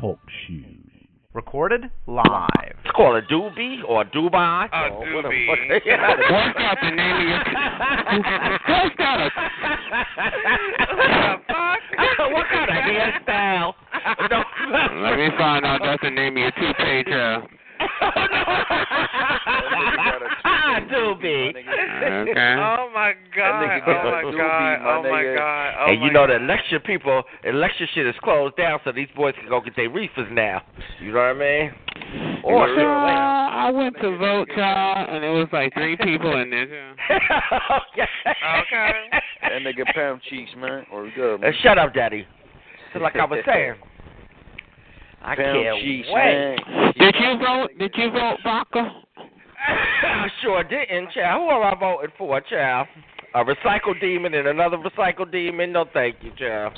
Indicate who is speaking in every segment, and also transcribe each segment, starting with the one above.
Speaker 1: Talk shoes. Recorded live.
Speaker 2: It's called a doobie or a dubai.
Speaker 3: A
Speaker 2: or what the
Speaker 3: doobie.
Speaker 2: fuck-
Speaker 3: Work
Speaker 4: out the name of your- Work out a-
Speaker 2: What kind of hairstyle? No.
Speaker 4: Let me find out that's the name of your two page uh
Speaker 2: Ah, doobie.
Speaker 4: okay.
Speaker 3: Oh my god!
Speaker 2: nigga got
Speaker 3: Oh my
Speaker 2: a doobie,
Speaker 3: god!
Speaker 2: my
Speaker 3: Oh my
Speaker 2: nigga.
Speaker 3: god! Oh
Speaker 2: and
Speaker 3: my
Speaker 2: you know
Speaker 3: god.
Speaker 2: the election people, election shit is closed down, so these boys can go get their reefers now. You know what I mean? Or
Speaker 4: Child, uh, I went to vote, child, and it was like three people in there. child.
Speaker 2: okay.
Speaker 3: Okay.
Speaker 5: That nigga pound cheeks, man. Or good,
Speaker 2: Uh,
Speaker 5: man.
Speaker 2: shut up, Daddy. So like I was saying, I
Speaker 5: pound
Speaker 2: can't
Speaker 5: cheeks,
Speaker 2: wait.
Speaker 5: man.
Speaker 4: Did you vote? Did you vote, Baca?
Speaker 2: I sure didn't, child. Who am I voting for, child? A recycled demon and another recycled demon? No, thank you, child.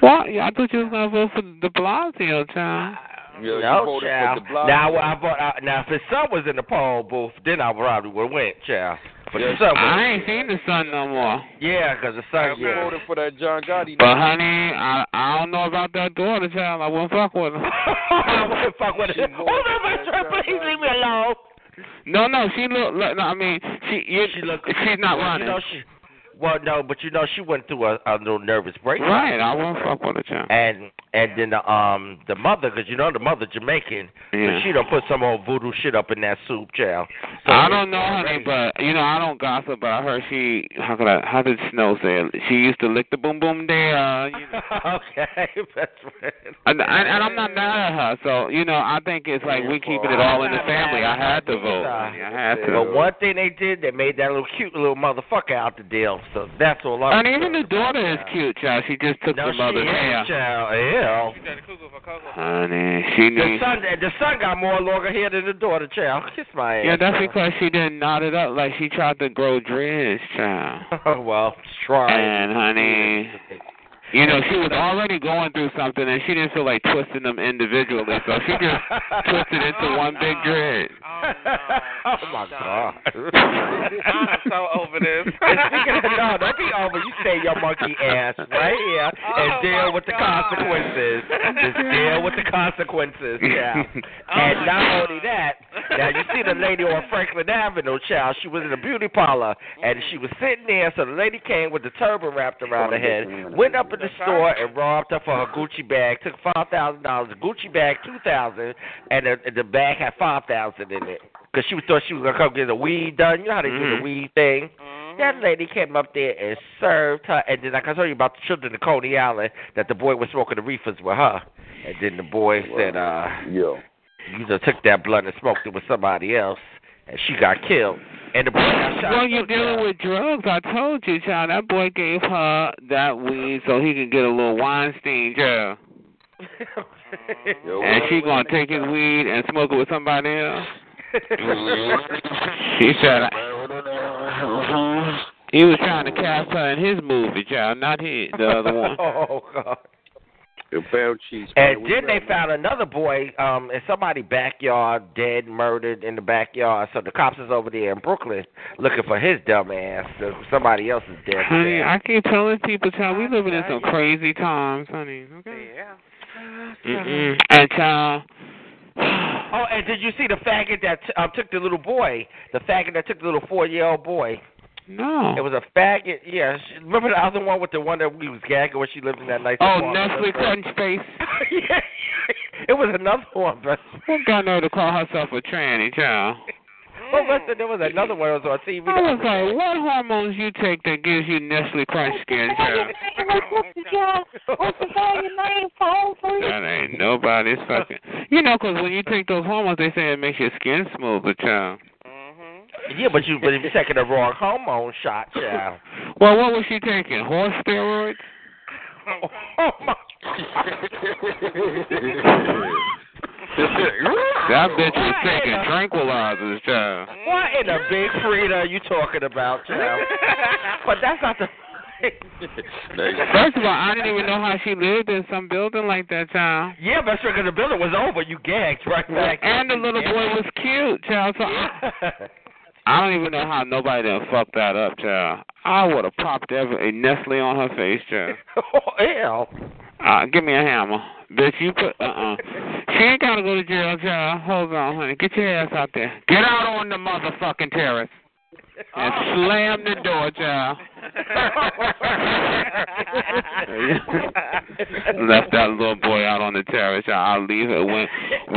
Speaker 4: What? Yeah, I thought you was gonna vote for De Blasio, child.
Speaker 5: Yeah, you
Speaker 2: no,
Speaker 5: voted for
Speaker 2: child.
Speaker 5: De Blasio.
Speaker 2: Now, when I vote, I, now if his son was in the poll booth, then I probably would have went, child. But
Speaker 5: Yeah.
Speaker 2: the son was,
Speaker 4: I ain't seen the sun no more.
Speaker 2: yeah, because the
Speaker 5: I
Speaker 2: son, yeah.
Speaker 5: voted for that John Gotti.
Speaker 4: But honey, I I don't know about that daughter, child. I wouldn't fuck with her.
Speaker 2: I wouldn't fuck with
Speaker 5: She
Speaker 2: it.
Speaker 5: voted
Speaker 2: Oh,
Speaker 5: for
Speaker 2: no,
Speaker 5: that
Speaker 2: Trump,
Speaker 5: John
Speaker 2: please
Speaker 5: Gotti.
Speaker 2: leave me alone.
Speaker 4: No, no, she look. look no, I mean, she you,
Speaker 2: She look-
Speaker 4: she's not running.
Speaker 2: You know, she, well, no, but you know, she went through a, a little nervous breakdown.
Speaker 4: right? I won't fuck with her, child.
Speaker 2: and and then the um the mother, because you know the mother Jamaican,
Speaker 4: Yeah.
Speaker 2: but she done put some old voodoo shit up in that soup, child. So
Speaker 4: I don't know, honey, but you know, I don't gossip, but I heard she. How could I? How did Snow say? It? She used to lick the boom boom there. Uh, you know.
Speaker 2: okay, best friend.
Speaker 4: and, and, and I'm not mad at her, so you know, I think it's like we keeping it all in the family. I had to vote. honey. I had to.
Speaker 2: But one thing they did, they made that little cute little motherfucker out the deal. So that's all I'm.
Speaker 4: And even the daughter is cute, child. She just took
Speaker 2: No,
Speaker 4: the
Speaker 2: she
Speaker 4: mother's hair.
Speaker 2: is, child. Ew.
Speaker 4: Honey, she
Speaker 2: The
Speaker 4: needs.
Speaker 2: son, the son got more longer hair than the daughter, child. Kiss my ass.
Speaker 4: Yeah, that's
Speaker 2: child.
Speaker 4: because she didn't knot it up like she tried to grow dreads, child.
Speaker 2: Oh well, try.
Speaker 4: And honey, you know she was already going through something, and she didn't feel like twisting them individually, so she just twisted into one big dread.
Speaker 3: Oh, no.
Speaker 2: oh my god.
Speaker 3: I'm so over this.
Speaker 2: And speaking of no, don't be over. You stay your monkey ass right here and
Speaker 3: Oh,
Speaker 2: deal
Speaker 3: my
Speaker 2: with the
Speaker 3: God.
Speaker 2: consequences. Just deal with the consequences, yeah. and
Speaker 3: Oh, my
Speaker 2: not
Speaker 3: God.
Speaker 2: only that, now you see the lady on Franklin Avenue, child. She was in a beauty parlor and she was sitting there. So the lady came with the turban wrapped around her head, went up in the store and robbed her for her Gucci bag. Took five thousand dollars, Gucci bag two thousand, and the, the bag had five thousand in it. Cause she thought she was gonna come get the weed done. You know how they do the
Speaker 4: Mhm.
Speaker 2: weed thing. That lady came up there and served her, and then like I told you about the children in Coney Island, that the boy was smoking the reefers with her, and then the boy said, "Uh,
Speaker 5: Yo.
Speaker 2: you just took that blunt and smoked it with somebody else, and she got killed." And the boy got shot.
Speaker 4: Well, you're dealing with drugs. I told you, child. That boy gave her that weed so he could get a little Weinstein, yeah.
Speaker 5: Yo,
Speaker 4: And
Speaker 5: what?
Speaker 4: she gonna take his weed and smoke it with somebody else.
Speaker 2: with.
Speaker 4: She said he was trying to cast her in his movie, child, not his, the other one.
Speaker 2: Oh God.
Speaker 5: Yo, pound cheeks. man.
Speaker 2: And
Speaker 5: We
Speaker 2: then they
Speaker 5: ready.
Speaker 2: found another boy um in somebody's backyard, dead, murdered in the backyard. So the cops is over there in Brooklyn looking for his dumb ass. So somebody else is dead.
Speaker 4: Honey, I keep telling people, child, we living in some crazy times, honey. Okay.
Speaker 3: Yeah.
Speaker 4: Mm-mm. Mm-hmm. And child,
Speaker 2: oh, and did you see the faggot that t- uh, took the little boy? The faggot that took the little four-year-old boy.
Speaker 4: no.
Speaker 2: It was a faggot. Yeah, she, remember the other one with the one that we was gagging when she lived in that nice.
Speaker 4: oh,
Speaker 2: apartment?
Speaker 4: Nestle Crunch Face.
Speaker 2: yeah, it was another one, but
Speaker 4: What got her to call herself a tranny, child?
Speaker 2: well, listen, there was another one that was on TV.
Speaker 4: I was like, what hormones you take that gives you Nestle Crunch skin, child? That ain't nobody's fucking. You know, 'cause when you take those hormones, they say it makes your skin smoother, child.
Speaker 3: Mhm.
Speaker 2: Yeah, but you but if you're taking the wrong hormone shot, child.
Speaker 4: Well, what was she taking? Horse steroids?
Speaker 2: oh my
Speaker 4: That bitch was taking tranquilizers, child.
Speaker 2: What in the big Frida are you talking about, child? but that's not the.
Speaker 4: First of all, I didn't even know how she lived in some building like that, child.
Speaker 2: yeah, best trick of the building was over. You gagged right back.
Speaker 4: And the little boy was cute, child. So I, I don't even know how nobody done fucked that up, child. I would have popped every, a Nestle on her face, child.
Speaker 2: oh, ew.
Speaker 4: Uh, give me a hammer. Bitch, you put uh uh She ain't gotta go to jail, child. Hold on, honey. Get your ass out there. Get out on the motherfucking terrace. And slam the door, child. Left that little boy out on the terrace, child. I'll leave her when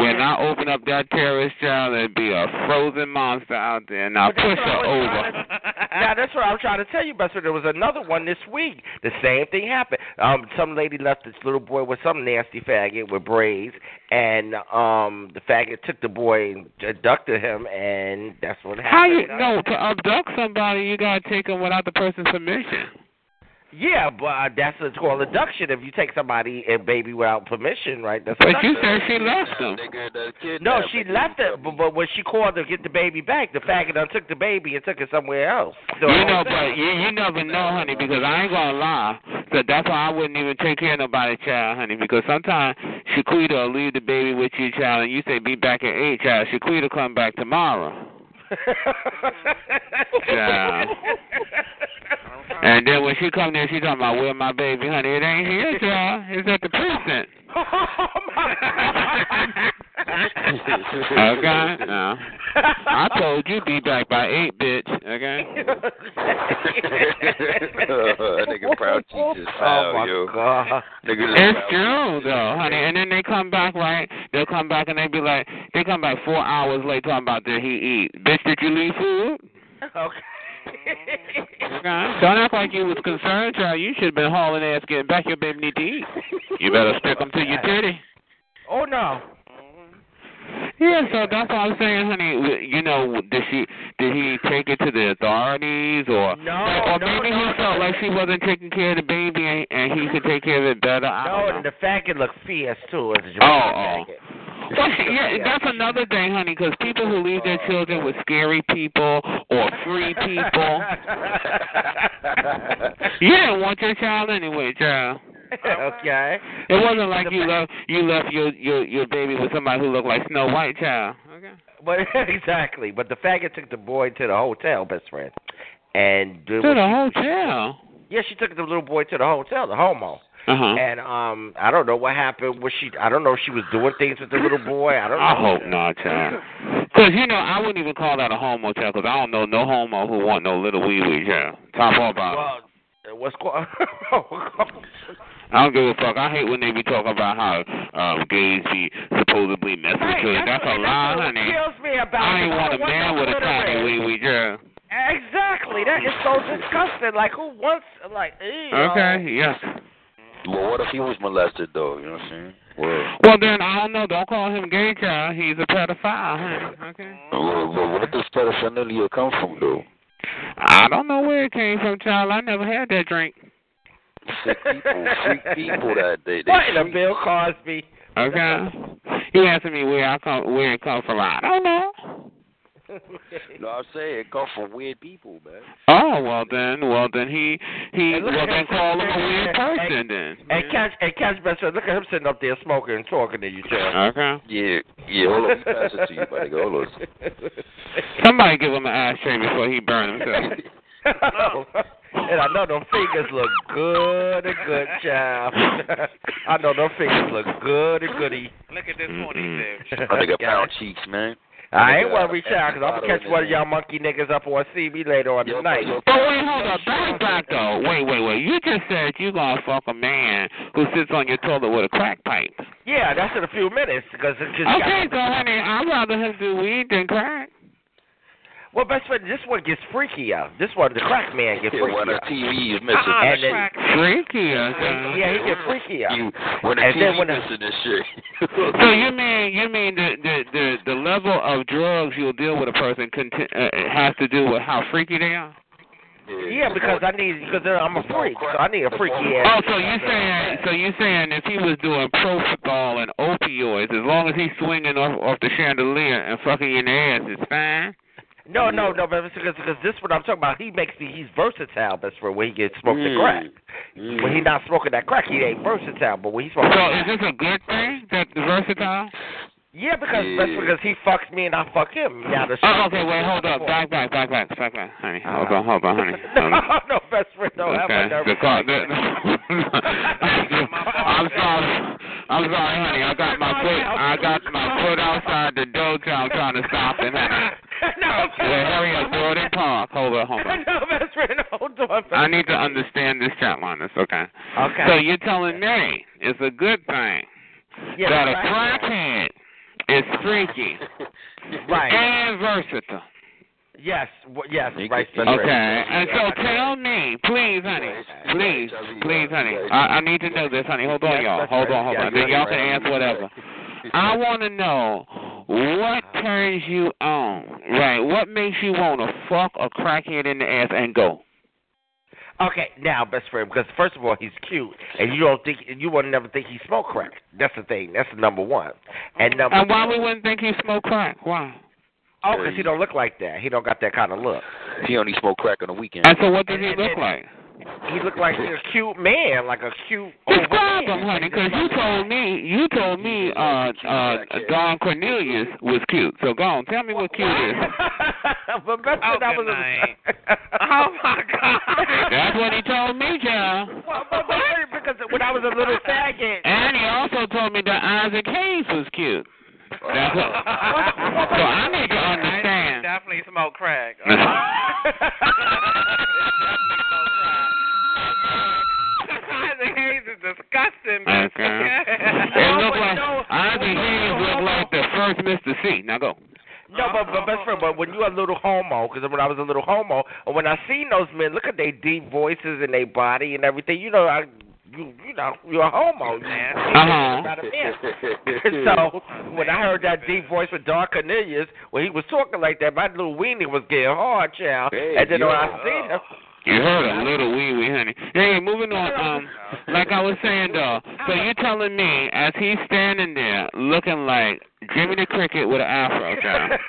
Speaker 4: when I open up that terrace, child, there'd be a frozen monster out there and I'll
Speaker 2: But that's
Speaker 4: push
Speaker 2: what I
Speaker 4: her
Speaker 2: was
Speaker 4: over.
Speaker 2: trying to- Now that's what I'm trying to tell you, Buster. There was another one this week. The same thing happened. Um, some lady left this little boy with some nasty faggot with braids, and um, the faggot took the boy and abducted him, and that's what happened.
Speaker 4: How you no, to abduct somebody you gotta take them without the person's permission.
Speaker 2: Yeah, but uh, that's what's called abduction. If you take somebody and baby without permission, right? That's
Speaker 4: But you
Speaker 2: abduction.
Speaker 4: said she left them.
Speaker 2: no, she left it, but, but when she called to get the baby back, the faggot done took the baby and took it somewhere else. So
Speaker 4: you know, but you you never know, honey, because I ain't gonna lie. So that's why I wouldn't even take care of nobody, child, honey, because sometimes Shaquita will leave the baby with you, child, and you say be back at eight, child. Shaquita come back tomorrow, child. And then when she come there, she talking about where my baby, honey. It ain't here, child. It's at the precinct. Okay. No. I told you be back by eight, bitch. Okay.
Speaker 5: that nigga proud cheeks is
Speaker 2: Oh
Speaker 5: foul,
Speaker 2: my
Speaker 5: yo.
Speaker 2: god.
Speaker 5: Nigga, this
Speaker 4: It's
Speaker 5: proud
Speaker 4: true
Speaker 5: cheeks is
Speaker 4: though, honey. And then they come back, right? They'll come back and they be like, they come back four hours late talking about did he eat? Bitch, did you leave food?
Speaker 2: Okay.
Speaker 4: Okay. Don't act like you was concerned, child. You should have been hauling ass getting back. Your baby need to eat. You better stick 'em to your titty.
Speaker 2: Oh no.
Speaker 4: Yeah, so that's what I'm saying, honey. W- You know, did she did he take it to the authorities or
Speaker 2: No,
Speaker 4: or
Speaker 2: no,
Speaker 4: maybe
Speaker 2: no,
Speaker 4: he felt
Speaker 2: no.
Speaker 4: like she wasn't taking care of the baby and, and he could take care of it better? I
Speaker 2: No,
Speaker 4: don't
Speaker 2: and
Speaker 4: know.
Speaker 2: the faggot looked fierce too as a Jamaican
Speaker 4: Oh,
Speaker 2: faggot.
Speaker 4: Well, see, yeah, that's another thing, honey, because people who leave their children with scary people or free people, you didn't want your child anyway, child.
Speaker 2: okay.
Speaker 4: It wasn't like you left you left your your your baby with somebody who looked like Snow White, child. Okay.
Speaker 2: But exactly. But the faggot took the boy to the hotel, best friend. And
Speaker 4: To the hotel.
Speaker 2: yeah, she took the little boy to the hotel, the homo.
Speaker 4: Uh huh.
Speaker 2: And um, I don't know what happened. Was she? I don't know. if She was doing things with the little boy. I don't know.
Speaker 4: I hope not, child. Because, you know, I wouldn't even call that a homo, child, because I don't know no homo who want no little wee wee, child. Top all about it.
Speaker 2: Well, uh, what's going?
Speaker 4: I don't give a fuck. I hate when they be talking about how um, gays be supposedly messing with children. That's a lie,
Speaker 2: what
Speaker 4: honey.
Speaker 2: kills me about
Speaker 4: I
Speaker 2: it.
Speaker 4: ain't want a
Speaker 2: don't
Speaker 4: man
Speaker 2: no
Speaker 4: with a
Speaker 2: little
Speaker 4: tiny
Speaker 2: man.
Speaker 4: wee wee, child.
Speaker 2: Exactly. That is so disgusting. Like who wants? Like ew.
Speaker 4: Okay, yes.
Speaker 5: Well, what if he was molested though? You know what I'm saying? Well,
Speaker 4: Well, then, I don't know. Don't call him gay, child. He's a pedophile, honey. Okay.
Speaker 5: well, well where does pedophilia come from though?
Speaker 4: I don't know where it came from, child. I never had that drink.
Speaker 5: Sick people, freak people that they. they
Speaker 2: What in the
Speaker 5: freak.
Speaker 2: Bill Cosby?
Speaker 4: Okay. You asking me where I come, where it come from? I don't know.
Speaker 5: No, I'm saying it come from weird people, man.
Speaker 4: Oh well then, well then he he
Speaker 2: And look
Speaker 4: well
Speaker 2: at
Speaker 4: then
Speaker 2: that
Speaker 4: call him a
Speaker 2: picture.
Speaker 4: weird
Speaker 2: And-
Speaker 4: person then.
Speaker 2: And catch, and catch, best friend. Look at him sitting up there smoking and talking to you, Chad.
Speaker 4: Okay.
Speaker 5: Yeah, Uh, yeah. Hold on, pass it to you, my nigga. Hold on.
Speaker 4: Somebody give him an ashtray before he burn himself.
Speaker 2: and I know them fingers look good and good, child. I know them fingers look good and goody.
Speaker 3: Look at this
Speaker 4: Mm-mm.
Speaker 3: horny dude.
Speaker 5: My nigga, pound cheeks, man.
Speaker 2: I ain't worried, child, because I'm going to catch one of y'all monkey niggas up on CB later on
Speaker 5: Yo,
Speaker 2: tonight.
Speaker 5: yo,
Speaker 4: But Oh, wait, hold up, back back though. Wait, wait, wait. You just said you gonna fuck a man who sits on your toilet with a crack pipe.
Speaker 2: Yeah, that's in a few minutes, because it just
Speaker 4: Okay,
Speaker 2: got...
Speaker 4: so honey, I'd rather him do weed than crack.
Speaker 2: Well, best friend, this one gets freaky out. This one, the crack man, gets
Speaker 5: Yeah,
Speaker 2: freaky
Speaker 5: when a
Speaker 2: out.
Speaker 5: TV is
Speaker 3: Uh-uh,
Speaker 5: missing,
Speaker 2: And then-
Speaker 3: crack.
Speaker 4: Freaky, uh, okay.
Speaker 2: Yeah, he get freaky out.
Speaker 5: you when a
Speaker 2: And then
Speaker 5: TV
Speaker 2: when a-
Speaker 5: missing this shit.
Speaker 4: So you mean you mean the the the, the level of drugs you'll deal with a person conti- uh, has to do with how freaky they are?
Speaker 5: yeah,
Speaker 2: Yeah, because I need because I'm a freak, so I need a freaky
Speaker 4: Oh,
Speaker 2: ass.
Speaker 4: so you saying so you saying if he was doing profol and opioids, as long as he's swinging off off the chandelier and fucking you in the ass, it's fine.
Speaker 2: No, no, no, but because because this is what I'm talking about. He makes me he's versatile. That's for when he gets smoked the
Speaker 5: Mm.
Speaker 2: crack.
Speaker 5: Mm.
Speaker 2: When he not smoking that crack, he ain't versatile. But when he smoking,
Speaker 4: So is this a good thing that the versatile?
Speaker 2: yeah, because that's
Speaker 5: Yeah.
Speaker 2: because he fucks me and I fuck him. Now the
Speaker 4: Oh, okay, wait, hold up, back, back, back, back, back, back, honey, hold on, hold on, honey.
Speaker 2: no,
Speaker 4: Hold on.
Speaker 2: no, best friend don't have
Speaker 4: okay.
Speaker 2: a nervous
Speaker 4: the car, the,
Speaker 2: breakdown.
Speaker 4: I'm sorry. I'm sorry, honey. I got my foot. I got my foot outside the dojo. I'm trying to stop it. honey.
Speaker 2: no,
Speaker 4: Well, hurry up, throw it in park. Hold on, hold on.
Speaker 2: no, best friend, hold on.
Speaker 4: I need to understand this chat line. It's okay.
Speaker 2: Okay.
Speaker 4: So you're telling me it's a good thing
Speaker 2: yeah,
Speaker 4: that a
Speaker 2: right.
Speaker 4: crackhead is freaky
Speaker 2: Right.
Speaker 4: and versatile.
Speaker 2: Yes. w- Yes.
Speaker 5: You
Speaker 2: Right.
Speaker 5: can
Speaker 2: that's
Speaker 5: spend
Speaker 4: Okay,
Speaker 2: right.
Speaker 4: and so tell me, please, honey, please, please, honey. I, I need to know this, honey. Hold on, y'all. Hold on, hold on. Then y'all can ask whatever. I want to know what turns you on, right? What makes you want to fuck a crackhead in the ass and go?
Speaker 2: Okay, now best friend, because first of all he's cute, and you don't think you would never think he smoked crack. That's the thing. That's the number one. And number
Speaker 4: And why we wouldn't think he smoked crack? Why?
Speaker 2: oh, because he don't look like that. He don't got that kind of look.
Speaker 5: He only smoked crack on the weekend.
Speaker 4: And so what does he look like?
Speaker 2: He looked like a cute man, like a cute. old
Speaker 4: Describe him,
Speaker 2: man.
Speaker 4: honey, because you told me you told me uh uh Don Cornelius was cute. So go on, tell me what cute is.
Speaker 2: but best friend,
Speaker 3: Oh,
Speaker 2: I
Speaker 3: good
Speaker 2: was.
Speaker 3: night.
Speaker 2: A,
Speaker 3: Oh my God.
Speaker 4: That's what he told me, John.
Speaker 2: Well, but, but, wait, because when I was a little faggot.
Speaker 4: And he also told me that Isaac Hayes was cute. That's what, so I need to understand.
Speaker 3: Definitely smoke crack. Isaac Hayes is disgusting. man.
Speaker 4: Okay. It looked like Isaac Hayes looked like the first Mr. C. Now go.
Speaker 2: No,
Speaker 4: Uh-huh.
Speaker 2: but, but best friend, but when you a little homo, because when I was a little homo, and when I seen those men, look at their deep voices and their body and everything, you know, I, you, you know, you're a homo, man.
Speaker 4: Uh-huh.
Speaker 2: so when I heard that deep voice with Don Cornelius, when he was talking like that, my little weenie was getting hard, child.
Speaker 5: Hey,
Speaker 2: and then when I
Speaker 5: yo.
Speaker 2: seen him,
Speaker 4: You heard a little wee wee, honey. Hey, moving on. Um, like I was saying though, so you telling me as he's standing there looking like Jimmy the Cricket with an afro, child.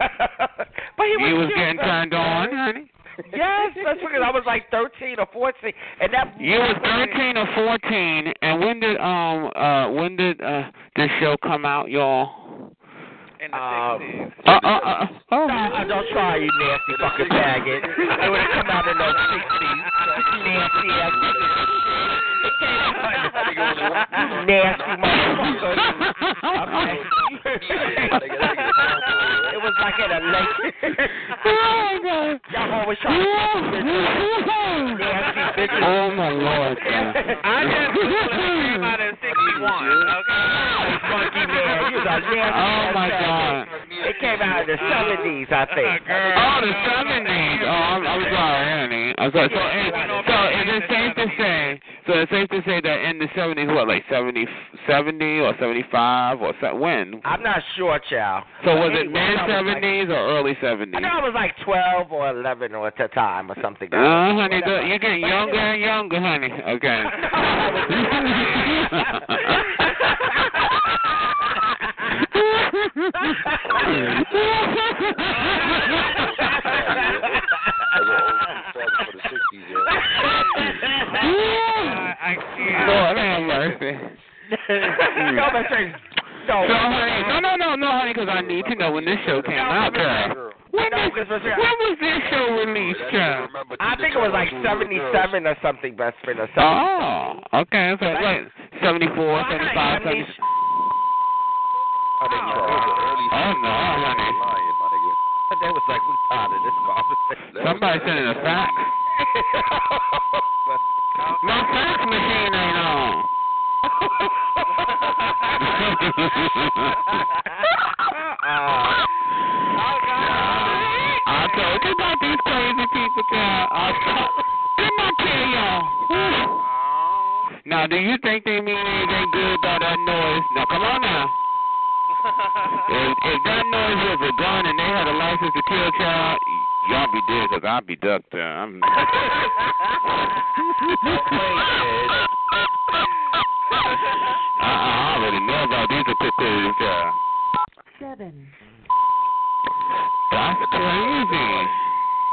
Speaker 2: but he was,
Speaker 4: He was
Speaker 2: cute,
Speaker 4: getting
Speaker 2: best
Speaker 4: turned on, honey.
Speaker 2: Yes, that's because I was like thirteen or fourteen, and that
Speaker 4: You was thirteen or fourteen, and when did um uh when did uh this show come out, y'all?
Speaker 3: In the
Speaker 2: Um,
Speaker 3: 60s.
Speaker 4: Uh uh uh. Oh.
Speaker 2: I don't try you nasty fucking faggot. It would have come out in those sixties. Nasty ass nigga. Nasty motherfucker. Okay. it was like at a lake.
Speaker 4: Oh my
Speaker 2: Y'all always trying to nasty
Speaker 4: god.
Speaker 2: bitches.
Speaker 4: Oh my lord.
Speaker 3: I
Speaker 4: God.
Speaker 3: just came out in 61, okay?
Speaker 2: Funky man, you was a nasty
Speaker 4: Oh
Speaker 2: ass
Speaker 4: my
Speaker 2: faggot.
Speaker 4: god.
Speaker 2: It came out in the
Speaker 3: Uh,
Speaker 2: seventies, I think.
Speaker 4: Oh, the seventies. Oh, I'm, I'm sorry, honey. I'm sorry. So, hey, so is it safe to say? So it's safe to say that in the seventies, what, like 70, 70 or seventy-five or se- when?
Speaker 2: I'm not sure, child.
Speaker 4: So was
Speaker 2: Anyway,
Speaker 4: it mid
Speaker 2: I was like-
Speaker 4: seventies or early seventies?
Speaker 2: I know I was like 12 or 11 or at the time or something.
Speaker 4: Uh, honey,
Speaker 2: Whatever.
Speaker 4: the, you're getting younger and younger, honey. Okay.
Speaker 3: I can't.
Speaker 4: Lord have mercy.
Speaker 2: no, that's right.
Speaker 4: So,
Speaker 2: No.
Speaker 4: honey, no, no, no, no, honey, because I need to know when this show came out, girl. When,
Speaker 2: No,
Speaker 4: this,
Speaker 2: because
Speaker 4: when
Speaker 2: that's right.
Speaker 4: was this show released, girl?
Speaker 2: I think it was like 77 or something, best friend, or something.
Speaker 4: Oh, okay. So, like 74, 75, 76. Oh, no, honey.
Speaker 2: They was like, we tired of this conversation.
Speaker 4: Somebody sending a fax. My fax machine ain't on. Oh,
Speaker 2: Uh-uh.
Speaker 4: I told you about these crazy people, girl. I told Did my kill y'all. Now, do you think they mean anything good by that noise? Now, come on now. If, if that noise was a gun and they had a license to kill child, Y'all be dead because I'll be ducked. Uh, I'm.
Speaker 2: man.
Speaker 4: I, I already know about these statistics. Uh,
Speaker 6: Seven.
Speaker 4: that's crazy.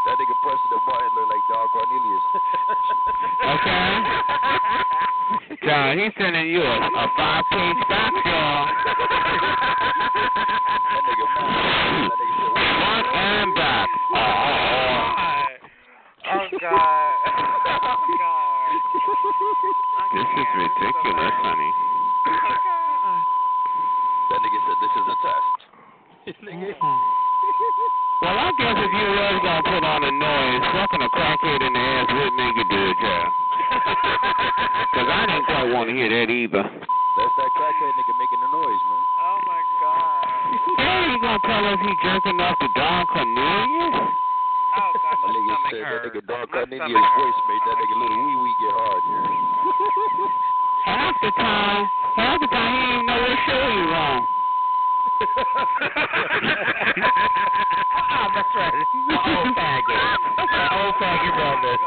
Speaker 5: That nigga pressing the button look like Don Cornelius.
Speaker 4: Okay. John, he's sending you a, a five-page fax,
Speaker 5: that nigga mad. That nigga said,
Speaker 4: y'all. Front and back. Oh, oh, oh.
Speaker 3: Oh God. Oh God. I
Speaker 4: This is Oh,
Speaker 3: can't.
Speaker 4: ridiculous, honey.
Speaker 5: that nigga said this is a test.
Speaker 4: Well, I guess if you was gonna put on a noise, fucking a crackhead in the ass would make you do it, yeah. Cause I didn't quite want to hear that either.
Speaker 5: That's that crackhead nigga making the noise, man.
Speaker 3: Oh my God.
Speaker 4: Yeah, you gonna tell us he jerking off to Don Cornelius?
Speaker 3: Oh God.
Speaker 5: That
Speaker 3: My
Speaker 5: nigga
Speaker 3: stomach
Speaker 5: said that
Speaker 3: hurts.
Speaker 5: nigga Don
Speaker 3: My
Speaker 5: Cornelius'
Speaker 3: stomach
Speaker 5: voice
Speaker 3: hurts.
Speaker 5: made that nigga little wee wee get hard.
Speaker 4: Half the time, half the time he didn't know what show you wrong.
Speaker 2: Ah, that's right. The old faggot. The old faggot wrote
Speaker 4: John,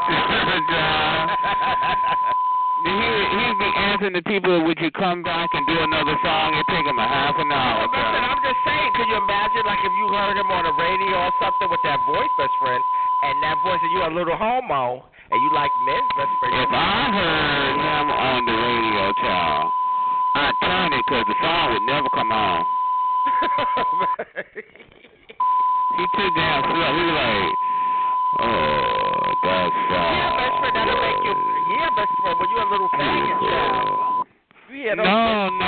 Speaker 4: he he'd be asking the people, would you come back and do another song? It'd take him a half an hour.
Speaker 2: Listen,
Speaker 4: John.
Speaker 2: I'm just saying, could you imagine, like, if you heard him on the radio or something with that voice, best friend, and that voice said, you a little homo, and you like men's best friend?
Speaker 4: If I heard him on the radio, child, I'd turn it 'cause the song would never come on. He too damn slow. He was like, oh, that song.
Speaker 2: yeah, best friend, that'll make you, yeah, best friend, when you a little faggot, child. Yeah,
Speaker 4: No,
Speaker 2: don't-
Speaker 4: no, no, honey,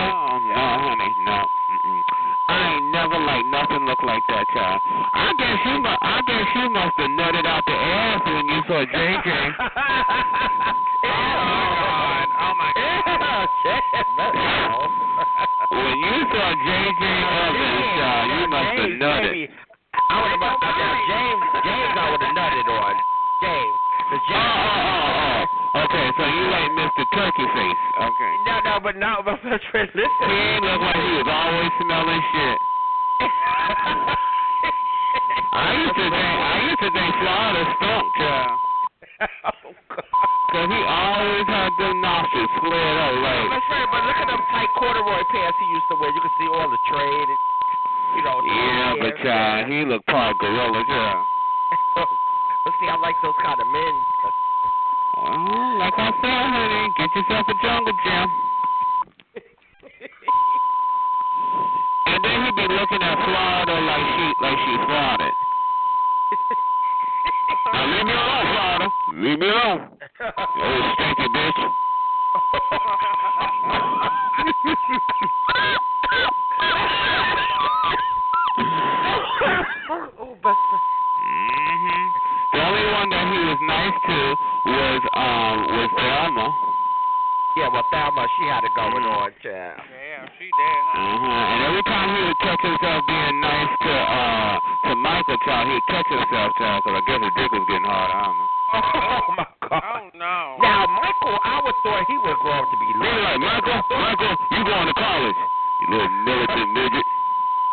Speaker 4: no. Mm-mm. I ain't never like nothing look like that, child. I guess you must, I guess you must have nutted out the ass when you saw JJ.
Speaker 3: Oh my God. Oh my God.
Speaker 4: When you saw JJ Evans, uh, you must have nutted.
Speaker 2: I would have James. James, I would have nutted on James. The
Speaker 4: Oh,
Speaker 2: James.
Speaker 4: oh, oh, oh. Okay, so you like Mr. Turkey Face. Okay.
Speaker 2: No, no, but no, but listen.
Speaker 4: He ain't look like he was always smelling shit. I used to think, I used to think Florida stunk, child.
Speaker 2: oh, God.
Speaker 4: Cause he always had them nostrils flared up like,
Speaker 2: That's right, but look at them tight corduroy pants he used to wear. You can see all the trade. And, you know.
Speaker 4: yeah, but uh, child, he looked part gorilla, child.
Speaker 2: But see, I like those kind of men.
Speaker 4: Well, like I said, honey, get yourself a jungle gym. and then he'd be looking at Florida like she like she farted. now leave me alone, Florida. Leave me alone. You old stinky bitch. Mm-hmm.
Speaker 2: oh, but
Speaker 4: hmm The only one that he was nice to was um was Thelma.
Speaker 2: yeah, well, Thelma, she had it going
Speaker 4: Mm.
Speaker 2: on, child.
Speaker 3: Damn, she dead, huh?
Speaker 4: Mhm. And every time he would catch himself being nice to uh to Michael Child, he'd catch himself child because I guess his dick was getting hard. I don't know.
Speaker 2: Oh my God.
Speaker 3: Oh no.
Speaker 2: Now, Michael, I would thought he would grow up to be
Speaker 4: He was
Speaker 2: lit.
Speaker 4: like, Michael, Michael, you going to college? You little militant midget.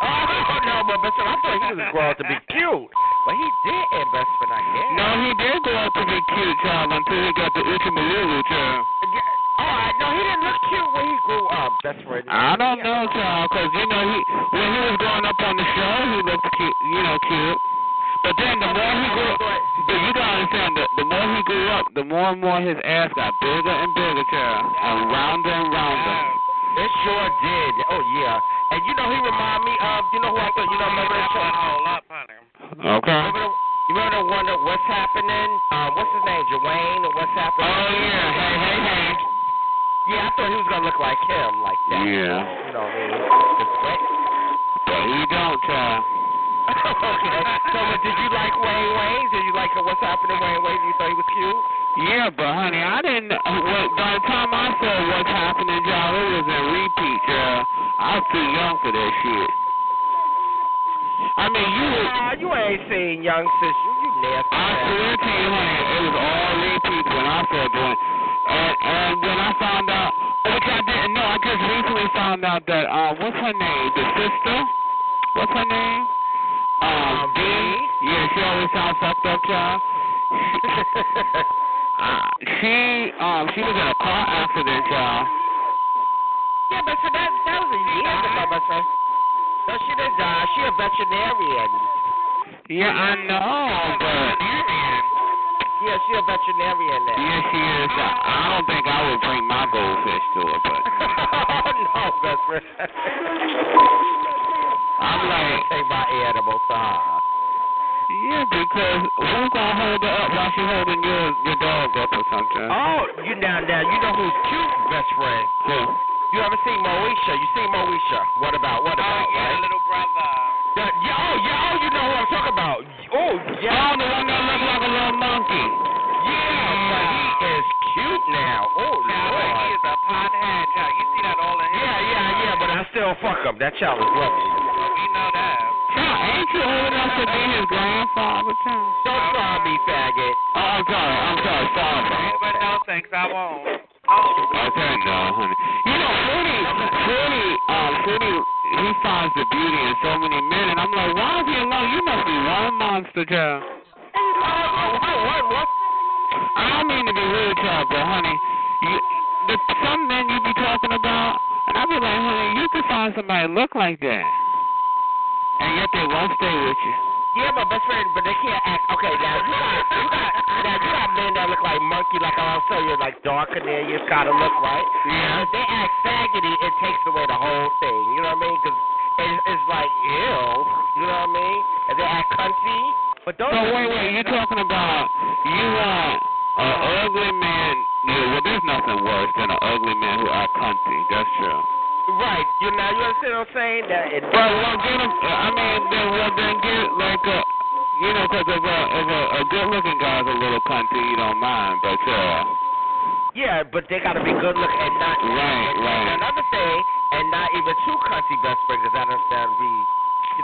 Speaker 2: Oh no, but best friend, I thought he would grow up to be cute, but he didn't, best friend. I guess.
Speaker 4: No, he did go up to be cute child until he got to Uchimalulu child.
Speaker 2: Yeah. All right, no, he didn't look cute when he grew up. That's right.
Speaker 4: I don't know child, cause you know he when he was growing up on the show, he looked cute, you know cute. But then the more he grew, but you gotta understand that the more he grew up, the more and more his ass got bigger and bigger child, and rounder and rounder.
Speaker 2: It sure did. Oh yeah. And you know he remind me of you know who I thought you know remember the
Speaker 3: that
Speaker 2: show?
Speaker 3: one hole up, honey.
Speaker 4: Okay.
Speaker 2: Remember the, you remember the one that What's Happening? Um, what's his name? Dwayne or What's Happening?
Speaker 4: Oh yeah, hey hey hey.
Speaker 2: Yeah, I thought he was gonna look like him, like that.
Speaker 4: Yeah.
Speaker 2: You know, just wet.
Speaker 4: But he don't try.
Speaker 2: okay. So, but did you like Wayne Wayne? Did you like What's Happening Wayne Wayne? You thought he was cute?
Speaker 4: Yeah, but honey, I didn't. Uh, well, by the time I saw what's happening, y'all, it was in repeat, girl. I was too young for that shit. I mean, you. Was,
Speaker 2: Nah, you ain't seen young sis. You, you nasty.
Speaker 4: I
Speaker 2: man.
Speaker 4: swear to you, honey, it was all repeats when I saw doing. And and when I found out, which I didn't know, I just recently found out that uh, what's her name? The sister. What's her name? Um, then, yeah, she always sounds fucked up, child. Uh, she, um, she was in a car accident, child.
Speaker 2: Yeah, but so that that was a year ago, my friend. No, she didn't die. She a veterinarian.
Speaker 4: Yeah, I know, but
Speaker 2: Yeah, she a veterinarian now.
Speaker 4: yeah, she is. I, I don't think I would bring my goldfish to her, but
Speaker 2: oh no, best friend.
Speaker 4: I'm like,
Speaker 2: Take my animal to her.
Speaker 4: yeah, because who's gonna hold her up while she holding your your dog up or something?
Speaker 2: Oh, you now now you know who's cute, best friend.
Speaker 4: Who?
Speaker 2: You ever seen Moesha? You seen Moesha? What about what about?
Speaker 3: yeah,
Speaker 2: right?
Speaker 3: little brother.
Speaker 2: Yeah, yeah, oh yeah, oh you know who I'm talking about. Oh yeah,
Speaker 4: Oh, the one that looked like a little monkey.
Speaker 2: Oh, yeah, but he is cute now. Oh
Speaker 3: Now,
Speaker 2: lord.
Speaker 3: he is a pothead, child. You see that all in him.
Speaker 2: Yeah, yeah, yeah, but I still fuck him. That child is lovely.
Speaker 3: We know that.
Speaker 4: Child, ain't you old enough to be his grandfather, child?
Speaker 2: Don't try me, faggot.
Speaker 4: Oh, I'm sorry, I'm sorry, father.
Speaker 3: But no thanks, I won't.
Speaker 4: Okay, no, honey. You know, Fruity, Fruity, um, Fruity, he finds the beauty in so many men, and I'm like, why is he alone? You must be one monster, child. I don't mean to be rude, child, but honey, you, the, some men you be talking about, and I be like, honey, you could find somebody look like that, and yet they won't stay with you.
Speaker 2: Yeah, my best friend, but they can't act. Okay, now you got, you got, now you got men that look like monkey, like I'll tell you, like dark canarians kind of look, right?
Speaker 4: Yeah.
Speaker 2: If they act faggoty, it takes away the whole thing. You know what I mean? Because it's, it's like ew. You know what I mean? If they act cunty, but don't.
Speaker 4: So wait, wait, you're talking about you want a ugly man? Yeah, well, there's nothing worse than an ugly man who are cunty. That's true.
Speaker 2: right? You know, you understand what I'm saying? That it,
Speaker 4: Well, well, get him. uh, I mean, then, well, then get like a, you know, 'cause if a if a, a good-looking guy's a little cunty, you don't mind, but uh,
Speaker 2: yeah, but they gotta be good looking and not.
Speaker 4: right,
Speaker 2: And
Speaker 4: right.
Speaker 2: another thing, and not even too cunty, best friend, because that that'd be,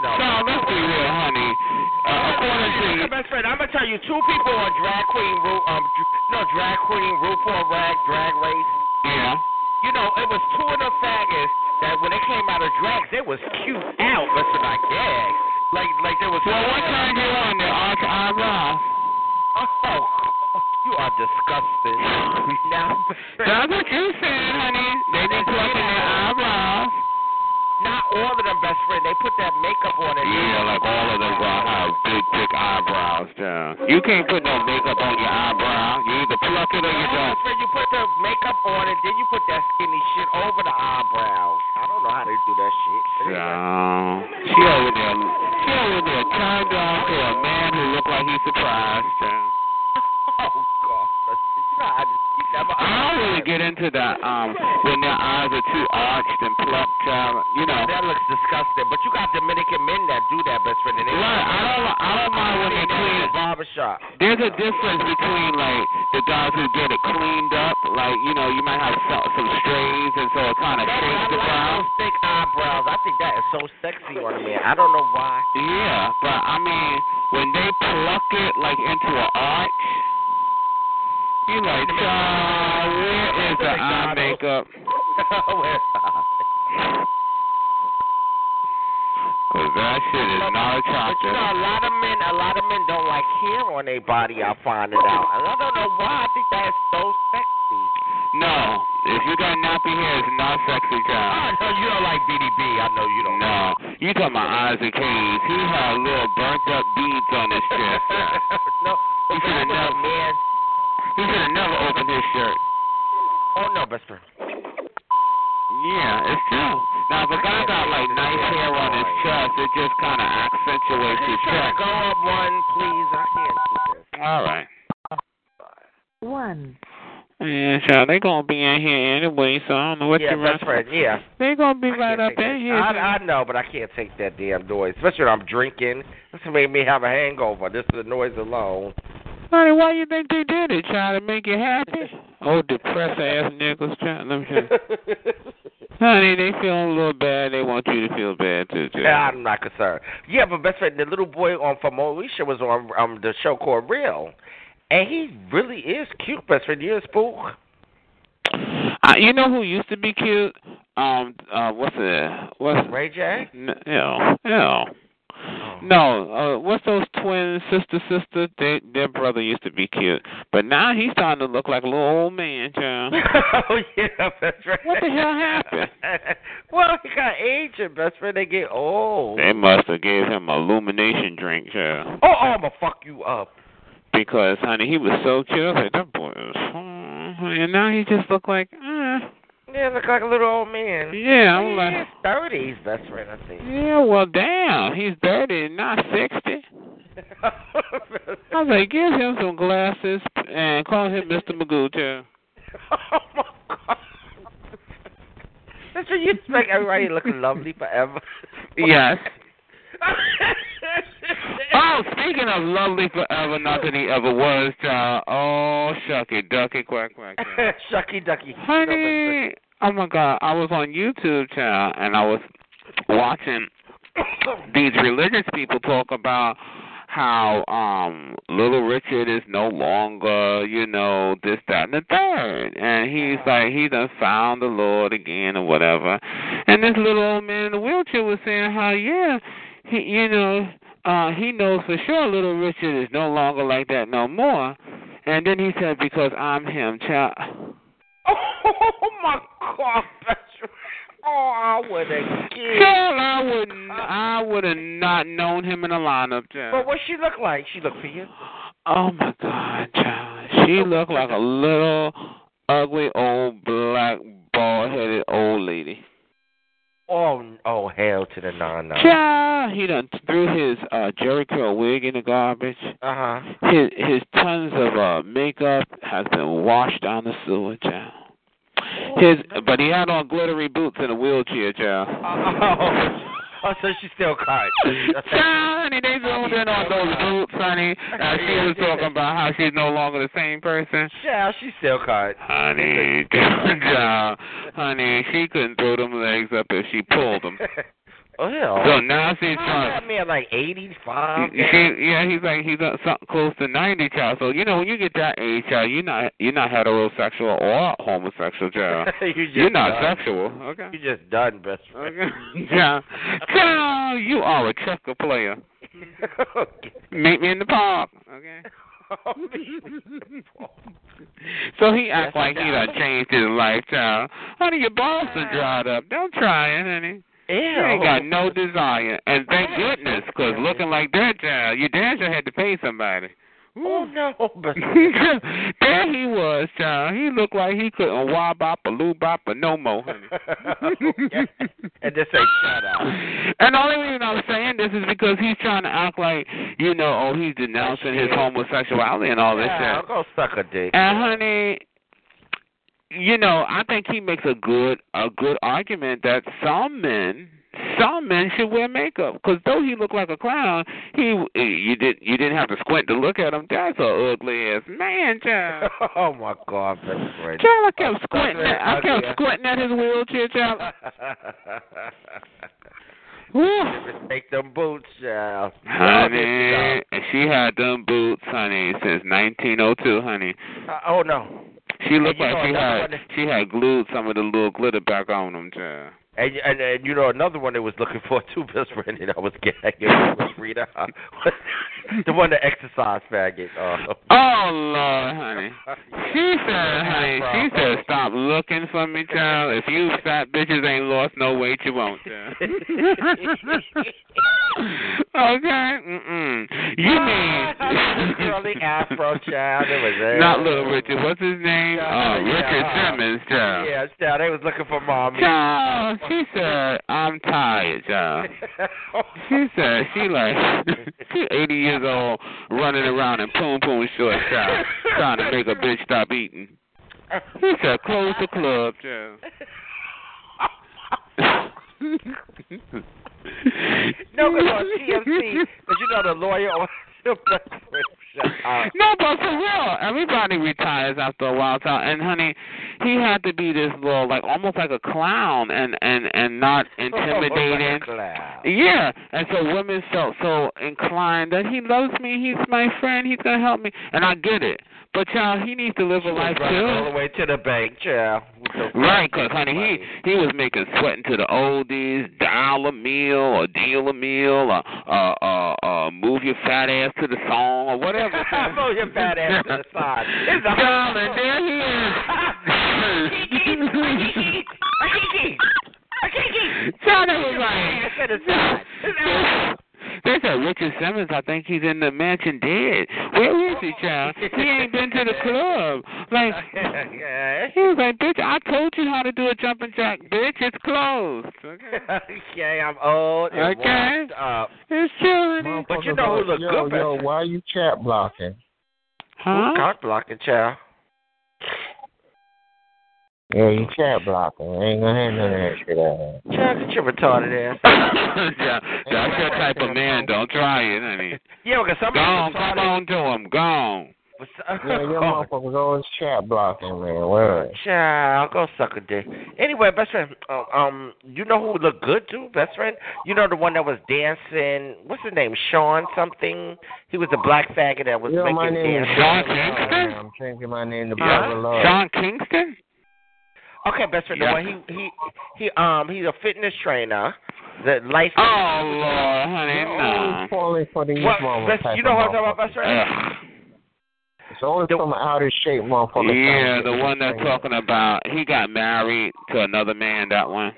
Speaker 2: you know.
Speaker 4: So let's be real, honey. Uh, according to
Speaker 2: Hey, best friend, I'm gonna tell you two people on drag queen Ru um dr- no drag queen RuPaul Rag Drag Race.
Speaker 4: yeah,
Speaker 2: You know, it was two of the faggots that when they came out of drag, they was cute out, but so like gag. Like like there was
Speaker 4: well, what turned you on there, Arch Eyebrows?
Speaker 2: Oh, you are disgusting. now,
Speaker 4: That's what you said, honey. They be plucking their eyebrows.
Speaker 2: not all of them best friend. They put that makeup on it.
Speaker 4: Yeah, like all of them gonna have big, thick eyebrows down. You can't put no makeup on your eyebrow. You either pluck it or you
Speaker 2: No,
Speaker 4: don't.
Speaker 2: best friend, you put the makeup on it, then you put that skinny shit over the eyebrows. I don't know how they do that shit. But anyway.
Speaker 4: No. She over there, she over there turned on to a man who looked like he's surprised. Down.
Speaker 2: Oh God, you know, I just, you never.
Speaker 4: I don't really get into that um, when their eyes are too arched and plucked out. You know.
Speaker 2: That looks disgusting. But you got Dominican men that do that, best friend. And they
Speaker 4: Right. I don't. I don't mind when they clean.
Speaker 2: the barbershop.
Speaker 4: There's a difference between like the guys who get it cleaned up, like you know you might have some, some strays and so it kind of
Speaker 2: That, I
Speaker 4: shapes the brow.
Speaker 2: like those thick eyebrows. I think that is so sexy on a man. I don't know why.
Speaker 4: Yeah, but I mean when they pluck it like into an arch, you like, child, where is the eye makeup?
Speaker 2: Where-
Speaker 4: Cause that shit is not a
Speaker 2: but you
Speaker 4: chapter.
Speaker 2: know, a lot of men, a lot of men don't like hair on their body. I'm finding out, and I don't know why. I think that is so sexy.
Speaker 4: No, if you got nappy hair, it's not sexy,
Speaker 2: I
Speaker 4: child.
Speaker 2: know you don't like BDB. I know you don't.
Speaker 4: No, you talking about Isaac Hayes? He had little burnt up beads on his chest. child.
Speaker 2: no, but
Speaker 4: You should
Speaker 2: that was a
Speaker 4: have known.
Speaker 2: man.
Speaker 4: He should have never opened his shirt.
Speaker 2: Oh no, best friend.
Speaker 4: Yeah, it's true. Now, if a guy got like nice hair on his chest, it just kind of accentuates his
Speaker 2: Try
Speaker 4: chest.
Speaker 2: to go up one, please. I can't do this.
Speaker 4: All right.
Speaker 6: One.
Speaker 4: Yeah, child, they gonna be in here anyway, so I don't know what
Speaker 2: yeah,
Speaker 4: you
Speaker 2: best friend. Yeah.
Speaker 4: They gonna be
Speaker 2: I
Speaker 4: right
Speaker 2: can't take
Speaker 4: up
Speaker 2: that.
Speaker 4: in here.
Speaker 2: I, I know, but I can't take that damn noise, especially when I'm drinking. This made me have a hangover. This is the noise alone.
Speaker 4: Honey, why you think they did it, child, to make you happy? Oh, depressed ass niggas, child. Let me tell you. Honey, they feeling a little bad. They want you to feel bad too, too.
Speaker 2: yeah, I'm not concerned. Yeah, but best friend, the little boy on from Moesha was on um the show called Real, and he really is cute, best friend. You a spook?
Speaker 4: Uh, you know who used to be cute? Um, uh, what's it? What's
Speaker 2: Ray J.
Speaker 4: N- Ew, ew. No, uh, what's those twins, sister, sister? They, their brother used to be cute, but now he's starting to look like a little old man, child.
Speaker 2: oh yeah, that's right.
Speaker 4: What the hell happened?
Speaker 2: well, he got aged, best friend. They get old.
Speaker 4: They must have gave him a illumination drink, child.
Speaker 2: Oh, oh, I'ma fuck you up.
Speaker 4: Because, honey, he was so cute. I was like, that boy is fine. And now he just look like, eh.
Speaker 2: Yeah, look like a little old man.
Speaker 4: yeah, I'm like,
Speaker 2: thirties, best friend. I think.
Speaker 4: yeah, well, damn, he's dirty, not 60. I was like, give him some glasses and call him Mr. Magoo, child.
Speaker 2: oh my god. That's what you expect everybody to look lovely forever.
Speaker 4: Yes. Oh, speaking of lovely forever, not that he ever was, child. Oh, shucky, ducky, quack, quack. quack.
Speaker 2: Shucky ducky.
Speaker 4: Honey, oh my God, I was on YouTube, child, and I was watching these religious people talk about how um little richard is no longer you know this that and the third and he's like he done found the lord again or whatever and this little old man in the wheelchair was saying how yeah he you know uh he knows for sure little richard is no longer like that no more and then he said because i'm him child
Speaker 2: Oh my god, that's Oh, I would have killed.
Speaker 4: Hell, I wouldn't. I would have not known him in a lineup,
Speaker 2: But
Speaker 4: child.
Speaker 2: what she look like? She look fierce.
Speaker 4: Oh my God, child. She looked like a little ugly old black bald headed old lady.
Speaker 2: Oh, n- oh, hell to the non no. Uh
Speaker 4: Child, he done threw his uh Jerry curl wig in the garbage.
Speaker 2: huh.
Speaker 4: His his tons of uh makeup has been washed down the sewer, child. His but he had on glittery boots and a wheelchair, child.
Speaker 2: Oh, oh, so she still caught.
Speaker 4: Honey, they zoomed in on those boots, honey. Uh, she was talking about how she's no longer the same person.
Speaker 2: Yeah, she still caught.
Speaker 4: Honey, John, honey, she couldn't throw them legs up if she pulled them.
Speaker 2: oh, hell.
Speaker 4: So now she's
Speaker 2: That
Speaker 4: trying.
Speaker 2: man like 85.
Speaker 4: She, Oh, yeah, he's like he's uh, something close to ninety, child. So you know when you get that age, child, you're not you're not heterosexual or homosexual, child.
Speaker 2: you just
Speaker 4: You're not
Speaker 2: done.
Speaker 4: sexual, okay?
Speaker 2: You just done, best friend.
Speaker 4: Okay, child, child, you are a checker player. Meet me in the park, okay? So he act like he done changed his life, child. Honey, your balls are dried up. Don't try it, honey. You ain't got no desire. And thank goodness, 'cause looking like that, child, your dad sure had to pay somebody.
Speaker 2: Oh no, but
Speaker 4: there he was, child. He looked like he couldn't wabop or loobop or no more, honey.
Speaker 2: and just say shut up.
Speaker 4: And the only reason I'm saying this is because he's trying to act like, you know, oh, he's denouncing his homosexuality and all this
Speaker 2: yeah,
Speaker 4: shit.
Speaker 2: I'm gonna suck a dick.
Speaker 4: And honey, you know, I think he makes a good a good argument that some men some men should wear makeup because though he looked like a clown, he you did you didn't have to squint to look at him. That's a ugly ass man, child.
Speaker 2: oh my god, best friend.
Speaker 4: Child, I kept squinting. At, I kept squinting at his wheelchair, child. Whew.
Speaker 2: Take them boots, child.
Speaker 4: Honey, and she had them boots, honey, since 1902, honey.
Speaker 2: Uh, oh no.
Speaker 4: She looked
Speaker 2: you
Speaker 4: like
Speaker 2: know
Speaker 4: she
Speaker 2: another
Speaker 4: had
Speaker 2: one-
Speaker 4: she had glued some of the little glitter back on them, child.
Speaker 2: And, and and you know another one that was looking for too, best friend, and I was getting I gave Rita, uh, the one that exercise faggot. Uh,
Speaker 4: Oh Lord, honey. She said, honey, she said, stop looking for me, child. If you fat bitches ain't lost no weight, you won't, child. okay? Mm-mm. You
Speaker 2: Ah,
Speaker 4: mean...
Speaker 2: Curly afro child, it was there.
Speaker 4: Not Little Richard. What's his name?
Speaker 2: Yeah,
Speaker 4: Uh,
Speaker 2: yeah,
Speaker 4: Richard
Speaker 2: uh,
Speaker 4: Simmons, child.
Speaker 2: Yeah, uh-huh. child, they was looking for mommy.
Speaker 4: Child, she said, I'm tired,
Speaker 2: Oh,
Speaker 4: child. She said she like she eighty years old running around in poom poom shorts child, trying to make a bitch stop eating. He said close the club, child.
Speaker 2: no, because on TMC, because you know the lawyer on Shut up.
Speaker 4: No, but for real, everybody retires after a while, child. And honey, he had to be this little, like almost like a clown, and and and not
Speaker 2: Oh,
Speaker 4: intimidating. Yeah, and so women felt so inclined that he loves me, he's my friend, he's gonna help me, and I get it. But child, he needs to live a life
Speaker 2: Running all the
Speaker 4: too.
Speaker 2: way to the bank, child. with no
Speaker 4: Right,
Speaker 2: fucking
Speaker 4: 'cause honey,
Speaker 2: money.
Speaker 4: he he was making sweating to the oldies, dollar meal or deal a meal or uh uh uh move your fat ass to the song or whatever.
Speaker 2: Move your fat ass to the side. It's a-
Speaker 4: Darling, there he is.
Speaker 2: Akiki, Akiki, Akiki.
Speaker 4: Child, that
Speaker 2: Move
Speaker 4: was
Speaker 2: your
Speaker 4: like.
Speaker 2: fat ass to the side. It's a-
Speaker 4: There's a Richard Simmons. I think he's in the mansion dead. Where is he, child? He ain't been to the club. Like
Speaker 2: Okay.
Speaker 4: he was like, bitch, I told you how to do a jumping jack, bitch. It's closed.
Speaker 2: Okay, I'm old and
Speaker 4: Okay.
Speaker 2: washed up.
Speaker 4: It's chilling.
Speaker 2: But you know who look
Speaker 6: yo,
Speaker 2: good,
Speaker 6: Yo,
Speaker 2: Bethany?
Speaker 6: why are you chat blocking?
Speaker 4: Huh?
Speaker 2: Cock blocking, child.
Speaker 6: Yeah, you chat blocking. ain't gonna have none of that shit out here.
Speaker 2: Child, get your retarded ass.
Speaker 4: yeah, that's your type of man. Don't try it, honey.
Speaker 2: Yeah, because
Speaker 4: Go
Speaker 2: somebody
Speaker 4: on, come on to him. Go on.
Speaker 6: Yeah, your
Speaker 2: Oh,
Speaker 6: motherfuckers always chat blocking, man. Word.
Speaker 2: Child, go suck a dick. Anyway, best friend, um, um, you know who looked good too, best friend? You know the one that was dancing. What's his name? Sean something. He was the black faggot that was
Speaker 6: Yo,
Speaker 2: making
Speaker 6: my name is
Speaker 2: dance.
Speaker 4: Sean Kingston?
Speaker 6: I'm changing my name to
Speaker 2: Yeah.
Speaker 6: Brother Love.
Speaker 4: Sean Kingston?
Speaker 2: Okay, best friend.
Speaker 4: Yeah.
Speaker 2: The one he he he um he's a fitness trainer. The life.
Speaker 4: Oh, Lord,
Speaker 6: You're
Speaker 7: Oh,
Speaker 6: always
Speaker 4: honey, no.
Speaker 6: falling for these
Speaker 2: What,
Speaker 6: motherfuckers.
Speaker 2: best, you know what I'm talking about, best friend?
Speaker 4: Ugh.
Speaker 6: It's always
Speaker 2: The-
Speaker 6: some out of shape motherfucker.
Speaker 4: Yeah, the one that's talking about he got married to another man. That one.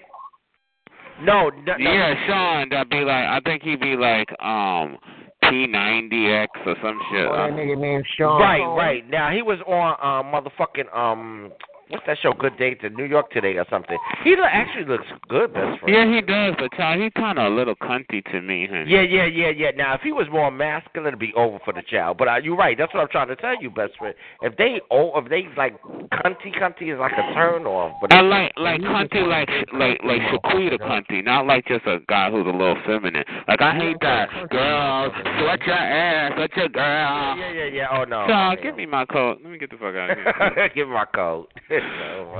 Speaker 2: No, no, no.
Speaker 4: Yeah, Sean. That be like I think he'd be like um P90X or some shit. Uh,
Speaker 6: Oh, that nigga named Sean.
Speaker 2: Right,
Speaker 6: Cohen.
Speaker 2: right. Now he was on um motherfucking um what's that show? Good Day to New York today or something. He lo- actually looks good, best friend.
Speaker 4: Yeah, he does, but child, he's kind of a little cunty to me, honey.
Speaker 2: Yeah, yeah, yeah, yeah. Now, if he was more masculine, it'd be over for the child. But uh, you're right. That's what I'm trying to tell you, best friend. If they, oh, if they like cunty, cunty is like a turn off. But
Speaker 4: I like like cunty like like like Shaquita cunty, not like just a guy who's a little feminine. Like I hate that. Girls, sweat your ass, sweat your
Speaker 2: yeah,
Speaker 4: girl.
Speaker 2: yeah, yeah, yeah. Oh no.
Speaker 4: Child, give me my coat. Let me get the fuck out of here.
Speaker 2: give me my coat.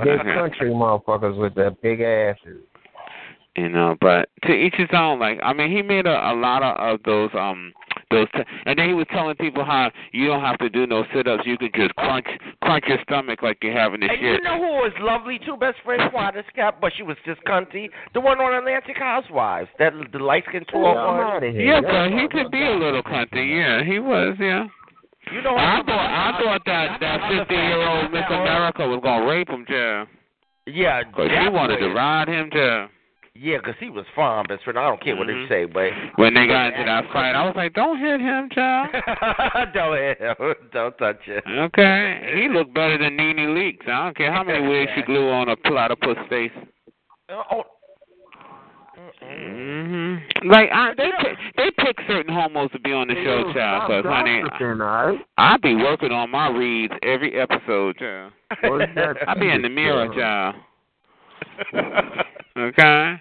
Speaker 6: Big country motherfuckers with their big asses.
Speaker 4: you know but to each his own like i mean he made a, a lot of, of those um those t- and then he was telling people how you don't have to do no sit ups you could just crunch crunch your stomach like you're having this
Speaker 2: and
Speaker 4: shit
Speaker 2: you know who was lovely too, best friend? Why this cat? But she was just cunty. The one on Atlantic Housewives. That the light skin
Speaker 6: Yeah,
Speaker 2: twelve
Speaker 6: I'm
Speaker 2: one.
Speaker 6: out of here.
Speaker 4: yeah
Speaker 6: Yo,
Speaker 4: but he could be a little cunty yeah he was yeah
Speaker 2: You know.
Speaker 4: Oh, i
Speaker 2: what-
Speaker 4: thought i thought that that fifty year old miss america was gonna rape him too
Speaker 2: Yeah.
Speaker 4: because Oh, she
Speaker 2: that
Speaker 4: wanted to
Speaker 2: way.
Speaker 4: ride him too
Speaker 2: Yeah, 'cause he was fine, best friend. I don't care what they
Speaker 4: Mhm.
Speaker 2: say, but
Speaker 4: when they got into that fight i was like don't hit him child
Speaker 2: don't hit him. Don't touch it.
Speaker 4: Okay, he looked better than Nene Leakes. I don't care how many wigs she glue on a platypus face.
Speaker 2: Oh.
Speaker 4: hmm Like I, they pick, they pick certain homos to be on the show, child. Cause honey,
Speaker 6: alright?
Speaker 4: I be working on my reads every episode, child.
Speaker 6: What is that?
Speaker 4: I be in the mirror, child. Okay,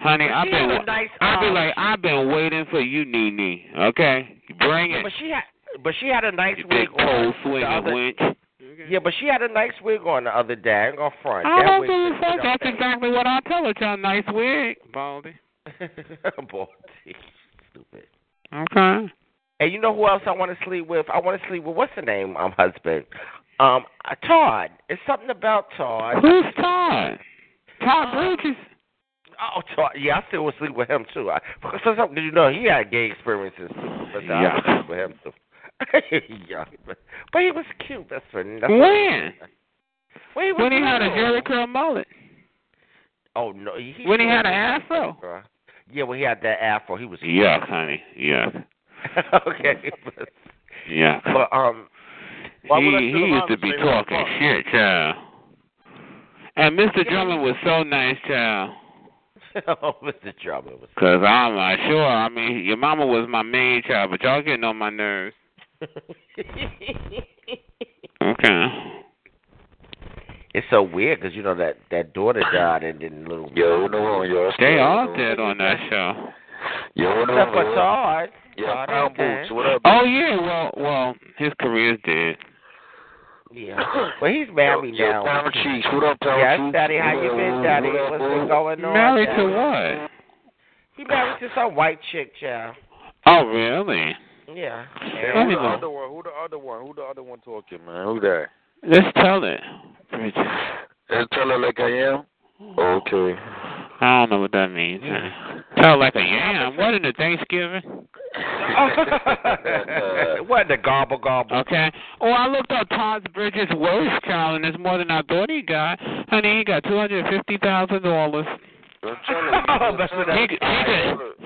Speaker 4: honey, I've
Speaker 2: She
Speaker 4: been.
Speaker 2: had a nice,
Speaker 4: I be
Speaker 2: um,
Speaker 4: like, I've been waiting for you, Nene. Okay, bring it.
Speaker 2: But she had, but she had a nice
Speaker 4: You
Speaker 2: wig
Speaker 4: big
Speaker 2: on.
Speaker 4: pole
Speaker 2: the
Speaker 4: swinging
Speaker 2: other-
Speaker 4: wench.
Speaker 2: yeah, but she had a nice wig on the other day. I'm gonna front.
Speaker 4: I
Speaker 2: that
Speaker 4: don't
Speaker 2: wig
Speaker 4: give a
Speaker 2: was
Speaker 4: fuck. That's
Speaker 2: okay.
Speaker 4: exactly what I tell her. Y'all nice wig, Baldy.
Speaker 2: Baldy. Oh, Stupid.
Speaker 4: Okay.
Speaker 2: And you know who else I want to sleep with? I want to sleep with what's the name? Um, husband. Um, uh, Todd. It's something about Todd.
Speaker 4: Who's Todd? Todd
Speaker 2: Um,
Speaker 4: Bridges.
Speaker 2: Oh, Todd. Yeah, I still would sleep with him too. I, for for something, you know, he had gay experiences too. But I would
Speaker 4: Yeah.
Speaker 2: sleep with him too. yeah, but, but he was cute. That's funny. That's
Speaker 4: When?
Speaker 2: When he, was
Speaker 4: When he had a
Speaker 2: little.
Speaker 4: Jerry curl mullet.
Speaker 2: Oh no. He,
Speaker 4: When he had an afro.
Speaker 2: afro. uh, Yeah, when he had that afro, he was. cute.
Speaker 4: Yuck, honey. Yuck.
Speaker 2: okay. But,
Speaker 4: Yuck.
Speaker 2: but um.
Speaker 6: Why would I
Speaker 4: he
Speaker 6: sit
Speaker 4: he
Speaker 6: around
Speaker 4: used to
Speaker 6: and
Speaker 4: be
Speaker 6: say what the
Speaker 4: talking
Speaker 6: fuck?
Speaker 4: shit, child. And Mr.
Speaker 2: Yeah.
Speaker 4: Drummond was so nice, child.
Speaker 2: oh, Mr. Trouble was.
Speaker 4: Cause I'm uh, sure. I mean, your mama was my main child, but y'all getting on my nerves. Okay.
Speaker 2: it's so weird because you know that that daughter died and then little.
Speaker 5: Yo, who know him, yo?
Speaker 4: They all dead on that show.
Speaker 5: Yo, who know
Speaker 2: Except
Speaker 5: him,
Speaker 2: for
Speaker 5: yo?
Speaker 2: Todd.
Speaker 5: Yeah,
Speaker 2: Todd
Speaker 5: Crown
Speaker 2: ain't dead.
Speaker 5: Boots, what up?
Speaker 4: Oh yeah, well, well, his career's dead.
Speaker 2: Yeah. Well, he's
Speaker 5: Yo,
Speaker 2: married
Speaker 5: yo,
Speaker 2: now.
Speaker 5: Pound Cheeks, what up, Pound
Speaker 2: Yes,
Speaker 5: Cheeks?
Speaker 2: Daddy. How you
Speaker 5: What
Speaker 2: been,
Speaker 5: up,
Speaker 2: Daddy?
Speaker 5: what up,
Speaker 2: What's
Speaker 5: what
Speaker 2: been
Speaker 5: up?
Speaker 2: going on?
Speaker 4: Married
Speaker 2: Daddy?
Speaker 4: to what?
Speaker 2: He married to some white chick, child.
Speaker 4: Oh really?
Speaker 2: Yeah.
Speaker 5: Hey, who the
Speaker 4: Anyway.
Speaker 5: other one? Who the other one? Who the other one talking, man? Who that?
Speaker 4: Just tell it, Bridget.
Speaker 5: And tell her like I am. Okay.
Speaker 4: I don't know what that means. Tell like a yam. What in the Thanksgiving?
Speaker 5: uh,
Speaker 2: what the gobble gobble?
Speaker 4: Okay. Oh, I looked up Todd Bridges' worst child, and it's more than I thought he got. Honey, he got two hundred fifty thousand dollars.
Speaker 5: Don't tell her.
Speaker 2: That's what
Speaker 4: He could, he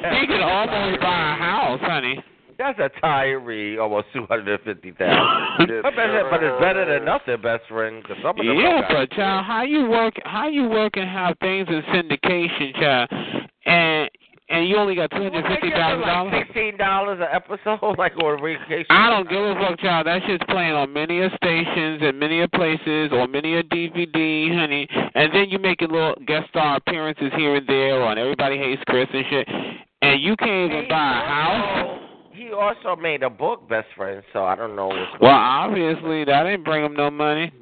Speaker 4: could, he could almost buy a house, honey.
Speaker 2: That's a tiree, almost two hundred and fifty thousand. But it's better than nothing, best friend. 'cause some of them
Speaker 4: Yeah,
Speaker 2: don't got
Speaker 4: but child, how you work? How you work and have things in syndication, child, and and you only got two hundred fifty thousand dollars.
Speaker 2: Like Sixteen dollars an episode, like on vacation.
Speaker 4: I don't give a fuck, child. That shit's playing on many a stations and many a places on many a DVD, honey. And then you making little guest star appearances here and there on Everybody Hates Chris and shit. And you can't even
Speaker 2: Hey,
Speaker 4: buy a
Speaker 2: yo.
Speaker 4: house.
Speaker 2: He also made a book, best friend. So I don't know what's
Speaker 4: Well, obviously that didn't bring him no money.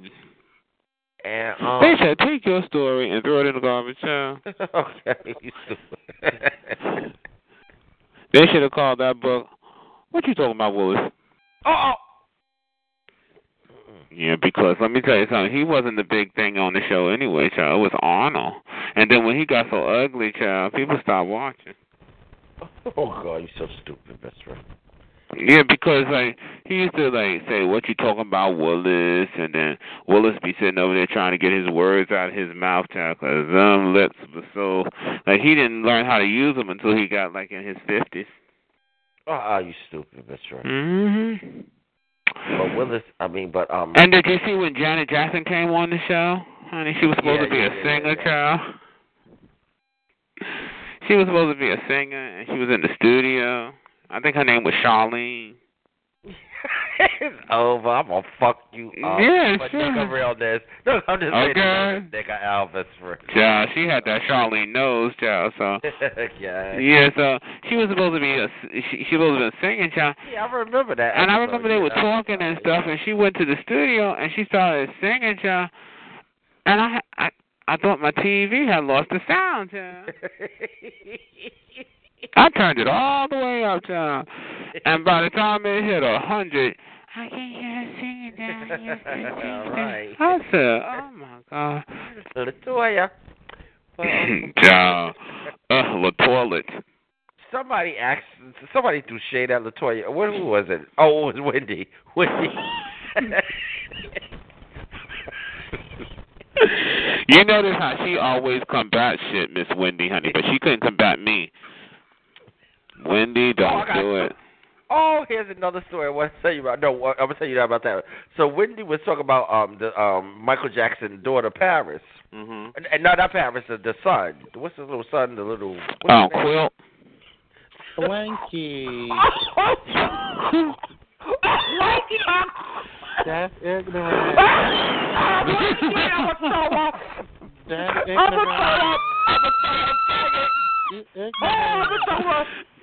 Speaker 2: And,
Speaker 4: They
Speaker 2: um,
Speaker 4: said take your story and throw it in the garbage, child.
Speaker 2: okay, you stupid.
Speaker 4: They should have called that book. What you talking about, Willis?
Speaker 2: oh,
Speaker 4: Yeah, because let me tell you something. He wasn't the big thing on the show anyway, child. It was Arnold. And then when he got so ugly, child, people stopped watching.
Speaker 2: oh, oh God, you're so stupid, best friend.
Speaker 4: Yeah, because like he used to like say, "What you talking about, Willis?" And then Willis be sitting over there trying to get his words out of his mouth, child, 'cause them lips were so like he didn't learn how to use them until he got like in his fifties.
Speaker 2: Oh, oh you stupid, best friend.
Speaker 4: Mm-hmm.
Speaker 2: But Willis, I mean, but um,
Speaker 4: And did you see when Janet Jackson came on the show? Honey, she was supposed
Speaker 2: Yeah,
Speaker 4: to be
Speaker 2: yeah,
Speaker 4: a
Speaker 2: yeah,
Speaker 4: singer,
Speaker 2: yeah.
Speaker 4: child. She was supposed to be a singer, and she was in the studio. I think her name was Charlene.
Speaker 2: it's over. I'm gonna fuck you up.
Speaker 4: Yeah,
Speaker 2: but
Speaker 4: sure.
Speaker 2: nigga realness. Look, I'm just
Speaker 4: Okay.
Speaker 2: saying, nigga Alvis for.
Speaker 4: Child, she had that Charlene nose, child. So
Speaker 2: yeah.
Speaker 4: yeah, so she was supposed to be a she, she was supposed to be a singing child.
Speaker 2: Yeah, I remember that.
Speaker 4: And I
Speaker 2: episode,
Speaker 4: remember they
Speaker 2: you
Speaker 4: were
Speaker 2: know.
Speaker 4: talking and stuff, and she went to the studio and she started singing, child. And I I I thought my TV had lost the sound, child. I turned it all the way up, child. And by the time it hit a hundred, I can hear her singing down
Speaker 2: All
Speaker 4: here.
Speaker 2: right.
Speaker 4: I said, "Oh my God,
Speaker 2: Latoya. Well,
Speaker 4: child, uh, the toilet."
Speaker 2: Somebody asked. Somebody threw shade at Latoya. What, who was it? Oh, it was Wendy. Wendy.
Speaker 4: you notice how she always combat shit, Miss Wendy, honey, but she couldn't combat me. Wendy,
Speaker 2: Oh,
Speaker 4: don't
Speaker 2: I got
Speaker 4: do
Speaker 2: you.
Speaker 4: it.
Speaker 2: oh, here's another story. I want to tell you about. No, I'm gonna tell you that about that. So Wendy was talking about um the um Michael Jackson daughter Paris,
Speaker 4: Mm-hmm.
Speaker 2: and, and not not Paris, the, the son. What's his little son? The little. what's his
Speaker 4: Oh,
Speaker 2: name?
Speaker 4: Quill.
Speaker 6: Swanky. That's ignorant. That's ignorant. You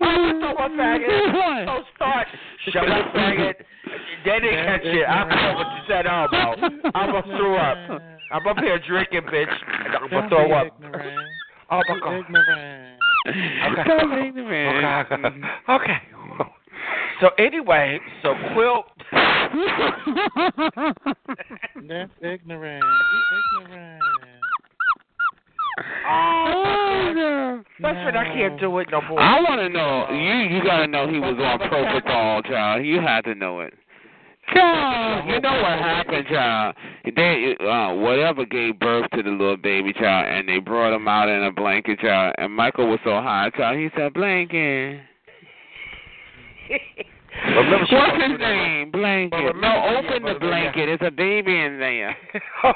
Speaker 2: Oh,
Speaker 6: ignorant.
Speaker 2: Don't start. Shut up, faggot. They didn't catch it. I don't know what you said all about. I'm going to throw up. I'm up here drinking, bitch. I'm going to
Speaker 6: Don't
Speaker 2: throw
Speaker 6: be
Speaker 2: up.
Speaker 6: ignorant.
Speaker 2: Oh, my
Speaker 6: You
Speaker 2: God.
Speaker 6: ignorant.
Speaker 2: Okay. Oh,
Speaker 4: Don't make the man.
Speaker 2: Okay. okay. Okay. So, anyway, so Quill.
Speaker 6: That's ignorant. You ignorant.
Speaker 4: Oh, no.
Speaker 2: That's it. I can't do it no more.
Speaker 4: I want to know. You you gotta know he was on propofol, child. You had to know it. Child, you know what happened, child. They uh, whatever gave birth to the little baby child, and they brought him out in a blanket, child. And Michael was so high, child. He said, "Blanket."
Speaker 2: Remember she
Speaker 4: What's
Speaker 2: went
Speaker 4: his
Speaker 2: through that-
Speaker 4: name? Blanket.
Speaker 2: But
Speaker 4: no,
Speaker 2: remember-
Speaker 4: open
Speaker 2: yeah,
Speaker 4: the
Speaker 2: but-
Speaker 4: blanket. It's a baby in there.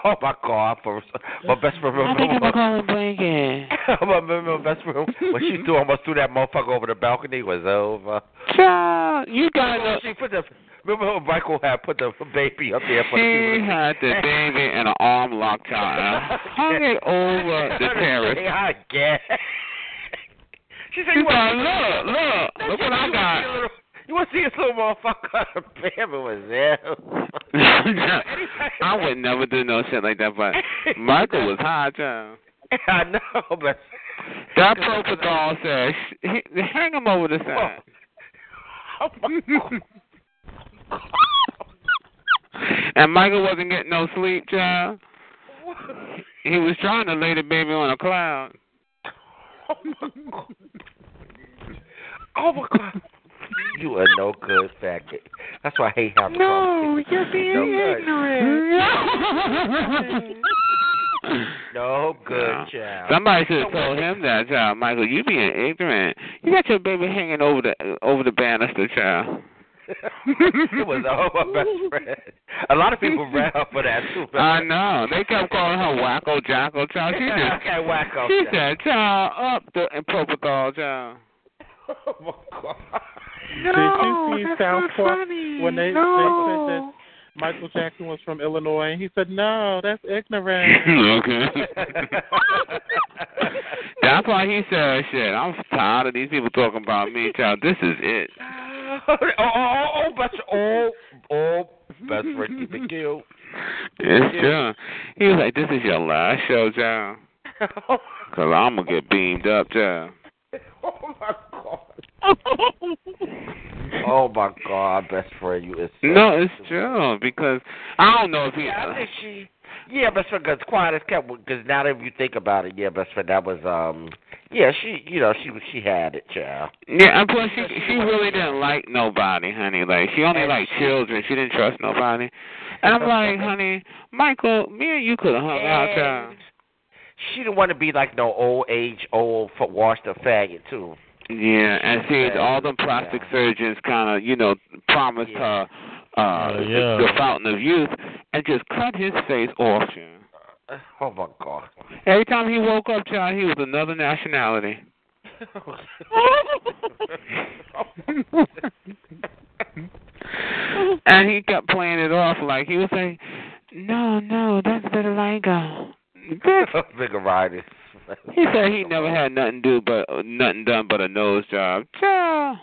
Speaker 2: oh, my God. For, my best friend.
Speaker 4: I think I'm gonna call him Blanket.
Speaker 2: I remember my best friend when she threw almost threw that motherfucker over the balcony was over.
Speaker 4: Child, you gotta
Speaker 2: Remember
Speaker 4: know.
Speaker 2: when she put the remember when Michael had put the baby up there for
Speaker 4: She
Speaker 2: the people.
Speaker 4: had the baby in an arm lock, child, and hung it over the terrace.
Speaker 2: I guess. She said
Speaker 4: She
Speaker 2: you
Speaker 4: said,
Speaker 2: want
Speaker 4: look, look, look what I got.
Speaker 2: You want to see this little motherfucker? The baby was there.
Speaker 4: I would never do no shit like that, but Michael was high, child.
Speaker 2: I know, but
Speaker 4: That protocol says, "H- hang him over the side. and Michael wasn't getting no sleep, child. He was trying to lay the baby on a cloud.
Speaker 2: Oh my god. You a no good faggot. That's why I hate having
Speaker 4: No,
Speaker 2: conversations.
Speaker 4: you're being
Speaker 2: no good.
Speaker 4: ignorant.
Speaker 2: No good,
Speaker 4: Yeah.
Speaker 2: child.
Speaker 4: Somebody should have told him that, child. Michael, you being ignorant. You got your baby hanging over the over the banister, child.
Speaker 2: it was all my best friend. A lot of people ran up for that too. but-
Speaker 4: I know. They kept calling her Wacko Jocko, child. She just
Speaker 2: okay, whack off.
Speaker 4: she
Speaker 2: child.
Speaker 4: said, child, up the and protocol, child.
Speaker 2: Oh my god.
Speaker 7: Did you see
Speaker 2: Oh,
Speaker 7: South Park when they, they said that Michael Jackson was from Illinois? He said, "No, that's ignorant."
Speaker 4: okay. That's why he said, shit, I'm tired of these people talking about me, child. This is it.
Speaker 2: oh, oh, oh, oh, best, oh, oh, best friend, keep it cute.
Speaker 4: It's done. He was like, this is your last show, child.
Speaker 2: oh
Speaker 4: Because I'm going to get beamed up, child.
Speaker 2: my god. Oh my god, best friend, you is. so-
Speaker 4: No, it's true because I don't know if he.
Speaker 2: Yeah, I think she. Yeah, best friend, because quiet as kept. Because now that you think about it, yeah, best friend, that was um. Yeah, she, you know, she she had it, child.
Speaker 4: Yeah, and plus she she really didn't like nobody, honey. Like she only liked children. She didn't trust nobody. And I'm like, honey, Michael, me and you could have hung out, child.
Speaker 2: And she didn't want to be like no old age old f- washed up faggot too.
Speaker 4: Yeah, and see,
Speaker 2: Yeah,
Speaker 4: all the plastic
Speaker 2: yeah.
Speaker 4: surgeons kind of, you know, promised
Speaker 2: Yeah.
Speaker 4: her uh,
Speaker 7: Oh, yeah.
Speaker 4: the, the fountain of youth, and just cut his face off. child.
Speaker 2: Oh my god.
Speaker 4: Every time he woke up, child, he was another nationality.
Speaker 2: Oh,
Speaker 4: and he kept playing it off like he was saying, "No, no, that's vitiligo." Bitch.
Speaker 2: Vigoritis.
Speaker 4: He said he never had nothing do but nothing done but a nose job. Child.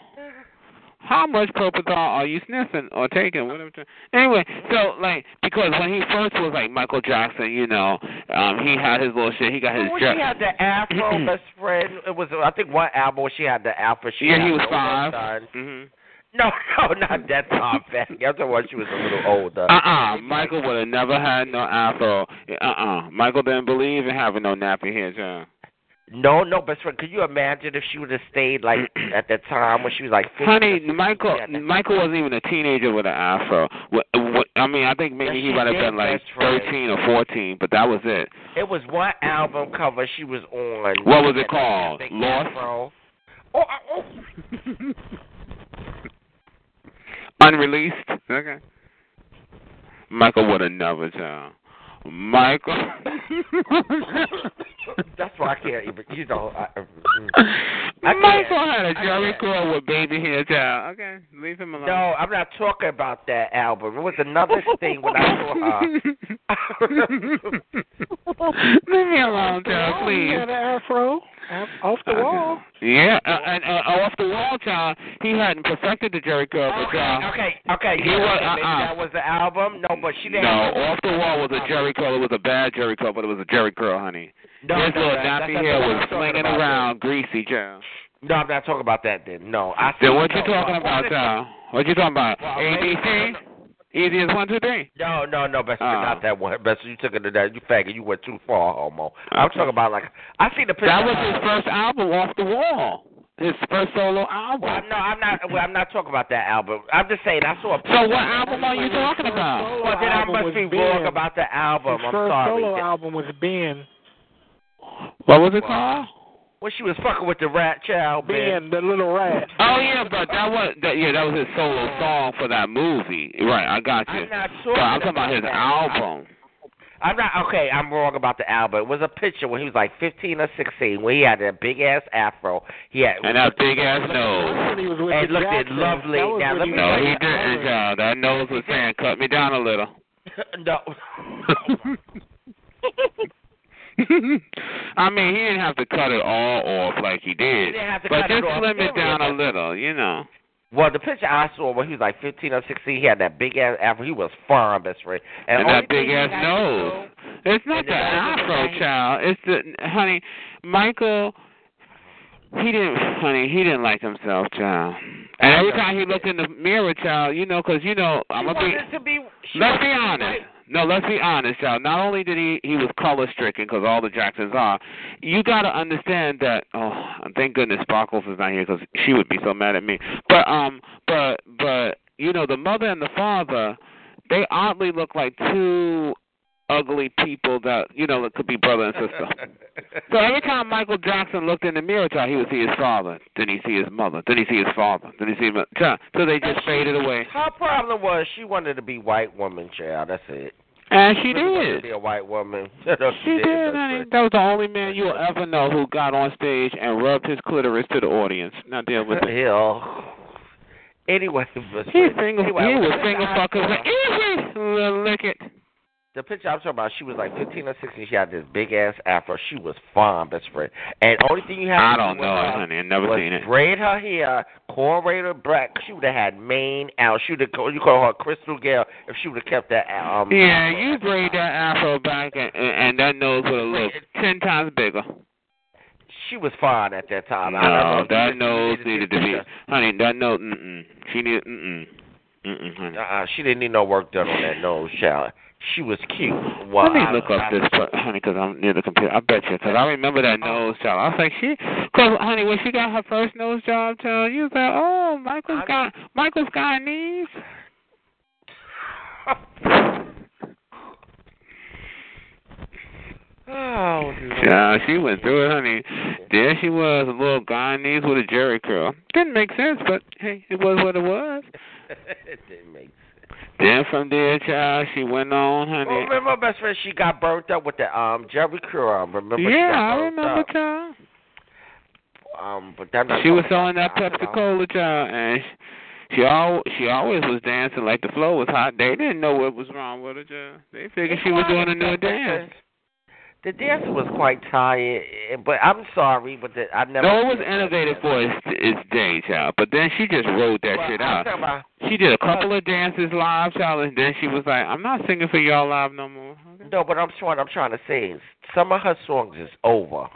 Speaker 4: How much propofol are you sniffing or taking? Whatever. Anyway, so like because when he first was like Michael Jackson, you know, um, he had his little shit. He got his
Speaker 2: When
Speaker 4: dress.
Speaker 2: she had the afro, best friend, it was I think one album where she had the afro. She
Speaker 4: yeah,
Speaker 2: had
Speaker 4: he was
Speaker 2: no
Speaker 4: five.
Speaker 2: son.
Speaker 4: Mm-hmm.
Speaker 2: No, no, not that time back. I'm talking about she was a little older.
Speaker 4: Uh-uh. Michael would have never had no afro. Uh-uh. Michael didn't believe in having no nappy hair, John.
Speaker 2: No, no, best friend. Could you imagine if she would have stayed like at that time when she was like 15?
Speaker 4: Honey, Michael
Speaker 2: Yeah, that-
Speaker 4: Michael wasn't even a teenager with an afro. What, what, I mean, I think maybe
Speaker 2: Yes,
Speaker 4: he
Speaker 2: she
Speaker 4: might have
Speaker 2: did,
Speaker 4: been like
Speaker 2: that's right.
Speaker 4: 13 or 14, but that was it.
Speaker 2: It was one album cover she was on.
Speaker 4: What was it
Speaker 2: That
Speaker 4: called?
Speaker 2: big
Speaker 4: Lost?
Speaker 2: afro. Oh, I- oh.
Speaker 4: Unreleased. Okay. Michael would have never, John. Michael.
Speaker 2: oh, That's why I can't even. You know, I, mm. can't.
Speaker 4: Michael had a
Speaker 2: I
Speaker 4: Jerry
Speaker 2: can't.
Speaker 4: curl with baby hair, child. Okay, leave him alone.
Speaker 2: no, I'm not talking about that album. It was another thing when I uh, saw her.
Speaker 4: Leave me alone, child, please.
Speaker 7: afro off the wall.
Speaker 4: Yeah, uh, and uh, off the wall, child, he hadn't perfected the Jerry curl, but
Speaker 2: Okay,
Speaker 4: uh,
Speaker 2: okay, okay.
Speaker 4: You
Speaker 2: yeah,
Speaker 4: were-
Speaker 2: okay, maybe
Speaker 4: uh-uh.
Speaker 2: that was the album. No, but she didn't.
Speaker 4: no,
Speaker 2: have-
Speaker 4: off the wall was a Jerry curl. It was a bad Jerry curl, but it was a Jerry curl, honey.
Speaker 2: no,
Speaker 4: His
Speaker 2: no,
Speaker 4: little
Speaker 2: that- that's
Speaker 4: nappy
Speaker 2: not
Speaker 4: hair
Speaker 2: what I'm
Speaker 4: was
Speaker 2: talking
Speaker 4: flinging
Speaker 2: about.
Speaker 4: around, greasy, child.
Speaker 2: No, I'm not talking about that. Then no, I. see-
Speaker 4: Then what you
Speaker 2: no,
Speaker 4: talking
Speaker 2: uh,
Speaker 4: about, child? What you talking about?
Speaker 2: Well,
Speaker 4: ABC, easy as one, two, three.
Speaker 2: No, no, no, Bester,
Speaker 4: Uh.
Speaker 2: not that one. Bester, you took it to that. You faggot, you went too far, homo. I'm
Speaker 4: Okay.
Speaker 2: talking about like I see the picture.
Speaker 4: That was his first album, off the wall. His first solo album.
Speaker 2: Well, no, I'm not. Well, I'm not talking about that album. I'm just saying I saw a.
Speaker 4: So what album are you talking about?
Speaker 2: Well, Oh, then I must be wrong about the album. I'm sorry.
Speaker 7: solo album was Ben.
Speaker 4: What was it called?
Speaker 2: When she was fucking with the rat child, man.
Speaker 7: Ben, the little rat.
Speaker 4: Oh yeah, but that was that, yeah, that was his solo song for that movie. Right, I got you.
Speaker 2: I'm not
Speaker 4: But
Speaker 2: sure.
Speaker 4: I'm talking about his album.
Speaker 2: I'm not okay. I'm wrong about the album. It was a picture when he was like 15 or 16, when he had that big ass afro. He had
Speaker 4: And that big ass nose.
Speaker 7: He was with
Speaker 2: Hey,
Speaker 7: the
Speaker 2: look, they're
Speaker 7: Jackson.
Speaker 2: lovely.
Speaker 7: That was
Speaker 2: Now,
Speaker 7: when
Speaker 2: let
Speaker 7: he
Speaker 2: me
Speaker 4: No,
Speaker 7: was
Speaker 4: he
Speaker 7: like a
Speaker 4: didn't,
Speaker 7: colored-
Speaker 4: John. That nose was saying, "Cut me down a little."
Speaker 2: no.
Speaker 4: I mean, he didn't have to cut it all off like he
Speaker 2: He
Speaker 4: did,
Speaker 2: didn't have to
Speaker 4: but
Speaker 2: cut it
Speaker 4: just
Speaker 2: off,
Speaker 4: slim
Speaker 2: period.
Speaker 4: it down a little, you know.
Speaker 2: Well, the picture I saw when he was like 15 or 16, he had that big ass afro. He was fine, best friend. And,
Speaker 4: And
Speaker 2: only
Speaker 4: that big
Speaker 2: thing he
Speaker 4: ass
Speaker 2: got to
Speaker 4: nose. It's not
Speaker 2: And the
Speaker 4: the
Speaker 2: nose is
Speaker 4: afro,
Speaker 2: tiny.
Speaker 4: child. It's the honey, Michael. He didn't, honey. He didn't like himself, child. And every
Speaker 2: know.
Speaker 4: time he looked in the mirror, child, you know, 'cause you know, I'm
Speaker 2: She
Speaker 4: gonna be.
Speaker 2: wanted to be. she
Speaker 4: Let's be
Speaker 2: wanted to
Speaker 4: honest.
Speaker 2: like-
Speaker 4: No, let's be honest, y'all. Not only did he he was color stricken because all the Jacksons are. You got to understand that. Oh, thank goodness Sparkles is not here because she would be so mad at me. But um, but but you know the mother and the father, they oddly look like two ugly people that you know that could be brother and sister. So every time Michael Jackson looked in the mirror, child, he would see his father. Then he see his mother. Then he see his father. Then he see his mother. Child, So they just faded away.
Speaker 2: Her problem was she wanted to be white woman, child. That's it.
Speaker 4: And she
Speaker 2: really wanted to
Speaker 4: did.
Speaker 2: be a white woman. No,
Speaker 4: She did,
Speaker 2: that's
Speaker 4: honey.
Speaker 2: it.
Speaker 4: That was the only man you'll ever know who got on stage and rubbed his clitoris to the audience. Now deal with it.
Speaker 2: Hell. Anyway, but
Speaker 4: He's single.
Speaker 2: Anyway,
Speaker 4: he
Speaker 2: the
Speaker 4: was
Speaker 2: picture
Speaker 4: single
Speaker 2: I
Speaker 4: fuckers.
Speaker 2: saw-
Speaker 4: Like, easy, little lick it.
Speaker 2: The picture I'm talking about, she was like 15 or 16. She had this big ass afro. She was fine, best friend. And only thing you have
Speaker 4: I
Speaker 2: to
Speaker 4: don't
Speaker 2: do
Speaker 4: know
Speaker 2: with
Speaker 4: it,
Speaker 2: her
Speaker 4: honey. I never
Speaker 2: was
Speaker 4: seen it.
Speaker 2: braid her hair, cornrate her black. She would have had mane out. She would have you call her Crystal Gale if she would have kept that um.
Speaker 4: Yeah,
Speaker 2: afro.
Speaker 4: you braid that afro back and, and and that nose would have looked ten times bigger.
Speaker 2: She was fine at that time. I don't know if you
Speaker 4: No, that
Speaker 2: just
Speaker 4: nose needed to be,
Speaker 2: picture.
Speaker 4: honey. That nose, mm-mm. She needed, mm-mm, mm-mm, honey.
Speaker 2: Uh-uh, she didn't need no work done on that nose, child. She was cute. Well,
Speaker 4: Let me
Speaker 2: I-
Speaker 4: look
Speaker 2: I-
Speaker 4: up this, per- honey, because I'm near the computer. I bet you, because I remember that
Speaker 2: Oh.
Speaker 4: nose job. I was like, she, because honey, when she got her first nose job, child, you was like, oh, Michael's
Speaker 2: I-
Speaker 4: got Michael's got knees.
Speaker 2: Oh, Lord.
Speaker 4: Yeah, she went through it, honey. There she was, a little Guyanese with a jerry curl. Didn't make sense, but hey, it was what it was.
Speaker 2: it didn't make
Speaker 4: Then from there, child, she went on,
Speaker 2: Well,
Speaker 4: honey.
Speaker 2: Oh, remember my best friend? She got burnt up with the um Jerry Curl. Remember? she
Speaker 4: yeah,
Speaker 2: got
Speaker 4: I
Speaker 2: burnt
Speaker 4: remember,
Speaker 2: Up.
Speaker 4: child.
Speaker 2: Um, but that
Speaker 4: She was selling that Pepsi Cola, child, and she, she al she always was dancing like the flow was hot. They didn't know what was wrong with her, child. They figured she was doing a new dance.
Speaker 2: The dancer was quite tired, eh, but I'm sorry, but the, I never.
Speaker 4: No, it was innovative for its, its day, child. But then she just rolled that
Speaker 2: Well,
Speaker 4: shit
Speaker 2: I'm
Speaker 4: out.
Speaker 2: talking about-
Speaker 4: She did a couple of dances live, child, and then she was like, "I'm not singing for y'all live no more."
Speaker 2: No, but I'm trying. I'm trying to say is some of her songs is over.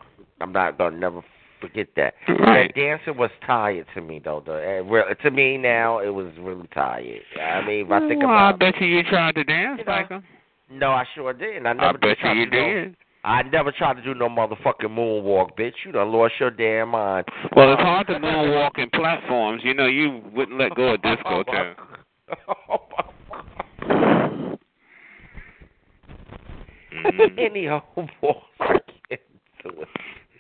Speaker 2: I'm not gonna never forget that.
Speaker 4: Right.
Speaker 2: That dancer was tired to me though. The, eh, real- to me now, it was really tired. I mean, if I think
Speaker 4: well, I
Speaker 2: about
Speaker 4: bet you you tried to dance,
Speaker 2: You know,
Speaker 4: Michael.
Speaker 2: no, I sure did. I never
Speaker 4: I
Speaker 2: did
Speaker 4: bet
Speaker 2: try
Speaker 4: you
Speaker 2: to
Speaker 4: you
Speaker 2: do no-
Speaker 4: did.
Speaker 2: I never tried to do no motherfucking moonwalk, bitch. You done lost your damn mind.
Speaker 4: Well, it's hard to moonwalk in platforms. You know, you wouldn't let go of
Speaker 2: Oh,
Speaker 4: disco, child. Mhm.
Speaker 2: Any old walk I can't do it.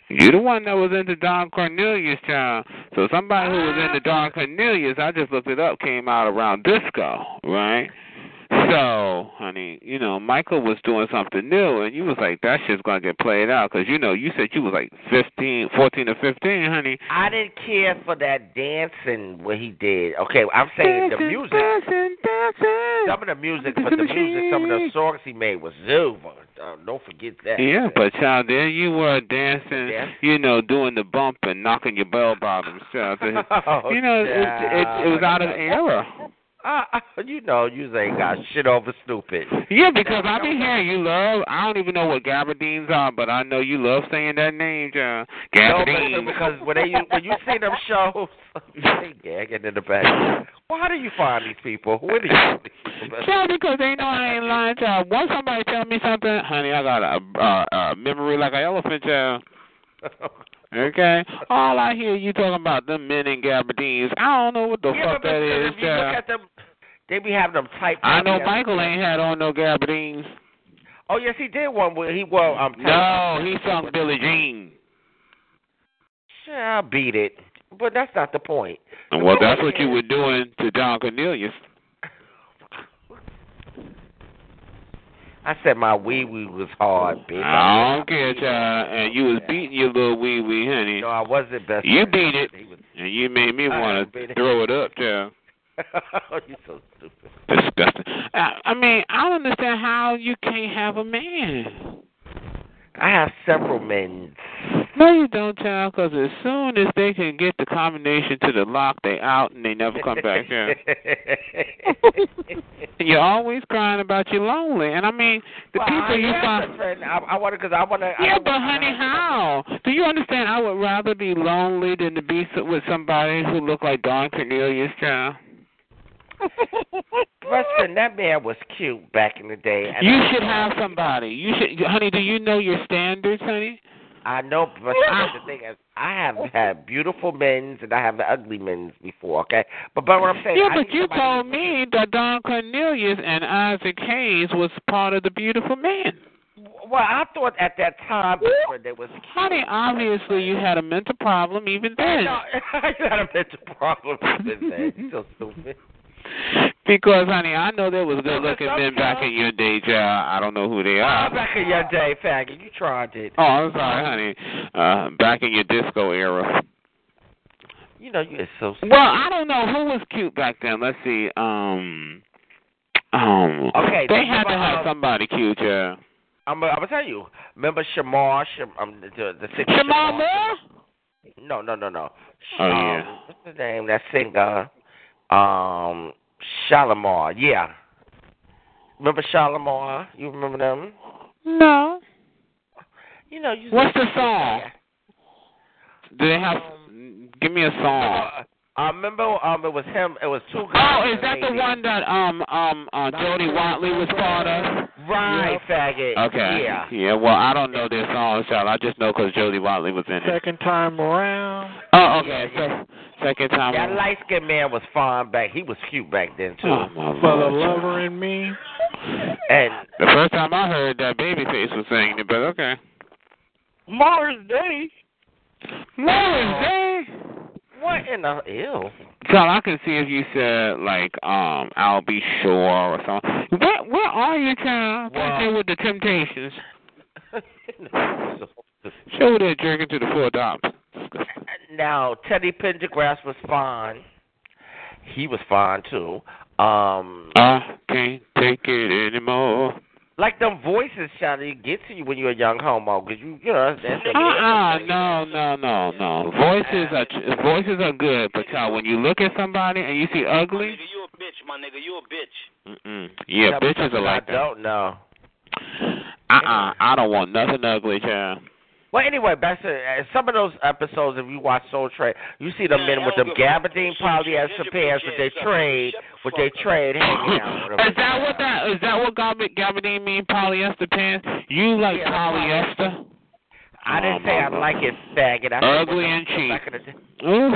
Speaker 4: You the one that was into Don Cornelius, child. So somebody who was into
Speaker 2: Ah.
Speaker 4: Don Cornelius, I just looked it up, came out around disco, right? So, honey, you know, Michael was doing something new, and you was like, that shit's going to get played out, because, you know, you said you was like fifteen, fourteen or 15, honey.
Speaker 2: I didn't care for that dancing what he did. Okay, I'm saying the
Speaker 4: Dancing,
Speaker 2: music.
Speaker 4: dancing, dancing.
Speaker 2: Some of the music, but the music, some of the songs he made was silver. Uh, don't forget that.
Speaker 4: Yeah, but child, there you were dancing,
Speaker 2: Yeah.
Speaker 4: you know, doing the bump and knocking your bell bottoms, child. uh, you know,
Speaker 2: Oh,
Speaker 4: it, it, it was out of
Speaker 2: child.
Speaker 4: era.
Speaker 2: Uh, uh, you know, you ain't got shit over stupid.
Speaker 4: Yeah, because I've been hearing you love. I don't even know what gabardines are, but I know you love saying that name, John.
Speaker 2: No, but-
Speaker 4: Gabardines.
Speaker 2: because when they when you see them shows, they gagging in the back. Well, how do you find these people? Where do you?
Speaker 4: Yeah, because they know I ain't lying, child. Once somebody tell me something, honey, I got a, a, a memory like an elephant, child. Okay? All I hear you talking about them men in gabardines. I don't know what the
Speaker 2: yeah,
Speaker 4: fuck
Speaker 2: but
Speaker 4: that
Speaker 2: if
Speaker 4: is,
Speaker 2: you look
Speaker 4: child.
Speaker 2: at them, they be having them tight.
Speaker 4: I know Michael ain't had on no gabardines.
Speaker 2: Oh yes, he did one where he wore um.
Speaker 4: No, he sung Billie Jean.
Speaker 2: Sure, I beat it. But that's not the point.
Speaker 4: Well, that's what you were doing to Don Cornelius.
Speaker 2: I said my wee wee was hard, bitch.
Speaker 4: I don't care, child. And you was beating your little wee wee, honey.
Speaker 2: No, I wasn't best.
Speaker 4: You
Speaker 2: friend.
Speaker 4: beat it.
Speaker 2: He was-
Speaker 4: And you made me
Speaker 2: I
Speaker 4: want
Speaker 2: beat
Speaker 4: to
Speaker 2: it.
Speaker 4: throw it up, child.
Speaker 2: you so stupid.
Speaker 4: Disgusting. I, I mean, I don't understand how you can't have a man.
Speaker 2: I have several men.
Speaker 4: No, you don't, child, because as soon as they can get the combination to the lock, they out and they never come back in. You're always crying about you're lonely, and I mean the
Speaker 2: Well, I
Speaker 4: people you
Speaker 2: am
Speaker 4: find.
Speaker 2: a friend. I, I want to, because I want to.
Speaker 4: Yeah, but honey, how? Do you understand? I would rather be lonely than to be so- with somebody who looked like Don Cornelius, child.
Speaker 2: Preston, that man was cute back in the day. and
Speaker 4: You
Speaker 2: I-
Speaker 4: should have somebody. You should, honey. Do you know your standards, honey?
Speaker 2: I know, but
Speaker 4: Ah.
Speaker 2: the thing is, I have had beautiful men's and I have ugly men's before, okay? But but what I'm saying,
Speaker 4: yeah,
Speaker 2: I need
Speaker 4: but you
Speaker 2: somebody-
Speaker 4: told me that Don Cornelius and Isaac Hayes was part of the beautiful man.
Speaker 2: Well, I thought at that time when they was
Speaker 4: Honey, obviously you had a mental problem even then.
Speaker 2: No, I had a mental problem with that. You're so stupid.
Speaker 4: Because, honey, I know there was good
Speaker 2: No,
Speaker 4: looking
Speaker 2: that's
Speaker 4: men back in your day, child. I don't know who they
Speaker 2: Ah,
Speaker 4: are.
Speaker 2: back in your day, faggot, you tried it.
Speaker 4: Oh, I'm sorry, honey. Uh, back in your disco era.
Speaker 2: You know you are so stupid.
Speaker 4: Well, I don't know who was cute back then. Let's see. Um, um,
Speaker 2: Okay,
Speaker 4: they
Speaker 2: think
Speaker 4: had to
Speaker 2: about-
Speaker 4: have somebody cute, yeah.
Speaker 2: I'm I'm gonna tell you. Remember Shamar? Sham, um, the the, the singer
Speaker 4: Jamal Moore?
Speaker 2: No, no, no, no.
Speaker 4: Oh,
Speaker 2: um,
Speaker 4: yeah.
Speaker 2: What's his name? That singer, um, Shalimar. Yeah. Remember Shalimar? You remember them?
Speaker 4: No.
Speaker 2: You know you.
Speaker 4: What's the song? Do they have? Give me a song.
Speaker 2: Uh, I remember. Um, it was him. It was two guys.
Speaker 4: Oh, is that the one that um um uh, Jody Watley was part of?
Speaker 2: Right, faggot.
Speaker 4: Okay.
Speaker 2: Yeah.
Speaker 4: Yeah. Well, I don't know their songs, child. I just know 'cause Jody Watley was in it.
Speaker 7: Second time around.
Speaker 4: Oh, okay. So, second time.
Speaker 2: That light skinned man was fine back. He was cute back then too.
Speaker 4: Oh, my
Speaker 7: For the
Speaker 4: Lord, child.
Speaker 7: lover in me.
Speaker 2: And
Speaker 4: The first time I heard that Babyface was singing it, but okay.
Speaker 2: Mars Day.
Speaker 4: Morris Day.
Speaker 2: What in the ew?
Speaker 4: Child, I can see if you said like um I'll be sure or something. Where where are you, child?
Speaker 2: Well-
Speaker 4: Back there with the Temptations.
Speaker 2: No.
Speaker 4: Show that jerking to the four dots.
Speaker 2: now Teddy Pendergrass was fine. He was fine too. Um,
Speaker 4: I can't take it anymore.
Speaker 2: like them voices, Shawty, get to you when you're a young homo, 'cause you, you know, that's
Speaker 4: Uh uh no no no no. Voices are ch- voices are good, but child, when you look at somebody and you see ugly,
Speaker 3: Nigga, you a bitch, my nigga. You a bitch.
Speaker 4: mm-mm. yeah, bitches are like
Speaker 2: I
Speaker 4: that.
Speaker 2: don't know.
Speaker 4: Uh uh, I don't want nothing ugly, child.
Speaker 2: Well, anyway, back to uh, some of those episodes. If you watch Soul Train, you see the
Speaker 3: Man,
Speaker 2: men with
Speaker 3: I don't
Speaker 2: them
Speaker 3: give a fuck.
Speaker 2: gabardine
Speaker 3: Shut your-
Speaker 2: polyester
Speaker 3: shut your
Speaker 2: pants
Speaker 3: bitch
Speaker 2: with they
Speaker 3: ass up.
Speaker 2: trade,
Speaker 3: Shut the
Speaker 2: with
Speaker 3: fuck
Speaker 2: they
Speaker 3: up.
Speaker 2: trade hanging out. with them.
Speaker 4: is that what that is that what gab- gabardine mean polyester pants? You like
Speaker 2: Yeah.
Speaker 4: polyester?
Speaker 2: I didn't say I like it, faggot. I said
Speaker 4: Ugly
Speaker 2: what
Speaker 4: and
Speaker 2: the
Speaker 4: cheap.
Speaker 2: back of the day-
Speaker 4: Oof.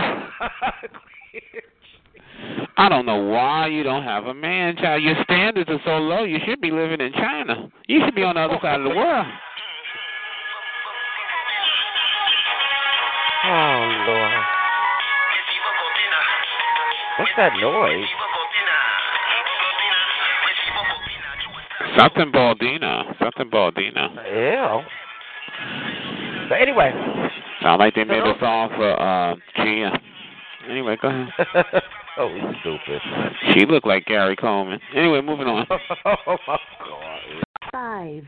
Speaker 4: I don't know why you don't have a man child. Your standards are so low. You should be living in China. You should be on the other side of the world.
Speaker 2: oh Lord, what's that noise?
Speaker 4: Something Baldina. Something Baldina.
Speaker 2: Ew. But anyway,
Speaker 4: Sound like they made a song for uh Gia. Anyway, go ahead.
Speaker 2: oh he's stupid.
Speaker 4: She looked like Gary Coleman. Anyway, moving on.
Speaker 2: oh my God.
Speaker 8: Five.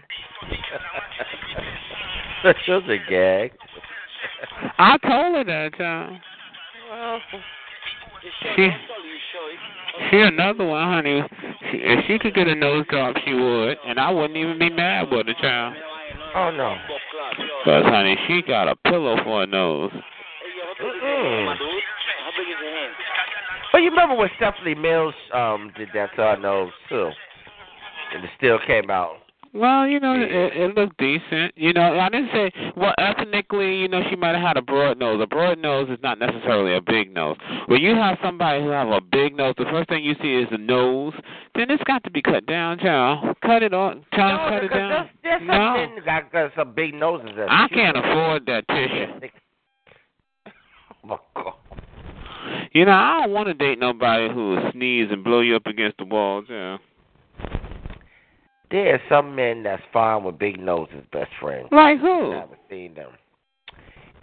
Speaker 2: That was a gag.
Speaker 4: I told her that, child. She, she another one, honey. She, if she could get a nose job, she would, and I wouldn't even be mad with her, child.
Speaker 2: Oh no.
Speaker 4: Cause, honey, she got a pillow for a nose.
Speaker 2: Mm-mm. But you remember when Stephanie Mills um did that to our nose too, and it still came out.
Speaker 4: Well, you know, it, it looked decent. You know, I didn't say well ethnically. You know, she might have had a broad nose. A broad nose is not necessarily a big nose. When you have somebody who have a big nose, the first thing you see is the nose. Then it's got to be cut down, child. Cut it off, child.
Speaker 2: no,
Speaker 4: cut it
Speaker 2: because
Speaker 4: down.
Speaker 2: There's, there's
Speaker 4: No.
Speaker 2: some men that got some big noses. that
Speaker 4: I
Speaker 2: shoot
Speaker 4: can't
Speaker 2: them.
Speaker 4: afford that tissue.
Speaker 2: Oh my god.
Speaker 4: You know, I don't want to date nobody who will sneeze and blow you up against the wall, child.
Speaker 2: There are some men that's fine with big noses, best friend.
Speaker 4: Like
Speaker 2: I
Speaker 4: who?
Speaker 2: haven't seen them.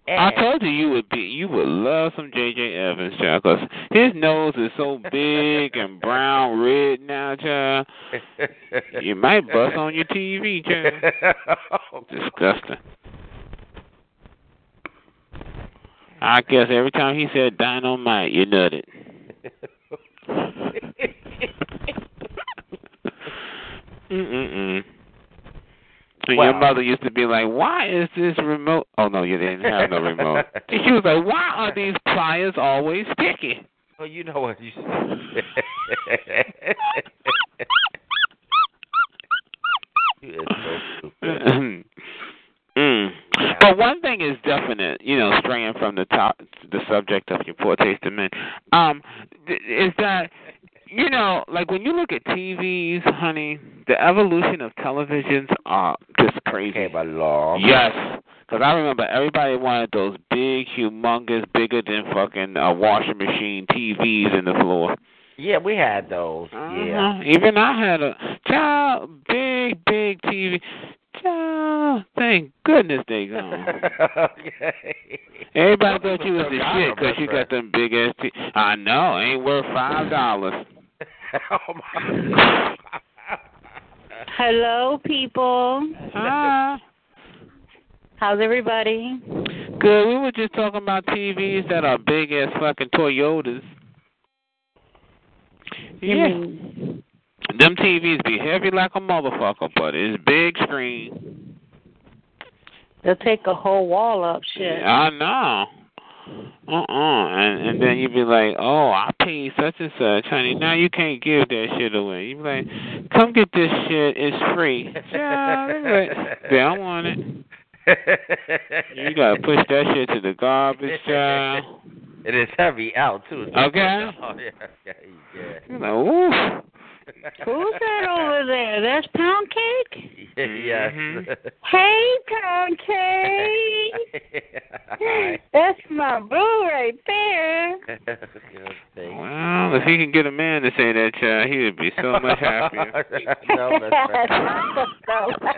Speaker 4: I
Speaker 2: And
Speaker 4: told you you would be you would love some JJ Evans, child, 'cause his nose is so big and brown red now, child. You might bust on your TV, child. Disgusting. I guess every time he said dynamite, you nutted. Mm-mm-mm. And your
Speaker 2: Wow.
Speaker 4: mother used to be like, "Why is this remote?" Oh no, you didn't have no remote. she was like, "Why are these pliers always sticky?"
Speaker 2: Oh, you know what you You is so stupid.
Speaker 4: mm. But one thing is definite, you know, straying from the top, the subject of your poor taste in men, um, th- is that you know, like when you look at TVs, honey, the evolution of televisions are just crazy.
Speaker 2: Came along.
Speaker 4: Yes, because I remember everybody wanted those big, humongous, bigger than fucking uh, washing machine TVs in the floor.
Speaker 2: Yeah, we had those. Yeah.
Speaker 4: Uh-huh. Even I had a child, big, big TV. Child, thank goodness they gone.
Speaker 2: okay.
Speaker 4: Everybody thought you was the
Speaker 2: I
Speaker 4: shit because you
Speaker 2: remember.
Speaker 4: got them big ass. T- I know, ain't worth five dollars.
Speaker 2: oh my.
Speaker 8: Hello, people.
Speaker 4: Ah,
Speaker 8: How's everybody?
Speaker 4: good. We were just talking about TVs that are big as fucking Toyotas.
Speaker 8: You
Speaker 4: Yeah.
Speaker 8: mean-
Speaker 4: Them TVs be heavy like a motherfucker, but it's big screen.
Speaker 8: They'll take a whole wall up. Shit.
Speaker 4: I know. Uh uh and and then you be like, oh, I paid such and such, honey. Now you can't give that shit away. You be like, come get this shit, it's free. Yeah, they be like, "Yeah, I want it. You gotta push that shit to the garbage, child.
Speaker 2: It is heavy out too.
Speaker 4: Okay.
Speaker 2: Oh yeah, yeah, yeah.
Speaker 4: You know,
Speaker 8: Who's that over there? That's pound cake.
Speaker 2: yes.
Speaker 4: Mm-hmm.
Speaker 8: Hey, pound cake. That's my boo right there.
Speaker 2: Good thing.
Speaker 4: well, if he can get a man to say that, child, he would be so much happier.
Speaker 2: no, that's right.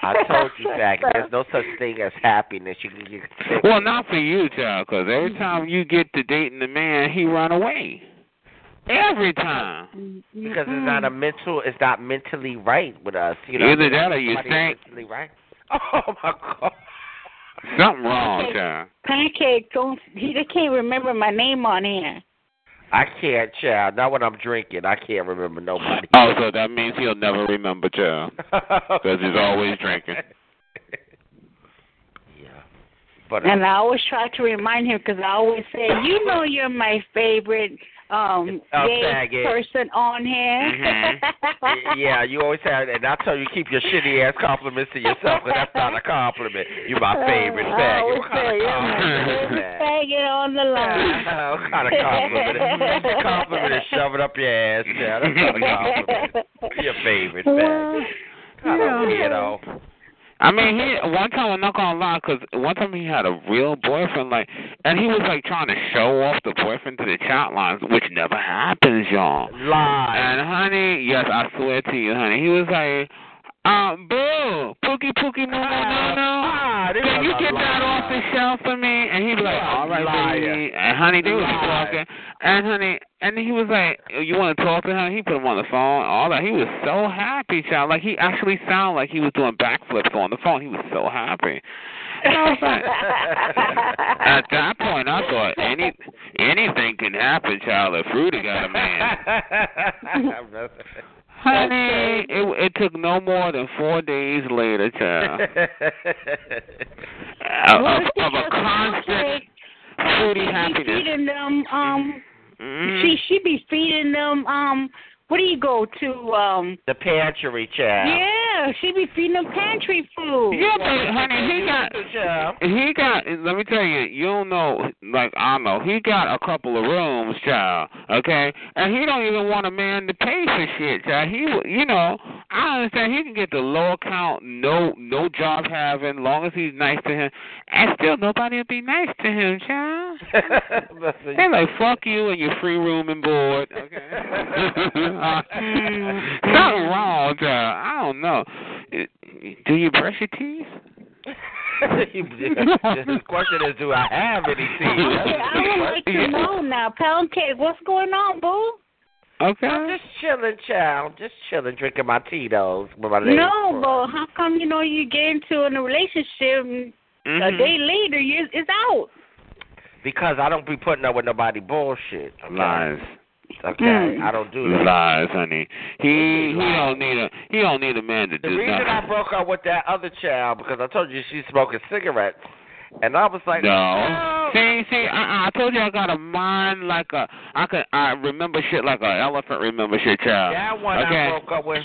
Speaker 2: I told you, Zach, there's no such thing as happiness. You can get
Speaker 4: Well, not for you, child, 'cause every time you get to dating the man, he run away. Every time.
Speaker 8: Mm-hmm.
Speaker 2: because it's not a mental, it's not mentally right with us. You know,
Speaker 4: Either that or you
Speaker 2: Somebody's
Speaker 4: think
Speaker 2: mentally right. Oh my God.
Speaker 4: something wrong, child.
Speaker 8: Pancake don't he they can't remember my name on here.
Speaker 2: I can't, child. Not when I'm drinking. I can't remember nobody.
Speaker 4: Oh, so that means he'll never remember, child.
Speaker 2: Because
Speaker 4: he's always drinking.
Speaker 2: Yeah. But uh,
Speaker 8: And I always try to remind him because I always say, you know, you're my favorite um
Speaker 2: Oh,
Speaker 8: gay
Speaker 2: tag it.
Speaker 8: person on here.
Speaker 4: Mhm.
Speaker 2: Mm-hmm. y- uh, yeah, you always have, and I tell you, keep your shitty ass compliments to yourself, 'cause that's not a compliment. You're my favorite
Speaker 8: Uh, I
Speaker 2: faggot.
Speaker 8: always
Speaker 2: What
Speaker 8: say,
Speaker 2: kind of
Speaker 8: "You're my
Speaker 2: compliment is that?
Speaker 8: Faggot on the line.
Speaker 2: what kind of compliment? is- compliment is shoving up your ass. Yeah, that's not a compliment. Your favorite faggot. Kind of weirdo.
Speaker 4: I mean, he one time I'm not gonna lie, 'cause one time he had a real boyfriend, like, and he was like trying to show off the boyfriend to the chat lines, which never happens, y'all.
Speaker 2: Lie.
Speaker 4: And honey, yes, I swear to you, honey, he was like, um, boo, pookie pookie, no, no, no, no.
Speaker 2: Ah, this
Speaker 4: Can
Speaker 2: is
Speaker 4: you
Speaker 2: a
Speaker 4: get that
Speaker 2: lie.
Speaker 4: off the shelf for me? And he was like,
Speaker 2: Liar.
Speaker 4: all right,
Speaker 2: Liar.
Speaker 4: baby. And honey, they was
Speaker 2: Liar.
Speaker 4: talking. And honey, and he was like, you want to talk to him? He put him on the phone. All that. He was so happy, child. Like he actually sounded like he was doing backflips on the phone. He was so happy. And I was like, at that point, I thought any anything can happen, child. If Fruity got a man. Honey, it it took no more than four days later, child, of,
Speaker 8: Well,
Speaker 4: of-
Speaker 8: she
Speaker 4: of a
Speaker 8: just
Speaker 4: constant
Speaker 8: pancake,
Speaker 4: fruity
Speaker 8: she be
Speaker 4: happiness.
Speaker 8: feeding them um
Speaker 2: Mm-hmm.
Speaker 4: Mm.
Speaker 8: she she be feeding them um what do you go to um
Speaker 2: the pantry, child.
Speaker 8: yeah, she be feeding them pantry food.
Speaker 4: Yeah, but honey, he got
Speaker 2: Child.
Speaker 4: he got. Let me tell you, you don't know. Like I know, he got a couple of rooms, child. Okay, and he don't even want a man to pay for shit, child. He, wa- you know, I understand he can get the low account, no, no job having, long as he's nice to him, and still nobody will be nice to him, child. They're like, fuck you and your free room and board. Okay. Something wrong, child. I don't know. Do you brush your teeth?
Speaker 2: the question is, do I have any
Speaker 8: Okay,
Speaker 2: teeth?
Speaker 8: I would like to know now, pound cake. What's going on, boo?
Speaker 4: Okay.
Speaker 2: I'm just chilling, child. Just chilling, drinking my Tito's with my legs.
Speaker 8: No,
Speaker 2: crossed.
Speaker 8: but how come you know you get into a relationship and
Speaker 4: Mm-hmm.
Speaker 8: a day later, you it's out.
Speaker 2: Because I don't be putting up with nobody bullshit. Okay?
Speaker 4: Lies.
Speaker 2: Okay, I don't do that.
Speaker 4: Lies, honey. He he don't need a he don't need a man to
Speaker 2: The
Speaker 4: do
Speaker 2: reason I
Speaker 4: nothing.
Speaker 2: broke up with that other child because I told you she's smoking cigarettes, and I was like,
Speaker 4: No. See, see, I, I told you I got a mind like a I could I remember shit like a elephant remember shit, child.
Speaker 2: that one
Speaker 4: okay.
Speaker 2: I broke up with.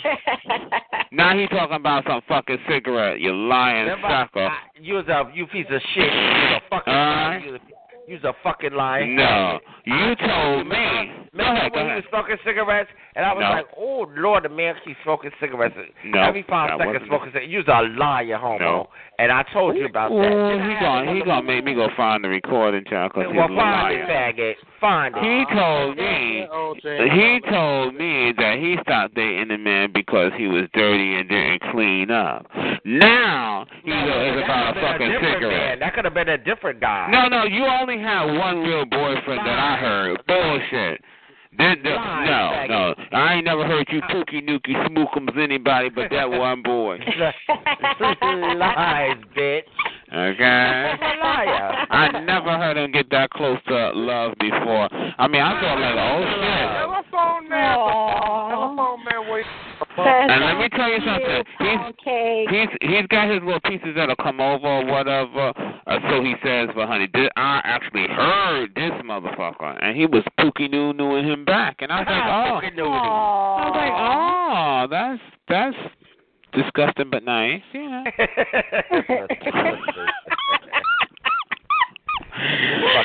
Speaker 4: Now he talking about some fucking cigarette. You lying
Speaker 2: Remember,
Speaker 4: sucker.
Speaker 2: I- you was a you piece of shit. You was a fucking liar.
Speaker 4: Alright.
Speaker 2: You was a- you was a fucking liar.
Speaker 4: Uh-huh. No, you told me. Go
Speaker 2: Remember
Speaker 4: ahead, go
Speaker 2: when he
Speaker 4: ahead.
Speaker 2: was smoking cigarettes, and I was
Speaker 4: No.
Speaker 2: like, "Oh Lord, the man keeps smoking cigarettes
Speaker 4: No,
Speaker 2: every
Speaker 4: that
Speaker 2: five seconds."
Speaker 4: wasn't-
Speaker 2: Smoking cigarettes. You're a liar, homo.
Speaker 4: No.
Speaker 2: And I told you about that.
Speaker 4: Ooh, he gonna he gonna make me go find the recording, child, 'cause
Speaker 2: well,
Speaker 4: he's a
Speaker 2: find it,
Speaker 4: liar.
Speaker 2: faggot. Find it.
Speaker 4: He told me. He told me that he stopped dating the man because he was dirty and didn't clean up. Now he knows
Speaker 2: that could've
Speaker 4: about a
Speaker 2: been
Speaker 4: fucking
Speaker 2: different Man.
Speaker 4: cigarette.
Speaker 2: That could have been a different guy.
Speaker 4: No, no, you only have one real boyfriend that I heard. Bullshit. Then the,
Speaker 2: Lies,
Speaker 4: no, no, I ain't never heard you kooky nookie smookums anybody but that one boy.
Speaker 2: Lies, bitch.
Speaker 4: Okay.
Speaker 2: You're a liar.
Speaker 4: I never heard him get that close to love before. I mean, I thought like, oh shit.
Speaker 7: Telephone man. Telephone man. Wait.
Speaker 4: And let me tell you something. He's
Speaker 8: Okay.
Speaker 4: he's he's got his little pieces that'll come over or whatever. Uh, so he says, but honey, this, I actually heard this motherfucker, and he was pookie noo nooing him back, and I was like, oh,
Speaker 2: Fucking nudity.
Speaker 4: I was like, oh, that's that's disgusting but nice, yeah.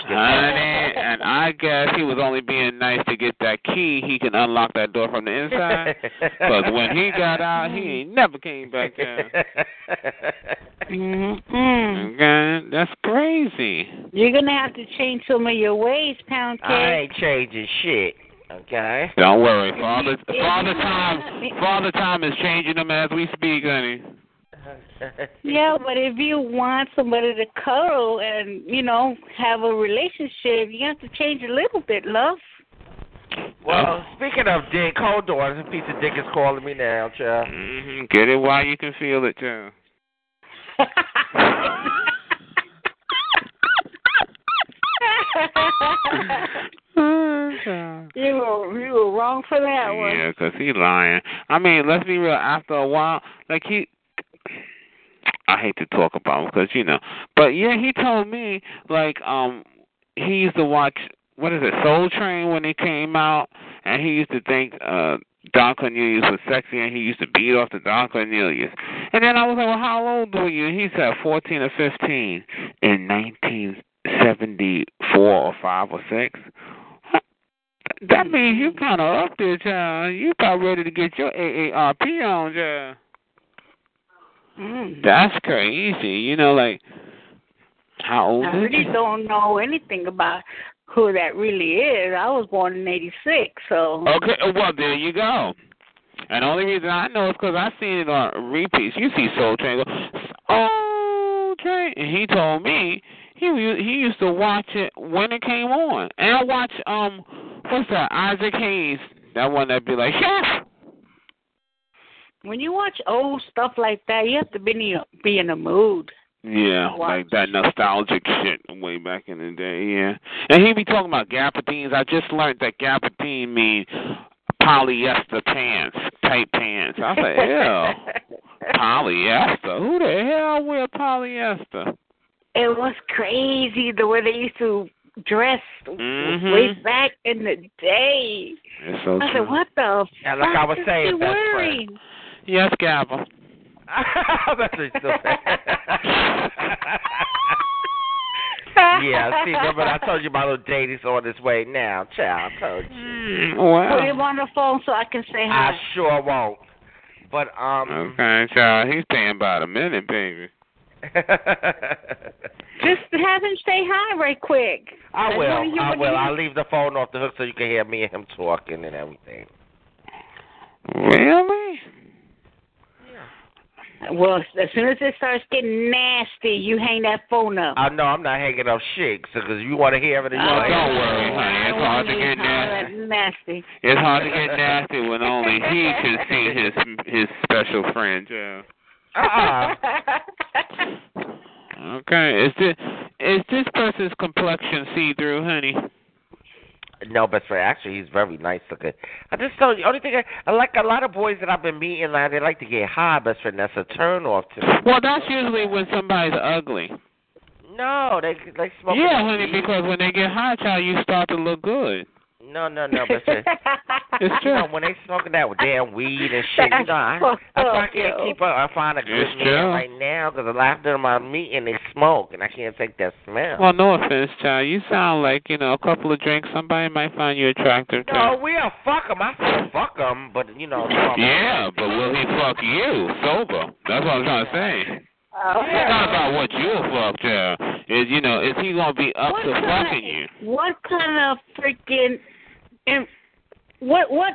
Speaker 4: Honey, and I guess he was only being nice to get that key. He can unlock that door from the inside. Because when he got out, he ain't never came back in. Mm-hmm.
Speaker 8: Mm-mm.
Speaker 4: Okay, that's crazy.
Speaker 8: Mm-hmm. You're gonna have to change some of your ways, pound cake.
Speaker 2: I ain't changing shit. Okay.
Speaker 4: Don't worry, father. Father time, father time is changing them as we speak, honey.
Speaker 8: Yeah, but if you want somebody to cuddle and you know have a relationship, you have to change a little bit, love.
Speaker 2: Well, speaking of dick, hold on. This piece of dick is calling me now, child.
Speaker 4: hmm Get it while you can feel it too.
Speaker 8: you were you were wrong for that one.
Speaker 4: Yeah, 'cause he lying. I mean, let's be real. After a while, like he, I hate to talk about him 'cause you know, but yeah, he told me like um he used to watch what is it Soul Train when it came out, and he used to think uh Don Cornelius was sexy, and he used to beat off to Don Cornelius. And then I was like, well, how old were you? And he said fourteen or fifteen in nineteen seventy four or five or six. That means you kind of up there, child. You about ready to get your AARP on, child.
Speaker 8: Mm.
Speaker 4: That's crazy. You know, like how old
Speaker 8: I
Speaker 4: is
Speaker 8: really
Speaker 4: he?
Speaker 8: don't know anything about who that really is. I was born in '86, so
Speaker 4: Okay, uh, well there you go. And the only reason I know is because I seen it on repeats. You see Soul Train go, Soul Train, and he told me he u- he used to watch it when it came on, and I watch um what's that Isaac Hayes, that one that be like chef.
Speaker 8: when you watch old stuff like that, you have to be in your, be in the mood.
Speaker 4: Yeah, like that nostalgic shit way back in the day, yeah. And he be talking about gabardines. I just learned that gabardine mean polyester pants, tight pants. I said, ew, polyester? Who the hell wear polyester?
Speaker 8: It was crazy the way they used to dress
Speaker 4: Mhm.
Speaker 8: way back in the day.
Speaker 4: It's so true.
Speaker 8: I said, what the
Speaker 2: Yeah,
Speaker 8: fuck
Speaker 2: like I was
Speaker 8: is
Speaker 2: saying,
Speaker 8: she
Speaker 2: best friend.
Speaker 8: wearing?
Speaker 4: Yes, Gabba.
Speaker 2: That's what she said. yeah, see, remember I told you my little daddy's on his way now, child. I told you.
Speaker 4: Mm,
Speaker 8: Put him
Speaker 4: wow.
Speaker 8: on the phone so I can say
Speaker 2: I
Speaker 8: hi.
Speaker 2: sure won't. But um,
Speaker 4: Okay, child. He's staying about a minute, baby.
Speaker 8: Just have him say hi right quick.
Speaker 2: I
Speaker 8: That's
Speaker 2: will.
Speaker 8: what you
Speaker 2: I
Speaker 8: would
Speaker 2: will.
Speaker 8: do.
Speaker 2: I'll leave the phone off the hook so you can hear me and him talking and everything.
Speaker 4: Really?
Speaker 8: Well, as soon as it starts getting nasty, you hang that phone up.
Speaker 2: I know I'm not hanging up shit because you want to hear it. You
Speaker 4: Oh,
Speaker 2: wanna
Speaker 4: don't
Speaker 2: hear it.
Speaker 4: worry, honey. It's
Speaker 8: I
Speaker 4: hard to
Speaker 8: want you
Speaker 4: get
Speaker 8: to holler
Speaker 4: nasty.
Speaker 8: that nasty.
Speaker 4: It's hard to get nasty when only he can see his his special friend. Yeah.
Speaker 2: Uh-uh.
Speaker 4: Okay. Is this is this person's complexion see through, honey?
Speaker 2: No, best friend. Actually, he's very nice looking. I just told you. Only thing I, I like a lot of boys that I've been meeting, like they like to get high, best friend. That's a turn off to me.
Speaker 4: Well, that's usually when somebody's ugly.
Speaker 2: No, they they smoke.
Speaker 4: Yeah, honey, because when they get high, child, you start to look good.
Speaker 2: No, no, no, best friend.
Speaker 4: It's
Speaker 2: You
Speaker 4: true.
Speaker 2: know, when they smoking that damn weed and shit, you know, I, I, I can't keep up. I find a good
Speaker 4: It's
Speaker 2: man
Speaker 4: true.
Speaker 2: right now because a lot of them I meet and they smoke, and I can't take that smell.
Speaker 4: Well, no offense, child. You sound like you know a couple of drinks. Somebody might find you attractive too.
Speaker 2: no, we are fuck 'em. I said fuck 'em, but you know. no,
Speaker 4: Yeah, but will he fuck you sober? That's what I'm trying to say.
Speaker 8: Oh,
Speaker 4: It's not
Speaker 8: Okay.
Speaker 4: about what you'll fuck, child. Is you know, is he gonna be up
Speaker 8: What
Speaker 4: to
Speaker 8: kind
Speaker 4: fucking
Speaker 8: of-
Speaker 4: you?
Speaker 8: What kind of freaking and what what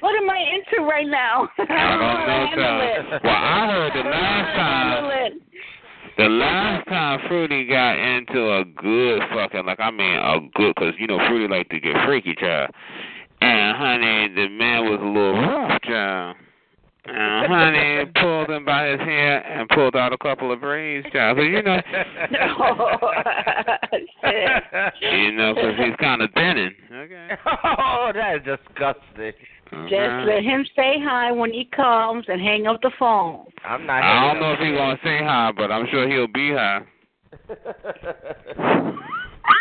Speaker 8: what am I into right now? I
Speaker 4: I
Speaker 8: don't know
Speaker 4: don't
Speaker 8: how to
Speaker 4: know,
Speaker 8: handle
Speaker 4: child.
Speaker 8: it.
Speaker 4: Well, I heard
Speaker 8: I
Speaker 4: the
Speaker 8: don't know
Speaker 4: last
Speaker 8: how to
Speaker 4: time.
Speaker 8: handle it.
Speaker 4: The last time Fruity got into a good fucking, like I mean a good, cause you know Fruity like to get freaky, child. And honey, the man was a little rough, child. And honey pulled him by his hair and pulled out a couple of braids, child. Cause you know,
Speaker 8: No. Shit.
Speaker 4: you know, cause he's kind of thinning. Okay.
Speaker 2: oh, that is disgusting.
Speaker 8: Just
Speaker 4: Okay.
Speaker 8: let him say hi when he comes and hang up the phone.
Speaker 2: I'm not.
Speaker 4: I don't know if he's gonna say hi, but I'm sure he'll be high.
Speaker 2: gonna.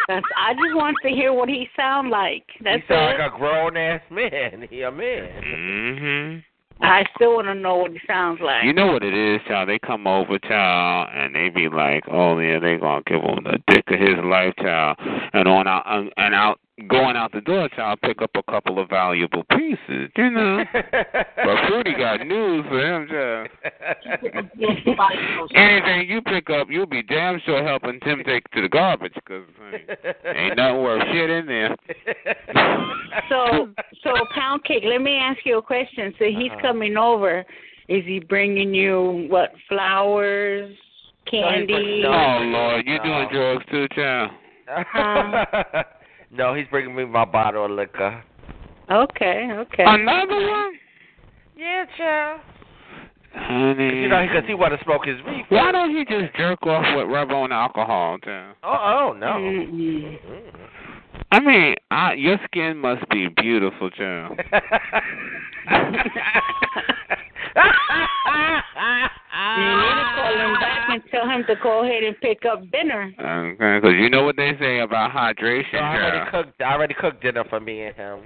Speaker 8: That's, I just want to hear what he sound like. That's
Speaker 2: he sound
Speaker 8: it.
Speaker 2: like a grown ass man. He a man.
Speaker 4: Mhm.
Speaker 8: I still want to know what he sounds like.
Speaker 4: You know what it is, child. They come over, child, and they be like, "Oh yeah, they gonna give him the dick of his life, child." And on out and out going out the door, child, pick up a couple of valuable pieces, you know. but Fruity Mm-hmm. got news for him, child. Anything you pick up, you'll be damn sure helping Tim take to the garbage, cause honey, ain't nothing worth shit in there.
Speaker 8: so, so pound cake. Let me ask you a question. So he's
Speaker 2: Uh-huh.
Speaker 8: coming over. Is he bringing you what flowers, candy?
Speaker 2: bringing- No.
Speaker 4: oh Lord, you doing
Speaker 2: No.
Speaker 4: drugs too, child?
Speaker 2: uh-huh. no, he's bringing me my bottle of liquor.
Speaker 8: Okay, okay.
Speaker 4: Oh, Another one,
Speaker 2: Yeah, child.
Speaker 4: honey.
Speaker 2: You know, because he want to smoke his weed.
Speaker 4: Why don't he just jerk off with rub on alcohol, Tim?
Speaker 2: Oh, oh
Speaker 4: Mm.
Speaker 2: no. Mm.
Speaker 8: Mm-mm.
Speaker 4: I mean, I, your skin must be beautiful, Tim.
Speaker 8: You need to call him back and tell him to go ahead and pick up dinner.
Speaker 4: Okay, because you know what they say about hydration,
Speaker 2: So I already
Speaker 4: Tim.
Speaker 2: cooked. I already cooked dinner for me and him.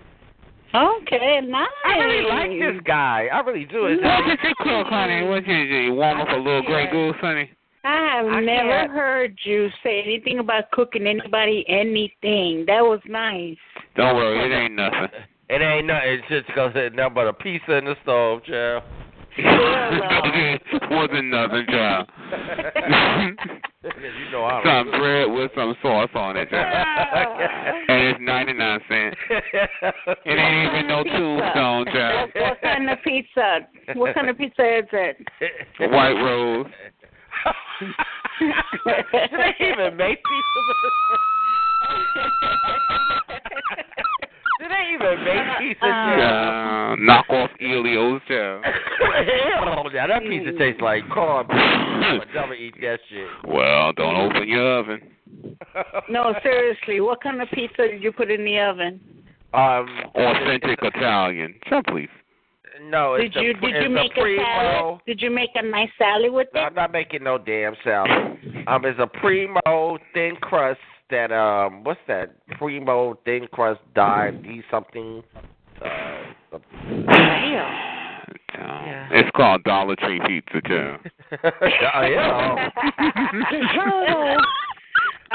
Speaker 8: Okay, nice.
Speaker 2: I really like this guy. I really do. It's
Speaker 4: What did you cook, honey? What did you, you warm up a little Grey Goose, honey?
Speaker 8: I have
Speaker 2: I
Speaker 8: never
Speaker 2: can't-
Speaker 8: heard you say anything about cooking anybody anything. That was nice.
Speaker 4: Don't worry, it ain't nothing.
Speaker 2: It ain't nothing. It's just because it's nothing but a pizza in the stove, child.
Speaker 4: it wasn't nothing, child.
Speaker 2: you know how.
Speaker 4: some bread with some sauce on it, child. And it's 99 cents. It ain't even no
Speaker 8: Pizza.
Speaker 4: tombstone, child.
Speaker 8: What kind of pizza? What kind of pizza is it?
Speaker 4: White rose.
Speaker 2: Do they even make pizza? Do they even make pizza? child?
Speaker 4: Uh, knock off Elio's, child.
Speaker 2: Hell, now that
Speaker 8: Mm.
Speaker 2: pizza tastes like cardboard. I would never eat that shit.
Speaker 4: Well, don't open your oven.
Speaker 8: No, seriously, what kind of pizza did you put in the oven?
Speaker 2: Um,
Speaker 4: Authentic Italian. Sure, please.
Speaker 2: No, Oh, it's
Speaker 8: Did you
Speaker 2: a,
Speaker 8: did
Speaker 2: it's
Speaker 8: you make a salad?
Speaker 2: primo.
Speaker 8: Did you make a nice salad with
Speaker 2: No,
Speaker 8: it?
Speaker 2: I'm not making no damn salad. Um, it's a primo thin crust that um, what's that? Primo thin crust dime D something. Uh,
Speaker 4: Um, It's called Dollar Tree Pizza, too. oh,
Speaker 2: yeah, yeah.
Speaker 8: I'm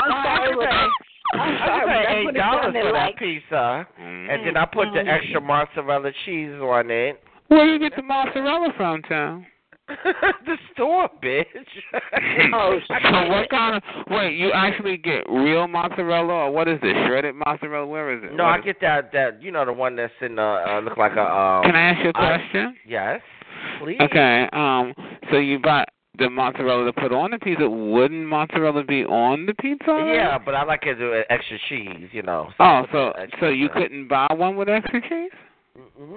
Speaker 8: sorry, but I'm
Speaker 2: I paid
Speaker 8: sorry, but
Speaker 2: eight
Speaker 8: that's what
Speaker 2: dollars
Speaker 8: it sounded
Speaker 2: for
Speaker 8: like. Mm-hmm.
Speaker 2: that pizza,
Speaker 4: Mm.
Speaker 2: and then I put the extra mozzarella cheese on it.
Speaker 4: Where you get the mozzarella from, child?
Speaker 2: the store, bitch.
Speaker 8: Oh,
Speaker 4: so what kind of? Wait, you actually get real mozzarella, or what is this? Shredded mozzarella? Where is it?
Speaker 2: No,
Speaker 4: What
Speaker 2: I
Speaker 4: is-
Speaker 2: get that that you know the one that's in the uh, look like a um.
Speaker 4: Can I ask you a
Speaker 2: I-
Speaker 4: question?
Speaker 2: Yes. Please.
Speaker 4: Okay. Um. So you bought the mozzarella to put on the pizza. Wouldn't mozzarella be on the pizza?
Speaker 2: Yeah, but I like it with extra cheese, you know. so I
Speaker 4: Oh,
Speaker 2: put
Speaker 4: so
Speaker 2: the extra
Speaker 4: so you
Speaker 2: cheese.
Speaker 4: couldn't buy one with extra cheese?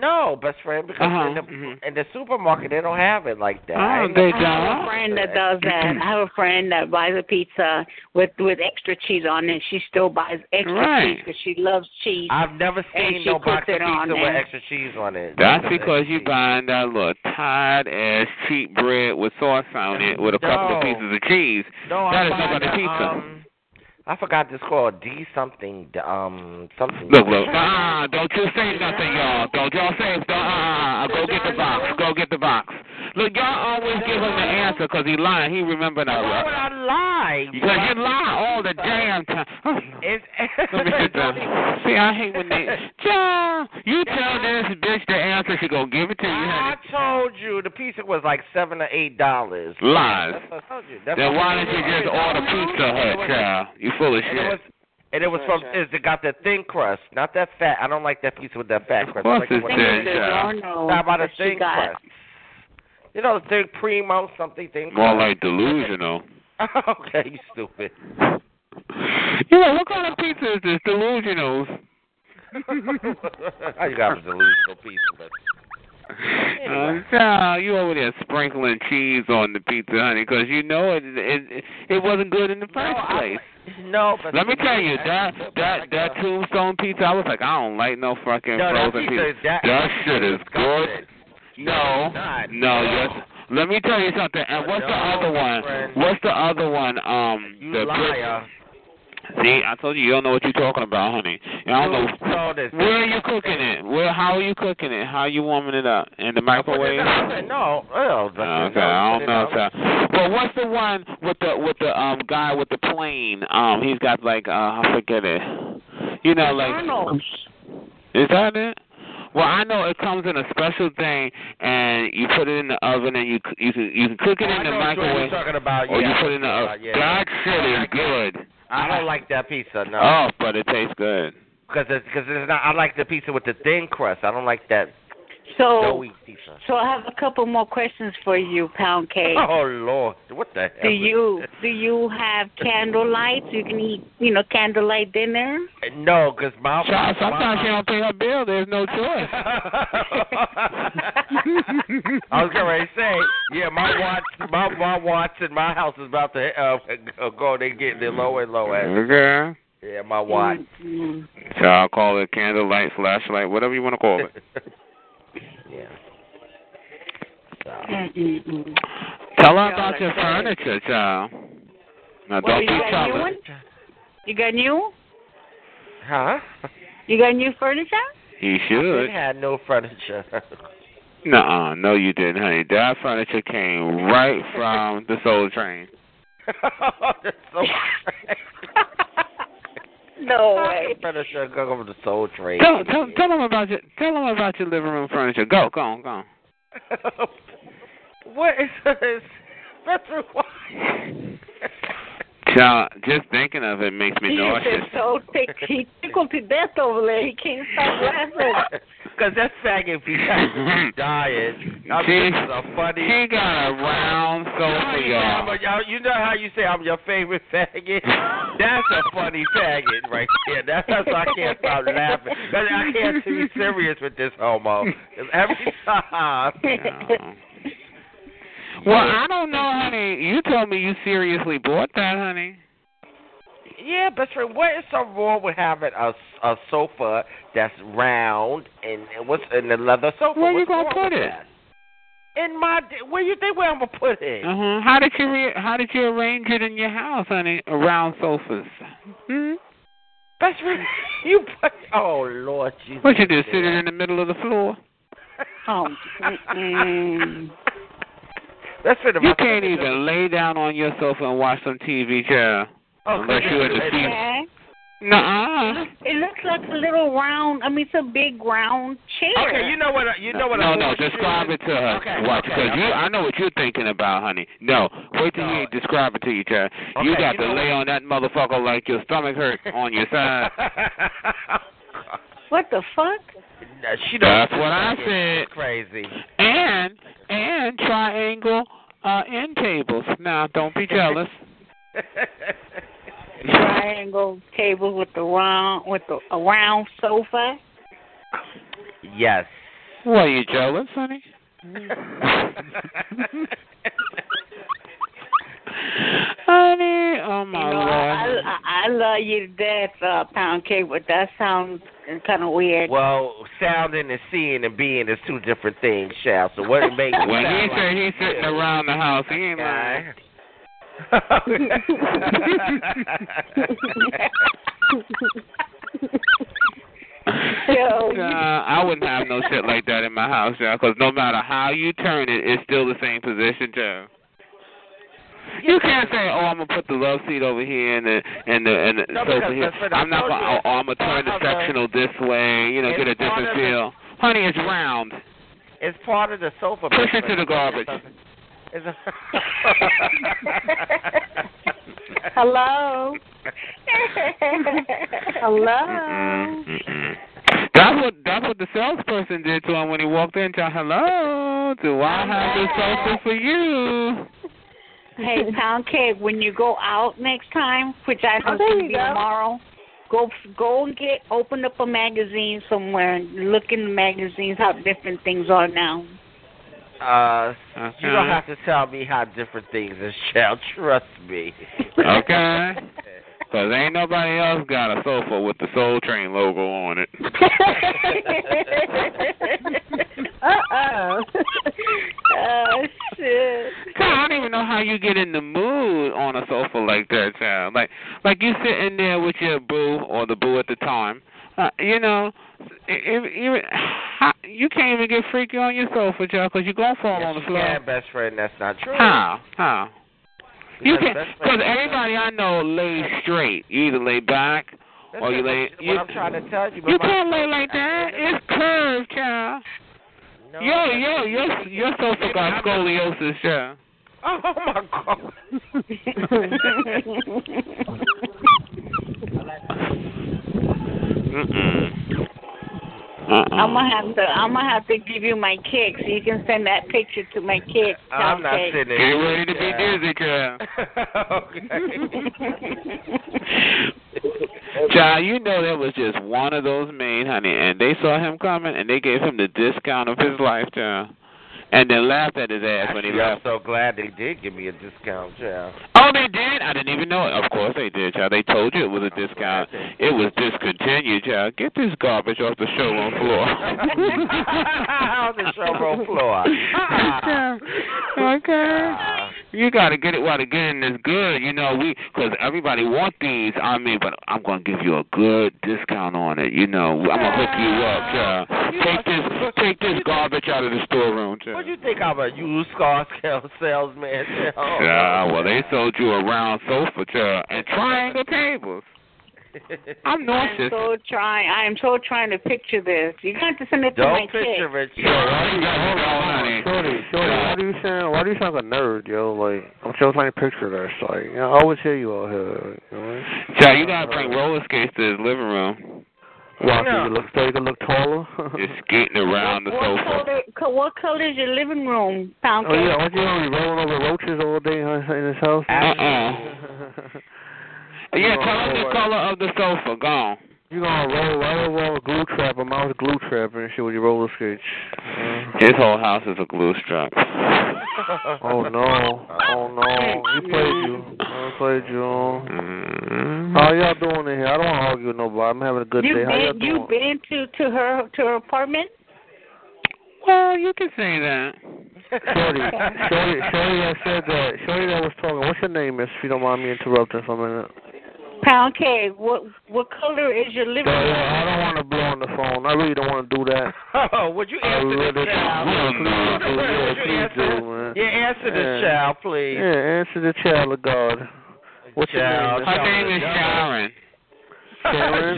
Speaker 2: No, best friend, because
Speaker 4: Uh-huh.
Speaker 2: in the in the supermarket they don't have it like
Speaker 4: Oh,
Speaker 2: that. I ain't
Speaker 8: I
Speaker 2: never
Speaker 8: have
Speaker 2: had
Speaker 8: a friend that does that. I have a friend that buys a pizza with with extra cheese on it. She still buys extra
Speaker 2: Right.
Speaker 8: cheese because she loves cheese.
Speaker 2: I've never
Speaker 8: And
Speaker 2: seen
Speaker 8: she
Speaker 2: no
Speaker 8: puts
Speaker 2: box of
Speaker 8: it on
Speaker 2: pizza with
Speaker 8: there.
Speaker 2: extra cheese on it.
Speaker 4: That's because you buying that little tired ass cheap bread with sauce on it with a couple
Speaker 2: No.
Speaker 4: of pieces of cheese.
Speaker 2: No,
Speaker 4: that
Speaker 2: I
Speaker 4: is
Speaker 2: buy
Speaker 4: nobody's
Speaker 2: the,
Speaker 4: pizza.
Speaker 2: Um, I forgot this called D something the, um something.
Speaker 4: Look, look, ah, don't you say nothing, y'all. Don't y'all say, don't, ah, ah, ah, go get the box, go get the box. Look, y'all always give him the answer because he lying. He remember that.
Speaker 2: Why would I lie?
Speaker 4: Because you lie all the damn time. Oh,
Speaker 2: It's,
Speaker 4: Let me get that. See, I hate when they. Child, you tell this bitch the answer, she gonna give it to you, honey.
Speaker 2: I told you the pizza was like seven or eight dollars.
Speaker 4: Lies.
Speaker 2: That's what I told you. That's
Speaker 4: Then
Speaker 2: what
Speaker 4: why
Speaker 2: I
Speaker 4: did you
Speaker 2: told
Speaker 4: just order Pizza
Speaker 2: And it
Speaker 4: Hut,
Speaker 2: was-
Speaker 4: child? You full of
Speaker 2: And it was
Speaker 4: shit.
Speaker 2: and it was from is it got the thin crust, not that fat. I don't like that pizza with that fat crust. I
Speaker 4: course
Speaker 2: like the
Speaker 4: it's
Speaker 2: one-
Speaker 4: thin, child.
Speaker 2: How about a
Speaker 8: that she
Speaker 2: thin
Speaker 8: got.
Speaker 2: crust? You know the thin primo something thin
Speaker 4: More
Speaker 2: crust.
Speaker 4: like delusional.
Speaker 2: okay, you stupid.
Speaker 4: You know, what kind of pizza is this? Delusionals.
Speaker 2: How you got a delusional pizza, but
Speaker 4: Uh, child, you over there sprinkling cheese on the pizza, honey, because you know it, it it wasn't good in the first place.
Speaker 2: no. But
Speaker 4: Let me tell you, that that that tombstone pizza, I was like, I don't like no fucking
Speaker 2: uh, No, that
Speaker 4: frozen
Speaker 2: pizza
Speaker 4: pizza.
Speaker 2: is- that-
Speaker 4: shit is good.
Speaker 2: No,
Speaker 4: No,
Speaker 2: not.
Speaker 4: no, yes. Let me tell you something. And what's the
Speaker 2: No,
Speaker 4: other
Speaker 2: my
Speaker 4: one?
Speaker 2: friend.
Speaker 4: What's the other one? Um,
Speaker 2: You
Speaker 4: the
Speaker 2: liar.
Speaker 4: See, I told you you don't know what you're talking about, honey. I don't know.
Speaker 2: You told us.
Speaker 4: Where are you cooking it? Where? How are you cooking it? How are you warming it up in the microwave?
Speaker 2: No, no, but
Speaker 4: Okay,
Speaker 2: no,
Speaker 4: I
Speaker 2: put
Speaker 4: don't
Speaker 2: it
Speaker 4: know.
Speaker 2: out.
Speaker 4: Sir. But what's the one with the with the um guy with the plane? Um, he's got like uh, I forget it. You know, like is that it? Well, I know it comes in a special thing, and you put it in the oven, and you c- you can you can cook it
Speaker 2: Oh,
Speaker 4: in
Speaker 2: I
Speaker 4: the
Speaker 2: know what you're
Speaker 4: microwave,
Speaker 2: talking about,
Speaker 4: or
Speaker 2: yeah.
Speaker 4: you put it in the oven.
Speaker 2: Yeah, yeah.
Speaker 4: That shit is good.
Speaker 2: I don't like that pizza, no.
Speaker 4: Oh, but it tastes good.
Speaker 2: Because it's, cause it's not. I like the pizza with the thin crust. I don't like that
Speaker 8: So,
Speaker 2: doughy pizza.
Speaker 8: so I have a couple more questions for you, Pound Cake.
Speaker 2: Oh Lord, what the hell?
Speaker 8: Do
Speaker 2: is
Speaker 8: you
Speaker 2: this?
Speaker 8: do you have candle lights? You can eat, you know, candlelight dinner.
Speaker 2: No, because my
Speaker 4: Child, sometimes
Speaker 2: my-
Speaker 4: she don't pay her bill. There's no choice.
Speaker 2: I was gonna say, yeah, my watch, my my watch in my house is about to uh, go. They getting it lower and lower.
Speaker 4: Okay.
Speaker 2: Yeah, my watch.
Speaker 8: Mm.
Speaker 4: Child, call it candlelight, flashlight, whatever you want to call it.
Speaker 2: yeah.
Speaker 8: Mm-mm-mm.
Speaker 4: Tell her about your furniture, child. Now
Speaker 8: Well,
Speaker 4: don't
Speaker 8: you
Speaker 4: be
Speaker 8: got new
Speaker 4: telling.
Speaker 8: one? You got new?
Speaker 2: Huh?
Speaker 8: You got new furniture?
Speaker 4: He
Speaker 2: They
Speaker 4: should.
Speaker 2: had no furniture.
Speaker 4: Nuh-uh, no you didn't, honey. That furniture came right from the Soul Train.
Speaker 2: That's so
Speaker 8: No
Speaker 2: Fucking
Speaker 8: way.
Speaker 2: furniture go over the soul trade.
Speaker 4: Tell tell tell him about your tell him about your living room furniture. Go, go on, go on.
Speaker 2: what is this? Furniture why?
Speaker 4: Child, just thinking of it makes me
Speaker 8: He is
Speaker 4: nauseous.
Speaker 8: so tick He tickled to death over there. He can't stop laughing.
Speaker 2: Because that faggot be dying. I'm
Speaker 4: She-
Speaker 2: just a funny.
Speaker 4: She got a round
Speaker 2: How
Speaker 4: sofa,
Speaker 2: you, say I'm
Speaker 4: y'all.
Speaker 2: a- y'all- you know how you say I'm your favorite faggot? That's a funny faggot right there. That's, that's why I can't stop laughing. 'Cause I can't be serious with this homo. 'Cause Every time.
Speaker 4: Yeah. Well, I don't know, honey. You told me you seriously bought that, honey.
Speaker 2: Yeah, best friend, what is so wrong with having a, a sofa that's round and and what's in the leather sofa?
Speaker 4: Where you
Speaker 2: What's
Speaker 4: gonna
Speaker 2: wrong
Speaker 4: put
Speaker 2: with
Speaker 4: it?
Speaker 2: that? In my, d- where you think where I'm gonna put it?
Speaker 4: Uh-huh. How did you re- how did you arrange it in your house, honey? Around sofas. Hmm?
Speaker 2: Best friend, you put. Oh Lord, Jesus.
Speaker 4: What you do? Sit it in the middle of the floor?
Speaker 8: Oh, mm-mm.
Speaker 2: That's for the
Speaker 4: You can't even lay down on your sofa and watch some TV, child.
Speaker 2: Oh,
Speaker 4: unless you had to
Speaker 2: goodness.
Speaker 4: see-
Speaker 8: okay.
Speaker 4: Nuh-uh.
Speaker 8: It looks like a little round. I mean, it's a big round chair.
Speaker 2: Okay, you know what? I- You know what?
Speaker 4: no,
Speaker 2: I
Speaker 4: no,
Speaker 2: want you
Speaker 4: describe
Speaker 2: to-
Speaker 4: it to her.
Speaker 2: Okay,
Speaker 4: Watch,
Speaker 2: okay,
Speaker 4: because
Speaker 2: okay.
Speaker 4: you, I know what you're thinking about, honey. No, wait till
Speaker 2: No.
Speaker 4: he describe it to you, child. you
Speaker 2: Okay,
Speaker 4: got
Speaker 2: you
Speaker 4: to
Speaker 2: know
Speaker 4: lay
Speaker 2: what-
Speaker 4: on that motherfucker like your stomach hurt on your side.
Speaker 8: What the fuck?
Speaker 2: No, she don't-
Speaker 4: That's what I said.
Speaker 2: Crazy.
Speaker 4: and and triangle uh, end tables. Now, don't be jealous.
Speaker 8: Triangle table with the round with the a round sofa.
Speaker 2: Yes.
Speaker 4: What are you jealous, honey? honey, oh
Speaker 8: You know,
Speaker 4: my lord.
Speaker 8: I, I, I love you to death, uh, pound cake, but that sounds kind of weird.
Speaker 2: Well, sounding and seeing and being is two different things, Shal. So what it makes you
Speaker 4: When he
Speaker 2: sound
Speaker 4: said
Speaker 2: like
Speaker 4: he's sitting around the house, he ain't lying.
Speaker 2: guy.
Speaker 8: Yo,
Speaker 4: Nah, I wouldn't have no shit like that in my house, y'all, because no matter how you turn it, it's still the same position, too. You can't say, "Oh, I'm gonna put the love seat over here and the and the and the
Speaker 2: No,
Speaker 4: sofa
Speaker 2: because
Speaker 4: here."
Speaker 2: that's what I
Speaker 4: I'm not
Speaker 2: told
Speaker 4: gonna.
Speaker 2: you.
Speaker 4: Oh, I'm gonna turn the
Speaker 2: Part of the-
Speaker 4: sectional this way. You know,
Speaker 2: It's
Speaker 4: get a
Speaker 2: part
Speaker 4: different
Speaker 2: of the-
Speaker 4: feel. Honey, it's round.
Speaker 2: it's part of the sofa.
Speaker 4: Push it
Speaker 2: business.
Speaker 4: to the garbage.
Speaker 2: It's a-
Speaker 8: hello, hello.
Speaker 4: Mm-mm, mm-mm. That's what that's what the salesperson did to him when he walked in. Child, hello, do I have this sofa for you?
Speaker 8: Hey, pound cake, when you go out next time, which I hope
Speaker 9: Oh, there
Speaker 8: will
Speaker 9: you
Speaker 8: be
Speaker 9: go.
Speaker 8: tomorrow, go go and get open up a magazine somewhere and look in the magazines how different things are now.
Speaker 2: Uh, you don't
Speaker 4: Okay.
Speaker 2: have to tell me how different things is, Shal. Trust me.
Speaker 4: Okay. Cause ain't nobody else got a sofa with the Soul Train logo on it.
Speaker 9: Uh-oh.
Speaker 8: Oh Uh, shit.
Speaker 4: God, I don't even know how you get in the mood on a sofa like that, child. Like, like you sitting there with your boo or the boo at the time. Uh, you know, if, even how, you can't even get freaky on your sofa, child, because you're gonna fall
Speaker 2: Yes,
Speaker 4: on the
Speaker 2: you
Speaker 4: floor.
Speaker 2: can, best friend. That's not true.
Speaker 4: How? How? You
Speaker 2: Because
Speaker 4: can,
Speaker 2: that's what-
Speaker 4: because everybody I know lays straight. You either lay back
Speaker 2: That's
Speaker 4: or Oh, you
Speaker 2: what-
Speaker 4: lay.
Speaker 2: what
Speaker 4: You,
Speaker 2: I'm trying to tell you. but
Speaker 4: you
Speaker 2: my-
Speaker 4: can't lay like that. It's curved, child.
Speaker 2: No.
Speaker 4: Yo, yo, your your sofa got scoliosis, yeah.
Speaker 2: Oh my god.
Speaker 4: Mm-mm. Uh-uh.
Speaker 8: I'm gonna have to. I'm gonna have to give you my kick so you can send that picture to my kick.
Speaker 2: I'm not
Speaker 8: okay?
Speaker 4: Get
Speaker 2: sitting here.
Speaker 4: ready to be dizzy, child. Child, you know that was just one of those men, honey, and they saw him coming and they gave him the discount of his life, child. And then laughed at his ass when he
Speaker 2: Actually, I'm
Speaker 4: left.
Speaker 2: so glad they did give me a discount, child.
Speaker 4: Oh, they did? I didn't even know it. Of course they did, child. They told you it was a discount. It was discontinued, child. Get this garbage off the showroom floor.
Speaker 2: Off the showroom floor.
Speaker 4: okay.
Speaker 2: Uh,
Speaker 4: You gotta get it while the getting is good. You know we, cause everybody want these. I mean, but I'm gonna give you a good discount on it. You know, I'm gonna hook you up. Child.
Speaker 2: You
Speaker 4: Take
Speaker 2: know,
Speaker 4: this,
Speaker 2: what-
Speaker 4: take this garbage out of the storeroom.
Speaker 2: what
Speaker 4: Child.
Speaker 2: do you think I'm a used car sale- salesman? child?
Speaker 4: Yeah, well they sold you a round sofa, child, and triangle tables. I'm
Speaker 8: I'm
Speaker 4: nauseous.
Speaker 8: so trying. I am so trying to picture this. You got to send it to my
Speaker 2: Don't
Speaker 8: kick.
Speaker 2: picture it.
Speaker 4: Yo, why you got hold on, honey?
Speaker 6: Shorty, Shorty, why do you sound why do you sound like a nerd, yo? Like I'm just trying to picture this. Like you know, I always hear you out here. You know what I mean?
Speaker 4: Child, you gotta bring roller skates to his living room.
Speaker 6: Why so
Speaker 2: Yeah.
Speaker 6: you look so you can look taller?
Speaker 4: Just skating around the
Speaker 8: what,
Speaker 4: sofa.
Speaker 8: color, co- what color is your living room, pound
Speaker 6: oh
Speaker 8: cake?
Speaker 6: yeah, aren't you only rolling over roaches all day huh, in this house?
Speaker 4: Uh-uh. Yeah, tell him the color of the sofa. Gone.
Speaker 6: You gonna roll right over on a glue trap? I'm out glue trapping and shit with your roller skates. Uh-huh.
Speaker 4: His whole house is a glue strap.
Speaker 6: Oh no! Oh no! We played you. I played you.
Speaker 4: Mm-hmm.
Speaker 6: How y'all doing in here? I don't want to argue with nobody. I'm having a good
Speaker 8: you
Speaker 6: day. How y'all
Speaker 8: been you
Speaker 6: doing?
Speaker 8: been to to her to her apartment?
Speaker 4: Well, you can say that.
Speaker 6: Shorty, Shorty, Shorty that said that. Shorty that was talking. What's your name, miss? If you don't mind me interrupting for a minute.
Speaker 8: Pound cake. What what color is your living
Speaker 6: No,
Speaker 8: room?
Speaker 6: no, I don't want to blow on the phone. I really don't want to do that.
Speaker 2: Oh, would you
Speaker 6: I
Speaker 2: answer
Speaker 6: really
Speaker 2: this,
Speaker 6: don't.
Speaker 2: child?
Speaker 4: Oh, no.
Speaker 6: Please do, yeah, please do, man.
Speaker 2: Yeah, answer this,
Speaker 6: Yeah.
Speaker 2: child, please.
Speaker 6: Yeah, answer the child of God. What's your
Speaker 2: Child.
Speaker 6: name?
Speaker 4: Her name is Sharon.
Speaker 6: Sharon?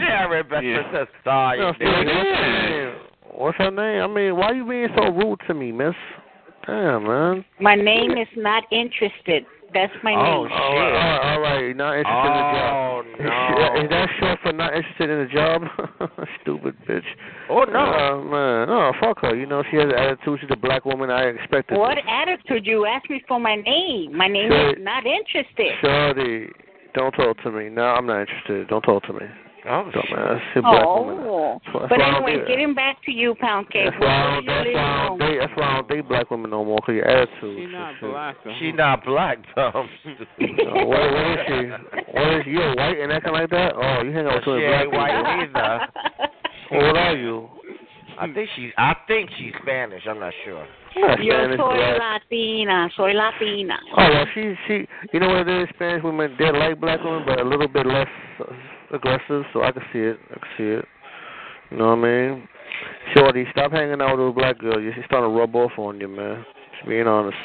Speaker 2: Sharon, best
Speaker 4: Yeah.
Speaker 2: princess. Sorry,
Speaker 6: No,
Speaker 2: dude.
Speaker 6: Shorty, what's her name? What's her name? I mean, why you being so rude to me, miss? Damn, man.
Speaker 8: My name is not interested. That's my
Speaker 2: Oh, shit.
Speaker 8: name.
Speaker 6: All right, all right. Not interested in the job.
Speaker 2: Oh,
Speaker 6: Is that-
Speaker 2: no.
Speaker 6: Is that short for not interested in the job? Stupid bitch.
Speaker 2: Oh, no.
Speaker 6: Uh, man, no, fuck her. You know she has an attitude. She's a black woman. I expected.
Speaker 8: What
Speaker 6: this.
Speaker 8: attitude? You asked me for my name. My name
Speaker 6: Sure.
Speaker 8: is not interested.
Speaker 6: Shorty, don't talk to me. No, I'm not interested. Don't talk to me. Oh, Dumbass. Hit black women.
Speaker 8: Oh,
Speaker 6: That's why- that's
Speaker 8: but
Speaker 6: why I don't
Speaker 8: anyway,
Speaker 6: do that.
Speaker 8: getting back to you, Pound Cake.
Speaker 6: That's why I
Speaker 8: Where
Speaker 6: don't,
Speaker 8: do you
Speaker 6: that's why I
Speaker 8: live
Speaker 6: don't date. That's why I don't date black women no more. Cause your attitude.
Speaker 4: She not
Speaker 6: Shit.
Speaker 4: black. though.
Speaker 2: She not black, Tom.
Speaker 6: Uh, what, what is she? What is you a white and acting like that? Oh, you hang out
Speaker 2: she
Speaker 6: with two black
Speaker 2: ain't white either.
Speaker 6: people. What are you?
Speaker 2: I think she's. I think she's Spanish. I'm not sure.
Speaker 6: You're not
Speaker 8: Yo
Speaker 6: Spanish,
Speaker 8: soy
Speaker 6: black.
Speaker 8: Latina, soy Latina.
Speaker 6: Oh well, she she. You know what it is? Spanish women they like black women, but a little bit less uh, aggressive. So I can see it. I can see it. You know what I mean? Shorty, stop hanging out with a black girl. You- She's starting to rub off on you, man. Just being honest.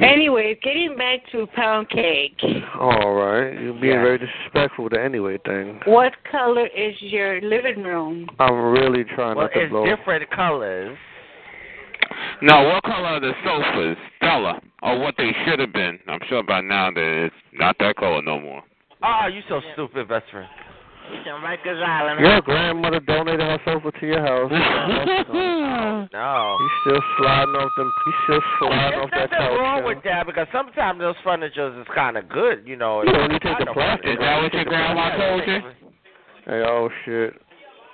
Speaker 8: Anyways, getting back to Pound Cake.
Speaker 6: All right, you're being very disrespectful to anyway thing.
Speaker 8: What color is your living room?
Speaker 6: I'm really trying
Speaker 2: Well,
Speaker 6: not to
Speaker 2: it's
Speaker 6: blow.
Speaker 2: different colors.
Speaker 4: No, what color are the sofas? Stella. Or what they should have been. I'm sure by now that it's not that color no more.
Speaker 2: Oh, you so stupid, best friend.
Speaker 3: Rikers Island.
Speaker 6: Your grandmother donated her sofa to your house.
Speaker 2: No.
Speaker 6: you still sliding off them. You still sliding
Speaker 2: There's
Speaker 6: off that
Speaker 2: nothing wrong
Speaker 6: couch.
Speaker 2: with that because sometimes those furnitures is kind of good, you know.
Speaker 6: Yeah,
Speaker 2: it's
Speaker 6: when you
Speaker 2: not
Speaker 6: take the
Speaker 2: no
Speaker 6: plastic
Speaker 4: Is
Speaker 2: furniture.
Speaker 4: that what your grandma told you?
Speaker 6: yo. Hey, oh shit.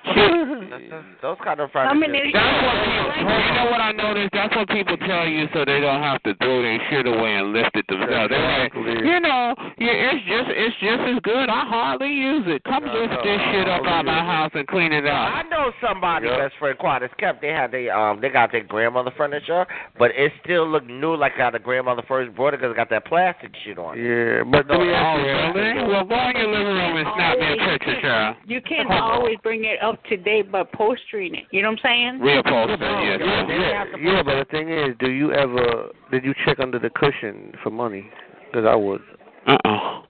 Speaker 2: That's- Those kind of
Speaker 8: How
Speaker 2: furniture.
Speaker 8: many?
Speaker 4: That's what people. You know what I noticed? That's what people tell you, so they don't have to throw their shit away and lift it themselves. They're like, you know, yeah, it's just it's just as good. I hardly use it. Come lift this shit up out my house and clean it
Speaker 2: I
Speaker 4: out.
Speaker 2: know somebody
Speaker 6: Yeah.
Speaker 2: best friend Quad is kept. They had they um they got their grandmother furniture, but it still looked new like how the grandmother first brought it because it got that plastic shit on it.
Speaker 6: Yeah, but
Speaker 4: Oh,
Speaker 6: let me ask you something,
Speaker 4: really?
Speaker 6: though.
Speaker 4: Well, go in your living room and snap me a picture, child.
Speaker 8: You can't always bring it up to date, but postering it. You know what I'm saying?
Speaker 4: Reupholster, yes.
Speaker 6: Yeah,
Speaker 4: ma'am.
Speaker 6: yeah, yeah, but the thing is, do you ever did you check under the cushion for money? Because I would.
Speaker 4: Uh-oh.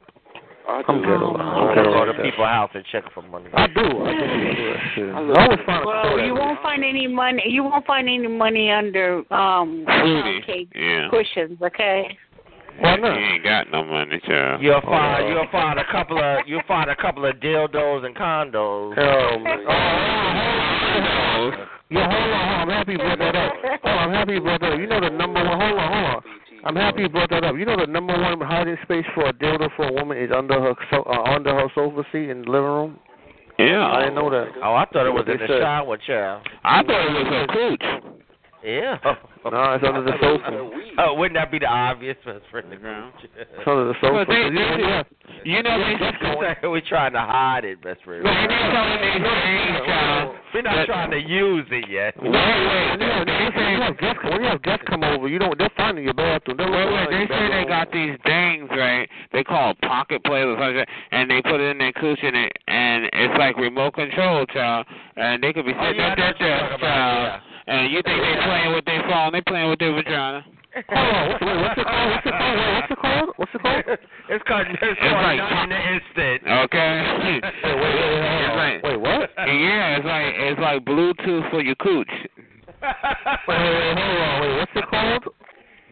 Speaker 6: I'm ghetto.
Speaker 2: You
Speaker 6: I'm
Speaker 2: can go
Speaker 6: ghetto
Speaker 2: to
Speaker 6: like that.
Speaker 2: people's house and check for money.
Speaker 6: I do. I do. I do that shit. I always find a
Speaker 8: Well,
Speaker 6: quarter.
Speaker 8: you won't find any money. You won't find any money under um
Speaker 4: Fruity.
Speaker 8: cake
Speaker 4: Yeah.
Speaker 8: cushions. Okay.
Speaker 6: Why
Speaker 4: You
Speaker 6: not?
Speaker 4: ain't got no money, child.
Speaker 2: You'll find you'll find a couple of you'll find a couple of dildos and condos.
Speaker 6: Hell, man.
Speaker 4: Oh,
Speaker 6: Yeah, hold on, hold on. I'm happy you brought that up. Hold on, I'm happy you brought that up. You know the number one. Hold on, hold on. I'm happy you brought that up. You know the number one hiding space for a dildo for a woman is under her so, uh, under her sofa seat in the living room. I
Speaker 4: Yeah.
Speaker 6: didn't know that.
Speaker 2: Oh, I thought it was in
Speaker 6: They
Speaker 2: the
Speaker 6: said-
Speaker 2: shower chair.
Speaker 4: I thought it was a cooch.
Speaker 2: Yeah.
Speaker 6: No, it's Oh. under the sofa.
Speaker 2: Oh, wouldn't that be the obvious best friend?
Speaker 6: It's under the sofa.
Speaker 4: But they,
Speaker 6: You-
Speaker 4: they,
Speaker 6: yeah.
Speaker 4: you know, they just go
Speaker 2: we trying to hide it, best friend.
Speaker 4: Well, they telling these things, John.
Speaker 2: We're not trying to use it yet.
Speaker 6: Oh,
Speaker 4: Wait, wait,
Speaker 6: You know,
Speaker 4: no, they
Speaker 6: when
Speaker 4: say,
Speaker 6: you have guests, when you have guests come over, you don't. They're finding your bathroom. They're
Speaker 4: wait,
Speaker 6: looking
Speaker 4: wait,
Speaker 6: for
Speaker 4: they
Speaker 6: your
Speaker 4: say they
Speaker 6: bedroom.
Speaker 4: got these things, right? They call it pocket plays or something, and they put it in their cushion, and, and it's like remote control, child. And they could be
Speaker 2: Oh,
Speaker 4: sitting
Speaker 2: yeah, I
Speaker 4: up
Speaker 2: know
Speaker 4: there,
Speaker 2: what you're
Speaker 4: child,
Speaker 2: talking about,
Speaker 4: and you think they playing with their phone, they playing with their vagina.
Speaker 6: Hold on. What's, wait, what's it called? What's it called? Wait, what's it called? What's it called?
Speaker 2: It's called it's called
Speaker 4: like-
Speaker 2: not in the instant.
Speaker 4: Okay.
Speaker 6: Wait, wait, wait,
Speaker 4: It's
Speaker 6: wait,
Speaker 4: like-
Speaker 6: wait, wait, what?
Speaker 4: yeah, it's like it's like Bluetooth for your cooch.
Speaker 6: Wait, wait, wait, hold on. Wait, what's it called?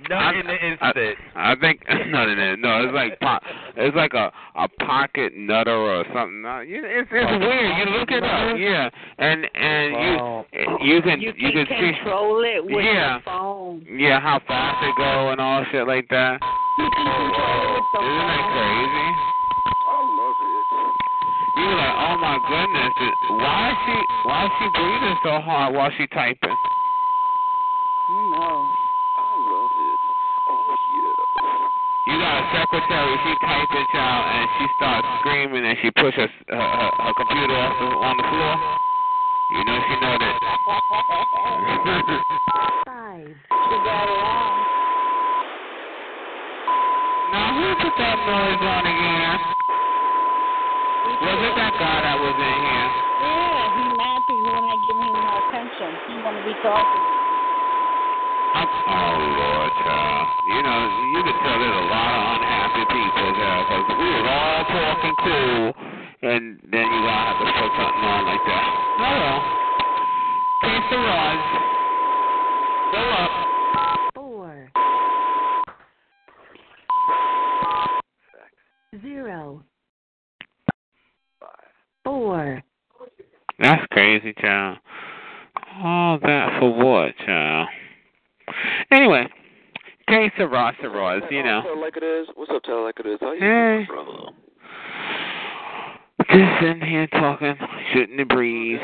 Speaker 2: Not in the instant.
Speaker 4: I, I think no, no, no, no. It's like po- it's like a a pocket nutter or something. No, you- It's it's
Speaker 6: Pocket
Speaker 4: weird. You look it up, yeah, and and
Speaker 6: Wow.
Speaker 4: you you can
Speaker 8: You
Speaker 4: you,
Speaker 8: can,
Speaker 4: can see
Speaker 8: control it with
Speaker 4: Yeah.
Speaker 8: your phone.
Speaker 4: yeah how fast it go and all shit like that.
Speaker 8: You can control it with the
Speaker 4: Oh, Isn't that
Speaker 8: phone.
Speaker 4: crazy? You were like, oh my goodness, it- why is she why is she breathing so hard while she typing?
Speaker 8: Who knows?
Speaker 4: You got a secretary. She types it out and she starts screaming and she pushes her, her, her computer off the, on the floor. You know she know that.
Speaker 8: She got it on.
Speaker 4: now who put that noise on again? Was it that guy that was in here?
Speaker 8: Yeah, he nappy when I give him my attention. He wanna be talking.
Speaker 4: I'm, oh Lord, child. You know you can tell there's a lot of unhappy people there because we were all talking cool, and then you gotta have to put something on like that. Oh well. Peace the rods. Go up.
Speaker 9: Four. Zero. Four.
Speaker 4: That's crazy, child. All that for what, child? Anyway, case of Ross of Ross, you know.
Speaker 5: Like it is. What's up, Tell Like it is. How you
Speaker 4: Hey.
Speaker 5: doing, brother?
Speaker 4: Just Just sitting here talking, shouldn't have breathed.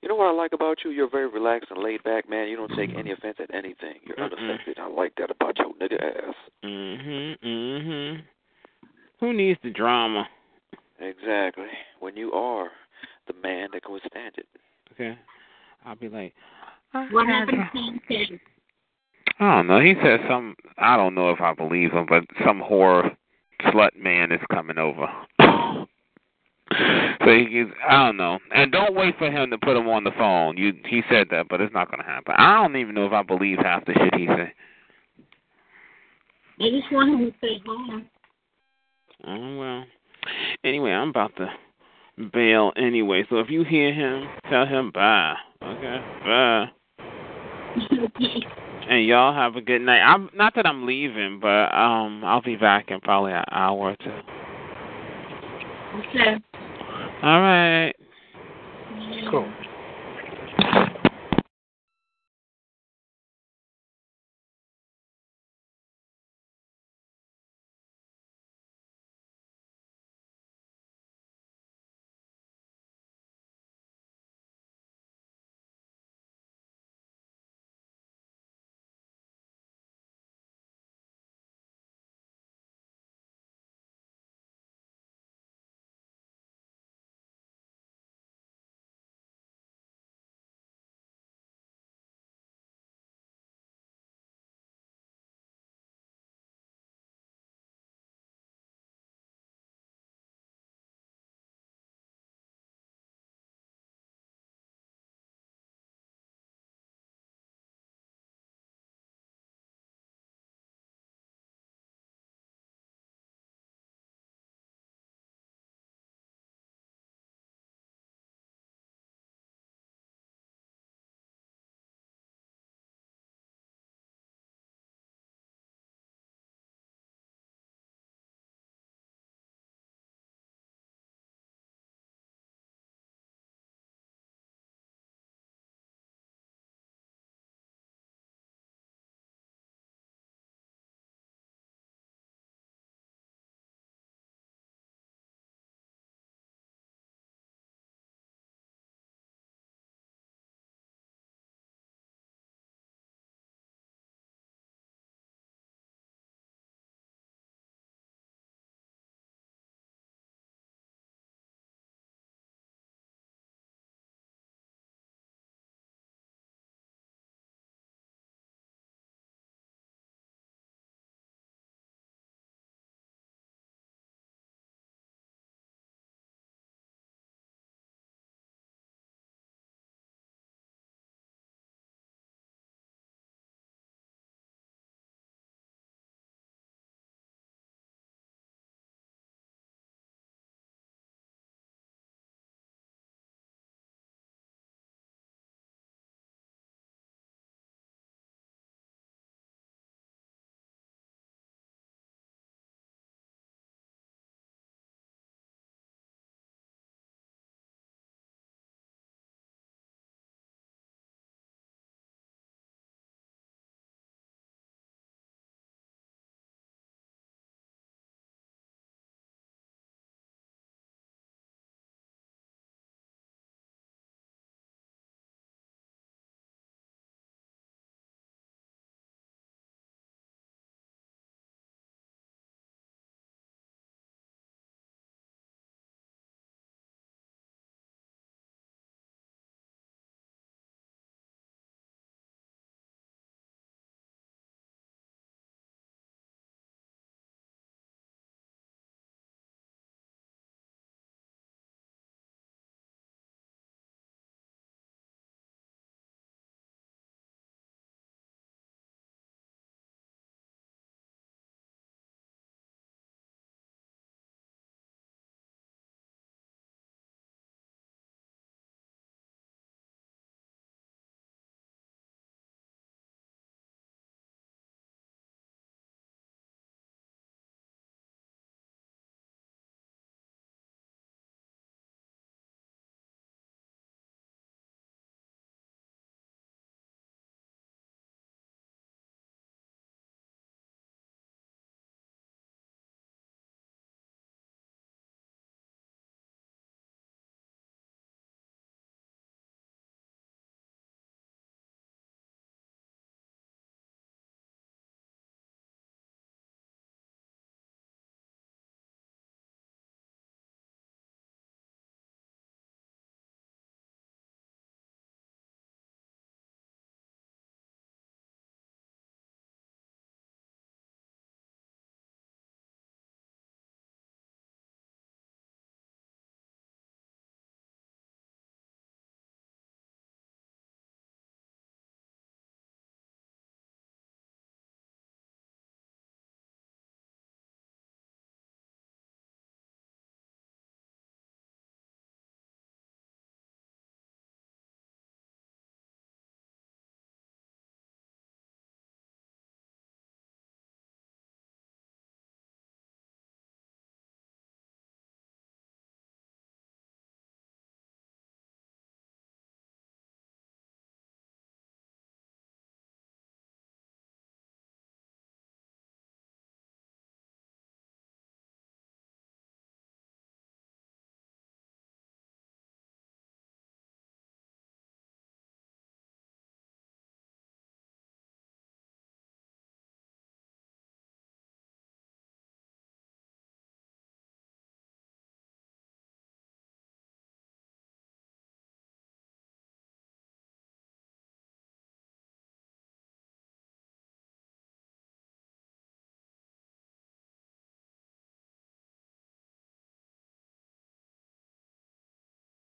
Speaker 6: You know what I like about you? You're very relaxed and laid back, man. You don't take any offense at anything. You're
Speaker 4: Mm-mm.
Speaker 6: unaffected. I like that about your nigga ass.
Speaker 4: Mhm, mhm. Who needs the drama?
Speaker 6: Exactly. When you are the man that can withstand it.
Speaker 4: Okay, I'll be like,
Speaker 8: What happened to King King?
Speaker 4: I don't know. He said some. I don't know if I believe him, but some whore slut man is coming over. so he gets. I don't know. And don't wait for him to put him on the phone. You. He said that, but it's not gonna happen. I don't even know if I believe half the shit he said.
Speaker 8: I just want him to stay home.
Speaker 4: Oh well. Anyway, I'm about to bail anyway. So if you hear him, tell him bye. Okay, bye. And y'all have a good night. I'm not that I'm leaving, but um, I'll be back in probably an hour or two.
Speaker 8: Okay.
Speaker 4: All right.